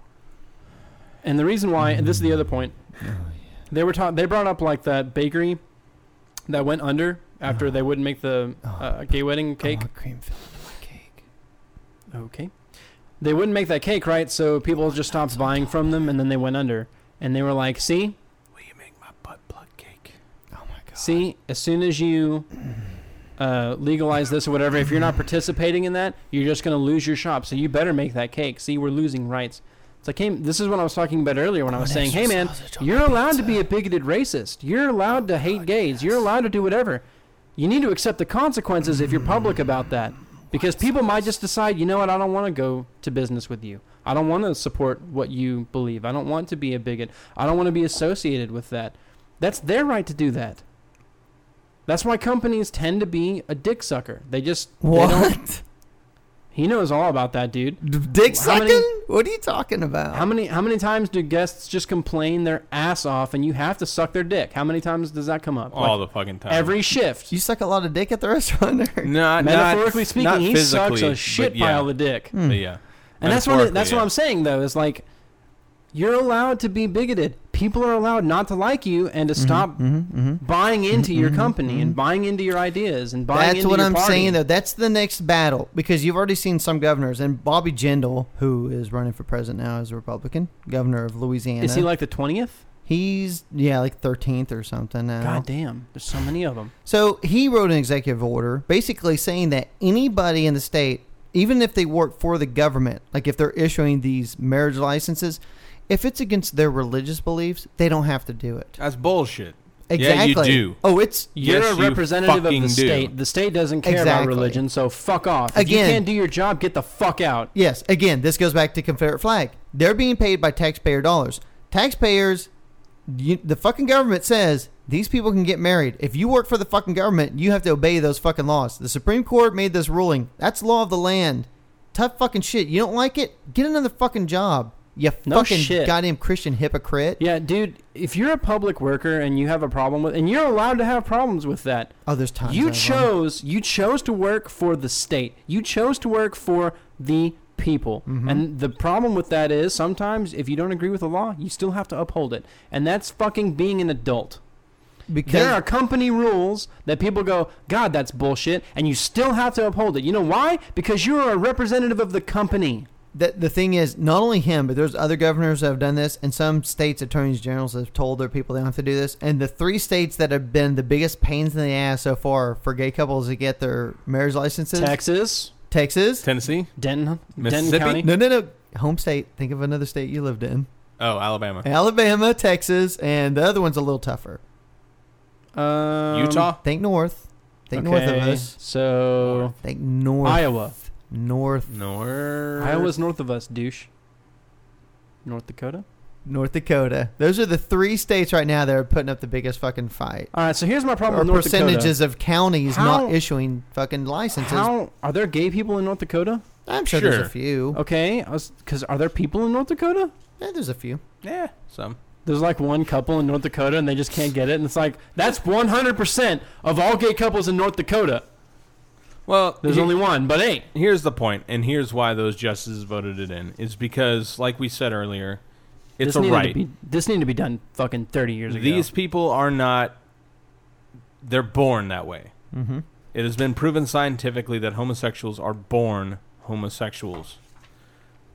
[SPEAKER 3] And the reason why, and this is the other point, they were taught. They brought up like that bakery that went under after they wouldn't make the uh, gay wedding cake.
[SPEAKER 2] I want Oh, cream filling in my
[SPEAKER 3] *laughs*
[SPEAKER 2] cake.
[SPEAKER 3] Okay. They wouldn't make that cake, right? So people just stopped buying from them, and then they went under. And they were like, "See,
[SPEAKER 8] Will you make my butt plug cake?
[SPEAKER 2] Oh my god.
[SPEAKER 3] see, as soon as you uh, legalize this or whatever, if you're not participating in that, you're just gonna lose your shop. So you better make that cake. See, we're losing rights." It's like, hey, this is what I was talking about earlier when I was saying, "Hey, man, You're allowed to be a bigoted racist. You're allowed to hate gays. You're allowed to do whatever. You need to accept the consequences if you're public about that. Because people might just decide, you know what, I don't want to go to business with you. I don't want to support what you believe. I don't want to be a bigot. I don't want to be associated with that. That's their right to do that. That's why companies tend to be a dick sucker. They just they don't-
[SPEAKER 2] What?
[SPEAKER 3] he knows all about that, dude.
[SPEAKER 2] D- *laughs* Dick
[SPEAKER 3] How
[SPEAKER 2] sucking?
[SPEAKER 3] many-
[SPEAKER 2] what are you talking about?
[SPEAKER 3] How many how many times do guests just complain their ass off and you have to suck their dick? How many times does that come up? Like,
[SPEAKER 1] all the fucking time.
[SPEAKER 3] every shift.
[SPEAKER 2] you suck a lot of dick at the *laughs* restaurant? or-
[SPEAKER 1] not
[SPEAKER 3] Metaphorically
[SPEAKER 1] not,
[SPEAKER 3] speaking,
[SPEAKER 1] not
[SPEAKER 3] he
[SPEAKER 1] physically,
[SPEAKER 3] sucks a shit
[SPEAKER 1] but yeah,
[SPEAKER 3] pile of dick.
[SPEAKER 1] But yeah,
[SPEAKER 3] And that's what it-
[SPEAKER 1] Metaphorically,
[SPEAKER 3] that's what
[SPEAKER 1] yeah.
[SPEAKER 3] I'm saying though is like you're allowed to be bigoted. People are allowed not to like you and to
[SPEAKER 2] Mm-hmm,
[SPEAKER 3] stop buying into your company and buying into your ideas and buying
[SPEAKER 2] That's
[SPEAKER 3] into
[SPEAKER 2] what
[SPEAKER 3] your
[SPEAKER 2] I'm
[SPEAKER 3] party.
[SPEAKER 2] saying, though. That's the next battle because you've already seen some governors, and Bobby Jindal, who is running for president now as a Republican, governor of Louisiana.
[SPEAKER 3] Is he like the 20th?
[SPEAKER 2] He's yeah, like 13th or something now.
[SPEAKER 3] God damn. There's so many of them.
[SPEAKER 2] So he wrote an executive order basically saying that anybody in the state, even if they work for the government, like if they're issuing these marriage licenses, if it's against their religious beliefs, they don't have to do it.
[SPEAKER 1] that's bullshit. Yeah,
[SPEAKER 2] Exactly.
[SPEAKER 1] you do.
[SPEAKER 2] Oh, it's
[SPEAKER 3] You're
[SPEAKER 1] Yes,
[SPEAKER 3] a
[SPEAKER 1] you
[SPEAKER 3] representative of
[SPEAKER 1] fucking
[SPEAKER 3] the
[SPEAKER 1] do.
[SPEAKER 3] state. The state doesn't care about
[SPEAKER 2] Exactly.
[SPEAKER 3] religion, so fuck off. If
[SPEAKER 2] Again-
[SPEAKER 3] you can't do your job, get the fuck out.
[SPEAKER 2] Yes, again, this goes back to Confederate flag. They're being paid by taxpayer dollars. Taxpayers, you, the fucking government says these people can get married. If you work for the fucking government, you have to obey those fucking laws. The Supreme Court made this ruling. That's law of the land. Tough fucking shit. You don't like it? Get another fucking job. You
[SPEAKER 3] No
[SPEAKER 2] fucking
[SPEAKER 3] shit.
[SPEAKER 2] goddamn Christian hypocrite.
[SPEAKER 3] Yeah, dude, if you're a public worker and you have a problem with and you're allowed to have problems with that.
[SPEAKER 2] Oh, there's times
[SPEAKER 3] You
[SPEAKER 2] I've, um,
[SPEAKER 3] chose you chose to work for the state. You chose to work for the people.
[SPEAKER 2] Mm-hmm.
[SPEAKER 3] And the problem with that is sometimes if you don't agree with the law, you still have to uphold it. And that's fucking being an adult.
[SPEAKER 2] because
[SPEAKER 3] There are company rules that people go, God, that's bullshit, and you still have to uphold it. You know why? Because you're a representative of the company.
[SPEAKER 2] the, the thing is, not only him, but there's other governors that have done this, and some states' attorneys generals have told their people they don't have to do this. And the three states that have been the biggest pains in the ass so far for gay couples to get their marriage licenses
[SPEAKER 3] Texas,
[SPEAKER 2] Texas.
[SPEAKER 1] Tennessee,
[SPEAKER 3] Denton, Denton
[SPEAKER 1] Mississippi?
[SPEAKER 3] County.
[SPEAKER 2] No, no, no. Home state. Think of another state you lived in.
[SPEAKER 1] oh Alabama,
[SPEAKER 2] Alabama, Texas, and the other one's a little tougher.
[SPEAKER 3] Um,
[SPEAKER 1] Utah,
[SPEAKER 2] Think north. Think north of
[SPEAKER 3] okay,
[SPEAKER 2] us.
[SPEAKER 3] So
[SPEAKER 2] Think north.
[SPEAKER 3] Iowa.
[SPEAKER 2] North.
[SPEAKER 1] North,
[SPEAKER 3] Iowa's north of us, douche. North Dakota.
[SPEAKER 2] North Dakota. Those are the three states right now that are putting up the biggest fucking fight.
[SPEAKER 3] All right, so here's my problem
[SPEAKER 2] or
[SPEAKER 3] with North
[SPEAKER 2] percentages of counties
[SPEAKER 3] How-
[SPEAKER 2] not issuing fucking licenses.
[SPEAKER 3] Dakota. How are there gay people in North Dakota?
[SPEAKER 2] I'm sure, there's
[SPEAKER 1] Sure.
[SPEAKER 2] a few.
[SPEAKER 3] Okay, because are there people in North Dakota?
[SPEAKER 2] Yeah, there's a few.
[SPEAKER 1] yeah, some.
[SPEAKER 3] There's like one couple in North Dakota and they just can't get it, and it's like that's 100% of all gay couples in North Dakota.
[SPEAKER 1] Well,
[SPEAKER 3] There's
[SPEAKER 1] he-
[SPEAKER 3] only one, but hey,
[SPEAKER 1] here's the point, and here's why those justices voted it in is because, like we said earlier, it's
[SPEAKER 3] this
[SPEAKER 1] a
[SPEAKER 3] needed
[SPEAKER 1] right.
[SPEAKER 3] To be, this needed to be done fucking 30 years ago.
[SPEAKER 1] These people are not. They're born that way. Mm-hmm. It has been proven scientifically that homosexuals are born homosexuals.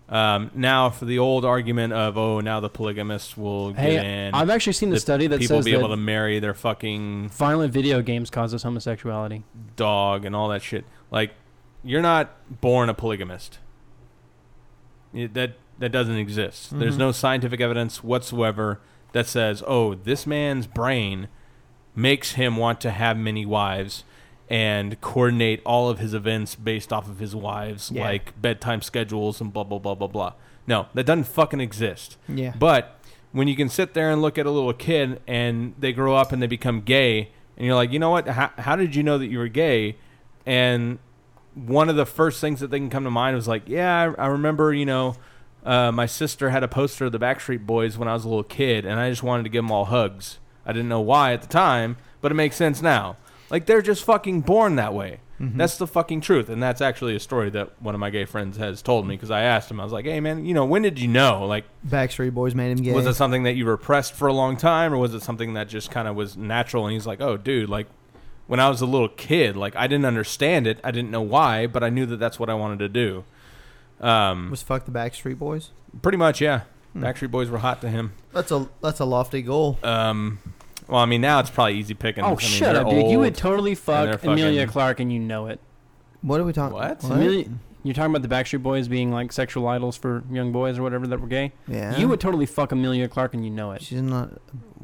[SPEAKER 1] Um, now, for the old argument of oh, now the polygamists will
[SPEAKER 3] hey,
[SPEAKER 1] get in.
[SPEAKER 3] I've actually seen the
[SPEAKER 1] the
[SPEAKER 3] study that
[SPEAKER 1] people
[SPEAKER 3] says
[SPEAKER 1] will be
[SPEAKER 3] that
[SPEAKER 1] able to marry their fucking
[SPEAKER 3] violent video games causes homosexuality.
[SPEAKER 1] dog and all that shit. Like, you're not born a polygamist. It- that that doesn't exist.
[SPEAKER 3] Mm-hmm.
[SPEAKER 1] There's no scientific evidence whatsoever that says, "Oh, this man's brain makes him want to have many wives." And coordinate all of his events based off of his wives,
[SPEAKER 2] Yeah.
[SPEAKER 1] like bedtime schedules and blah blah blah blah blah. No, that doesn't fucking exist.
[SPEAKER 2] Yeah.
[SPEAKER 1] But when you can sit there and look at a little kid and they grow up and they become gay, and you're like, you know what? How, how did you know that you were gay? and one of the first things that they can come to mind was like, yeah, I, I remember, you know, uh, my sister had a poster of the Backstreet Boys when I was a little kid, and I just wanted to give them all hugs. I didn't know why at the time, but it makes sense now. Like they're just fucking born that way. That's the fucking truth, and that's actually a story that one of my gay friends has told me because I asked him. I was like, "Hey, man, you know, when did you know? Like,
[SPEAKER 2] Backstreet Boys made him gay.
[SPEAKER 1] was it something that you repressed for a long time, or was it something that just kind of was natural? And he's like, oh, dude, like when I was a little kid, like I didn't understand it, I didn't know why, but I knew that that's what I wanted to do. Um,
[SPEAKER 2] was fuck the Backstreet Boys?
[SPEAKER 1] pretty much, yeah.
[SPEAKER 3] Hmm.
[SPEAKER 1] Backstreet Boys were hot to him.
[SPEAKER 2] That's a that's a lofty goal.
[SPEAKER 1] Um, well, I mean, now it's probably easy picking.
[SPEAKER 3] Oh,
[SPEAKER 1] I mean,
[SPEAKER 3] shut
[SPEAKER 1] they're
[SPEAKER 3] up, dude. You
[SPEAKER 1] old.
[SPEAKER 3] would totally
[SPEAKER 1] they're
[SPEAKER 3] fuck Amelia
[SPEAKER 1] fucking-
[SPEAKER 3] Clark and you know it.
[SPEAKER 2] What are we talking?
[SPEAKER 1] What?
[SPEAKER 3] Amelia, you're talking about the Backstreet Boys being like sexual idols for young boys or whatever that were gay?
[SPEAKER 2] Yeah.
[SPEAKER 3] You would totally fuck Amelia Clark and you know it.
[SPEAKER 2] She's not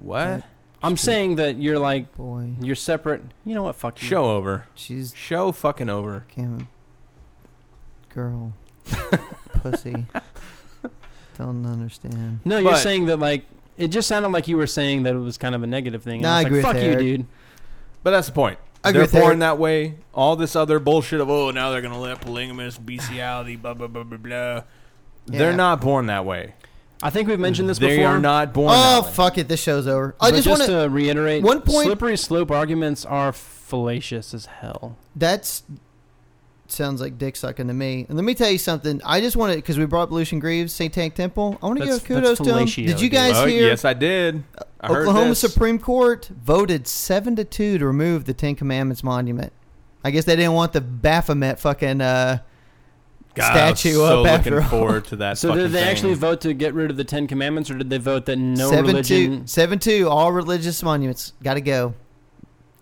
[SPEAKER 1] what
[SPEAKER 3] I'm saying that you're like,
[SPEAKER 2] a boy.
[SPEAKER 3] you're separate. You know what? Fuck you.
[SPEAKER 1] show over?
[SPEAKER 2] She's
[SPEAKER 1] Show fucking over.
[SPEAKER 2] Kim. Girl. Pussy. Don't understand.
[SPEAKER 3] No, you're
[SPEAKER 1] But-
[SPEAKER 3] saying that like, it just sounded like you were saying that it was kind of a negative thing. And
[SPEAKER 2] No,
[SPEAKER 3] I was
[SPEAKER 2] I
[SPEAKER 3] like,
[SPEAKER 2] agree with
[SPEAKER 3] fuck you,
[SPEAKER 2] Eric.
[SPEAKER 3] dude.
[SPEAKER 1] But that's the point.
[SPEAKER 2] I agree
[SPEAKER 1] they're
[SPEAKER 2] with Eric.
[SPEAKER 1] born that way. All this other bullshit of oh, now they're gonna let polygamous bestiality, blah blah blah blah blah. They're
[SPEAKER 2] Yeah.
[SPEAKER 1] not born that way.
[SPEAKER 3] I think we've mentioned this
[SPEAKER 1] they
[SPEAKER 3] before.
[SPEAKER 1] are not born.
[SPEAKER 2] Oh
[SPEAKER 1] that way.
[SPEAKER 2] fuck it, this show's over. I
[SPEAKER 3] but
[SPEAKER 2] just, want to.
[SPEAKER 3] to reiterate
[SPEAKER 2] one point-
[SPEAKER 3] slippery slope arguments are fallacious as hell.
[SPEAKER 2] That's sounds like dick sucking to me. And let me tell you something. I just want to because we brought up Lucian Greaves, Satanic Temple. I want to
[SPEAKER 3] That's-
[SPEAKER 2] give kudos
[SPEAKER 3] that's
[SPEAKER 2] to him.
[SPEAKER 3] fellatio,
[SPEAKER 2] Did you
[SPEAKER 3] dude.
[SPEAKER 2] guys
[SPEAKER 1] Oh,
[SPEAKER 2] hear?
[SPEAKER 1] yes, I did. I heard
[SPEAKER 2] Oklahoma
[SPEAKER 1] this.
[SPEAKER 2] Supreme Court voted seven to two to remove the Ten Commandments monument. I guess they didn't want the Baphomet fucking. Uh,
[SPEAKER 1] God, I was
[SPEAKER 2] statue
[SPEAKER 1] so
[SPEAKER 2] up after
[SPEAKER 1] looking
[SPEAKER 2] all.
[SPEAKER 1] forward to that.
[SPEAKER 3] So did
[SPEAKER 1] fucking
[SPEAKER 3] they
[SPEAKER 1] thing.
[SPEAKER 3] actually vote to get rid of the Ten Commandments, or did they vote that no
[SPEAKER 2] seven two,
[SPEAKER 3] religion?
[SPEAKER 2] seven two. All religious monuments got to go.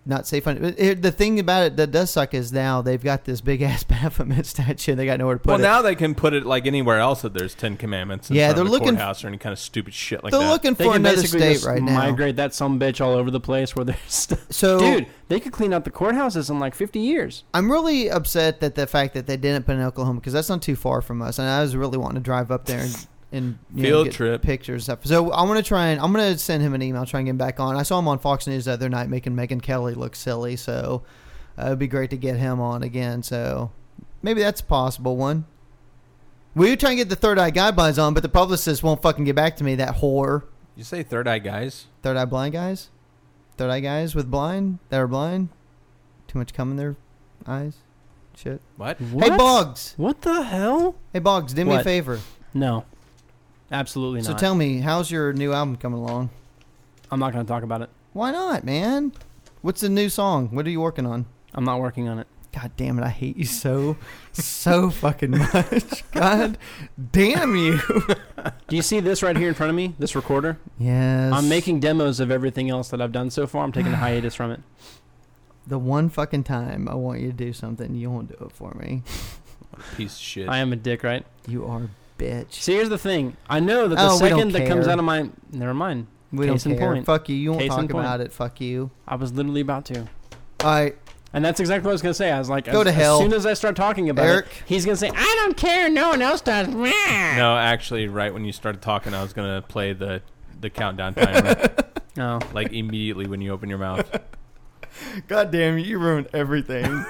[SPEAKER 2] Not safe. On, but here- the thing about it that does suck is now they've got this big ass *laughs* Baphomet statue. They got nowhere to put
[SPEAKER 1] Well,
[SPEAKER 2] it.
[SPEAKER 1] now they can put it like anywhere else that there's Ten Commandments. In
[SPEAKER 2] Yeah,
[SPEAKER 1] front of
[SPEAKER 2] they're
[SPEAKER 1] the
[SPEAKER 2] looking-
[SPEAKER 1] courthouse or any kind of stupid shit like
[SPEAKER 2] They're
[SPEAKER 1] that.
[SPEAKER 2] looking
[SPEAKER 3] They
[SPEAKER 2] for
[SPEAKER 3] can
[SPEAKER 2] another
[SPEAKER 3] basically
[SPEAKER 2] state
[SPEAKER 3] just
[SPEAKER 2] right now.
[SPEAKER 3] migrate that some bitch all over the place where there's. *laughs*
[SPEAKER 2] So,
[SPEAKER 3] Dude, they could clean out the courthouses in like 50 years.
[SPEAKER 2] I'm really upset that the fact that they didn't put in Oklahoma because that's not too far from us, and I was really wanting to drive up there and. And you know,
[SPEAKER 1] Field
[SPEAKER 2] get
[SPEAKER 1] trip.
[SPEAKER 2] pictures up. So I'm gonna try and I'm gonna send him an email, try and get him back on. I saw him on Fox News the other night making Megan Kelly look silly, so uh, it'd be great to get him on again. So maybe that's a possible one. We were trying to get the Third Eye Guidelines on, but the publicist won't fucking get back to me. That whore,
[SPEAKER 1] You say Third Eye Guys?
[SPEAKER 2] Third Eye Blind guys, Third Eye guys with blind that are blind, too much cum in their eyes, shit.
[SPEAKER 1] What?
[SPEAKER 2] Hey
[SPEAKER 3] What?
[SPEAKER 2] Boggs.
[SPEAKER 3] What the hell?
[SPEAKER 2] Hey Boggs, do me
[SPEAKER 3] What?
[SPEAKER 2] a favor.
[SPEAKER 3] No. Absolutely
[SPEAKER 2] So
[SPEAKER 3] not.
[SPEAKER 2] tell me, how's your new album coming along?
[SPEAKER 3] I'm not going to talk about it.
[SPEAKER 2] Why not, man? What's the new song? What are you working on?
[SPEAKER 3] I'm not working on it.
[SPEAKER 2] God damn it, I hate you so *laughs* so fucking much. *laughs* God damn you.
[SPEAKER 3] Do you see this right here in front of me? This recorder?
[SPEAKER 2] Yes.
[SPEAKER 3] I'm making demos of everything else that I've done so far. I'm taking
[SPEAKER 2] *sighs*
[SPEAKER 3] a hiatus from it.
[SPEAKER 2] the one fucking time I want you to do something, you won't do it for me.
[SPEAKER 1] Piece of shit.
[SPEAKER 3] I am a dick, right?
[SPEAKER 2] You are a bitch.
[SPEAKER 3] See, here's the thing. I know that the
[SPEAKER 2] Oh, we don't
[SPEAKER 3] second that comes
[SPEAKER 2] care.
[SPEAKER 3] out of my. Never mind.
[SPEAKER 2] We
[SPEAKER 3] Case
[SPEAKER 2] don't
[SPEAKER 3] in
[SPEAKER 2] care.
[SPEAKER 3] point.
[SPEAKER 2] Fuck you. You won't
[SPEAKER 3] Case in
[SPEAKER 2] talk
[SPEAKER 3] point.
[SPEAKER 2] about it. Fuck you.
[SPEAKER 3] I was literally about to.
[SPEAKER 2] All right,
[SPEAKER 3] And that's exactly what I was gonna say. I was like,
[SPEAKER 2] Go
[SPEAKER 3] as,
[SPEAKER 2] to
[SPEAKER 3] as
[SPEAKER 2] hell.
[SPEAKER 3] soon as I start talking about
[SPEAKER 2] Eric.
[SPEAKER 3] it, he's gonna say, "I don't care. No one else
[SPEAKER 2] *laughs*
[SPEAKER 3] does." No.
[SPEAKER 1] No, actually, right when you started talking, I was gonna play the the countdown timer,
[SPEAKER 2] *laughs*
[SPEAKER 3] Oh,
[SPEAKER 1] like immediately when you open your mouth.
[SPEAKER 2] God damn you. You ruined
[SPEAKER 1] *laughs*
[SPEAKER 2] everything.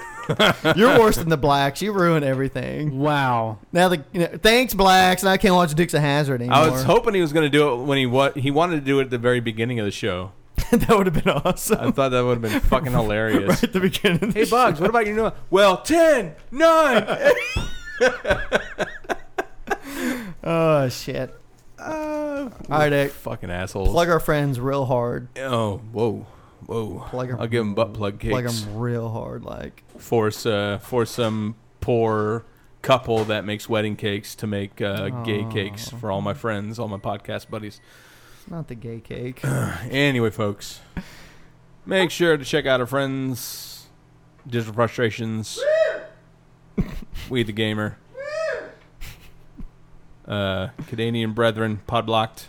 [SPEAKER 2] You're worse than the blacks. You ruin everything.
[SPEAKER 3] Wow.
[SPEAKER 2] Now the you know, thanks blacks, and I can't watch Dukes of Hazard anymore.
[SPEAKER 1] I was hoping he was going to do it when he what he wanted to do it at the very beginning of the show.
[SPEAKER 2] *laughs* that would have been awesome.
[SPEAKER 1] I thought that would have been
[SPEAKER 2] *laughs*
[SPEAKER 1] fucking hilarious.
[SPEAKER 2] At the beginning,
[SPEAKER 1] Hey Bugs, what about your new? Well, ten,
[SPEAKER 2] *laughs*
[SPEAKER 1] nine. eh,
[SPEAKER 2] oh shit!
[SPEAKER 1] Uh,
[SPEAKER 2] All right, Eric.
[SPEAKER 1] fucking assholes.
[SPEAKER 2] plug our friends real hard.
[SPEAKER 1] oh, whoa, whoa.
[SPEAKER 2] Plug 'em.
[SPEAKER 1] I'll give him butt plug
[SPEAKER 2] Plug
[SPEAKER 1] cakes
[SPEAKER 2] 'em real hard, like
[SPEAKER 1] for s- uh, for some poor couple that makes wedding cakes to make uh, gay cakes for all my friends, all my podcast buddies.
[SPEAKER 2] not the gay cake.
[SPEAKER 1] Anyway, folks, make sure to check out our friends, Digital
[SPEAKER 2] *laughs*
[SPEAKER 1] Frustrations, We the Gamer, uh, Canadian Brethren, Podblocked.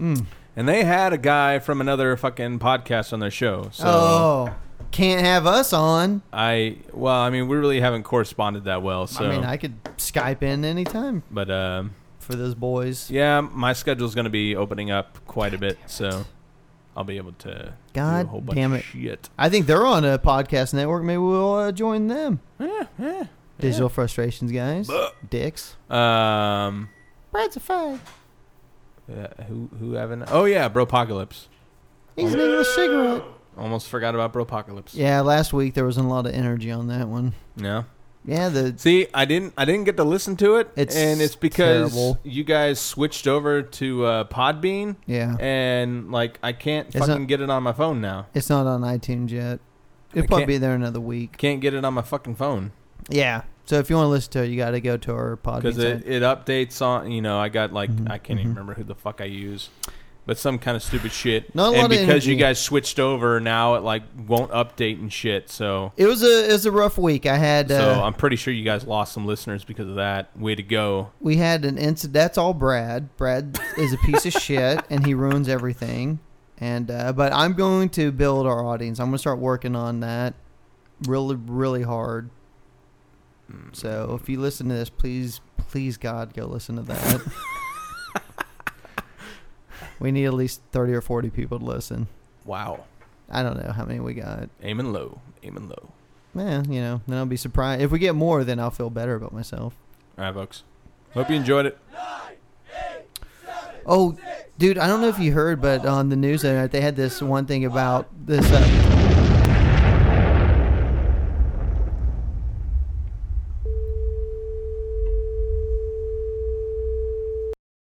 [SPEAKER 2] Mm.
[SPEAKER 1] And they had a guy from another fucking podcast on their show. So
[SPEAKER 2] oh, can't have us on.
[SPEAKER 1] I, well, I mean, we really haven't corresponded that well. So,
[SPEAKER 2] I mean, I could Skype in anytime
[SPEAKER 1] but um,
[SPEAKER 2] for those boys.
[SPEAKER 1] yeah, my schedule's going to be opening up quite a bit. So I'll I'll be able to do
[SPEAKER 2] God
[SPEAKER 1] a whole bunch
[SPEAKER 2] damn
[SPEAKER 1] of
[SPEAKER 2] it.
[SPEAKER 1] shit.
[SPEAKER 2] I think they're on a podcast network. Maybe we'll uh, join them.
[SPEAKER 1] Yeah, yeah.
[SPEAKER 2] Digital frustrations, guys. Dicks.
[SPEAKER 1] Um,
[SPEAKER 2] Brad's a fag.
[SPEAKER 1] uh, who who haven't? Oh yeah, Bropocalypse. Oh,
[SPEAKER 2] He's an English cigarette.
[SPEAKER 1] Almost forgot about Bropocalypse.
[SPEAKER 2] Yeah, last week there wasn't a lot of energy on that one.
[SPEAKER 1] No.
[SPEAKER 2] Yeah, the
[SPEAKER 1] See, I didn't I didn't get to listen to it,
[SPEAKER 2] It's
[SPEAKER 1] and it's because
[SPEAKER 2] terrible.
[SPEAKER 1] you guys switched over to uh, Podbean,
[SPEAKER 2] yeah,
[SPEAKER 1] and like I can't
[SPEAKER 2] It's
[SPEAKER 1] fucking
[SPEAKER 2] not-
[SPEAKER 1] get it on my phone now.
[SPEAKER 2] it's not on iTunes yet.
[SPEAKER 1] I
[SPEAKER 2] It'll probably
[SPEAKER 1] can't-
[SPEAKER 2] be there another week.
[SPEAKER 1] Can't get it on my fucking phone
[SPEAKER 2] Yeah. So if you want to listen to it, you got to go to our
[SPEAKER 1] because
[SPEAKER 2] podcast.
[SPEAKER 1] it, it updates on. You know, I got like
[SPEAKER 2] Mhm,
[SPEAKER 1] I can't even
[SPEAKER 2] mhm.
[SPEAKER 1] remember who the fuck I use, but some kind of stupid shit.
[SPEAKER 2] Not a lot
[SPEAKER 1] and
[SPEAKER 2] of
[SPEAKER 1] because you
[SPEAKER 2] energy.
[SPEAKER 1] guys switched over, now it like won't update and shit. So
[SPEAKER 2] It was a it was a rough week. I had uh,
[SPEAKER 1] so I'm pretty sure you guys lost some listeners because of that. Way to go!
[SPEAKER 2] we had an incident. That's all Brad. Brad is a piece of shit, and he ruins everything. And uh, but I'm going to build our audience. I'm going to start working on that, really, really hard. So if you listen to this, please, please, God, go listen to that. we need at least thirty or forty people to listen.
[SPEAKER 1] Wow,
[SPEAKER 2] I don't know how many we got.
[SPEAKER 1] aiming low, aiming low.
[SPEAKER 2] Man, you know, then I'll be surprised. If we get more, then I'll feel better about myself.
[SPEAKER 1] All right, folks. Hope you enjoyed it.
[SPEAKER 2] Oh, dude, I don't know if you heard, but on the news tonight they had this one thing about this. Uh,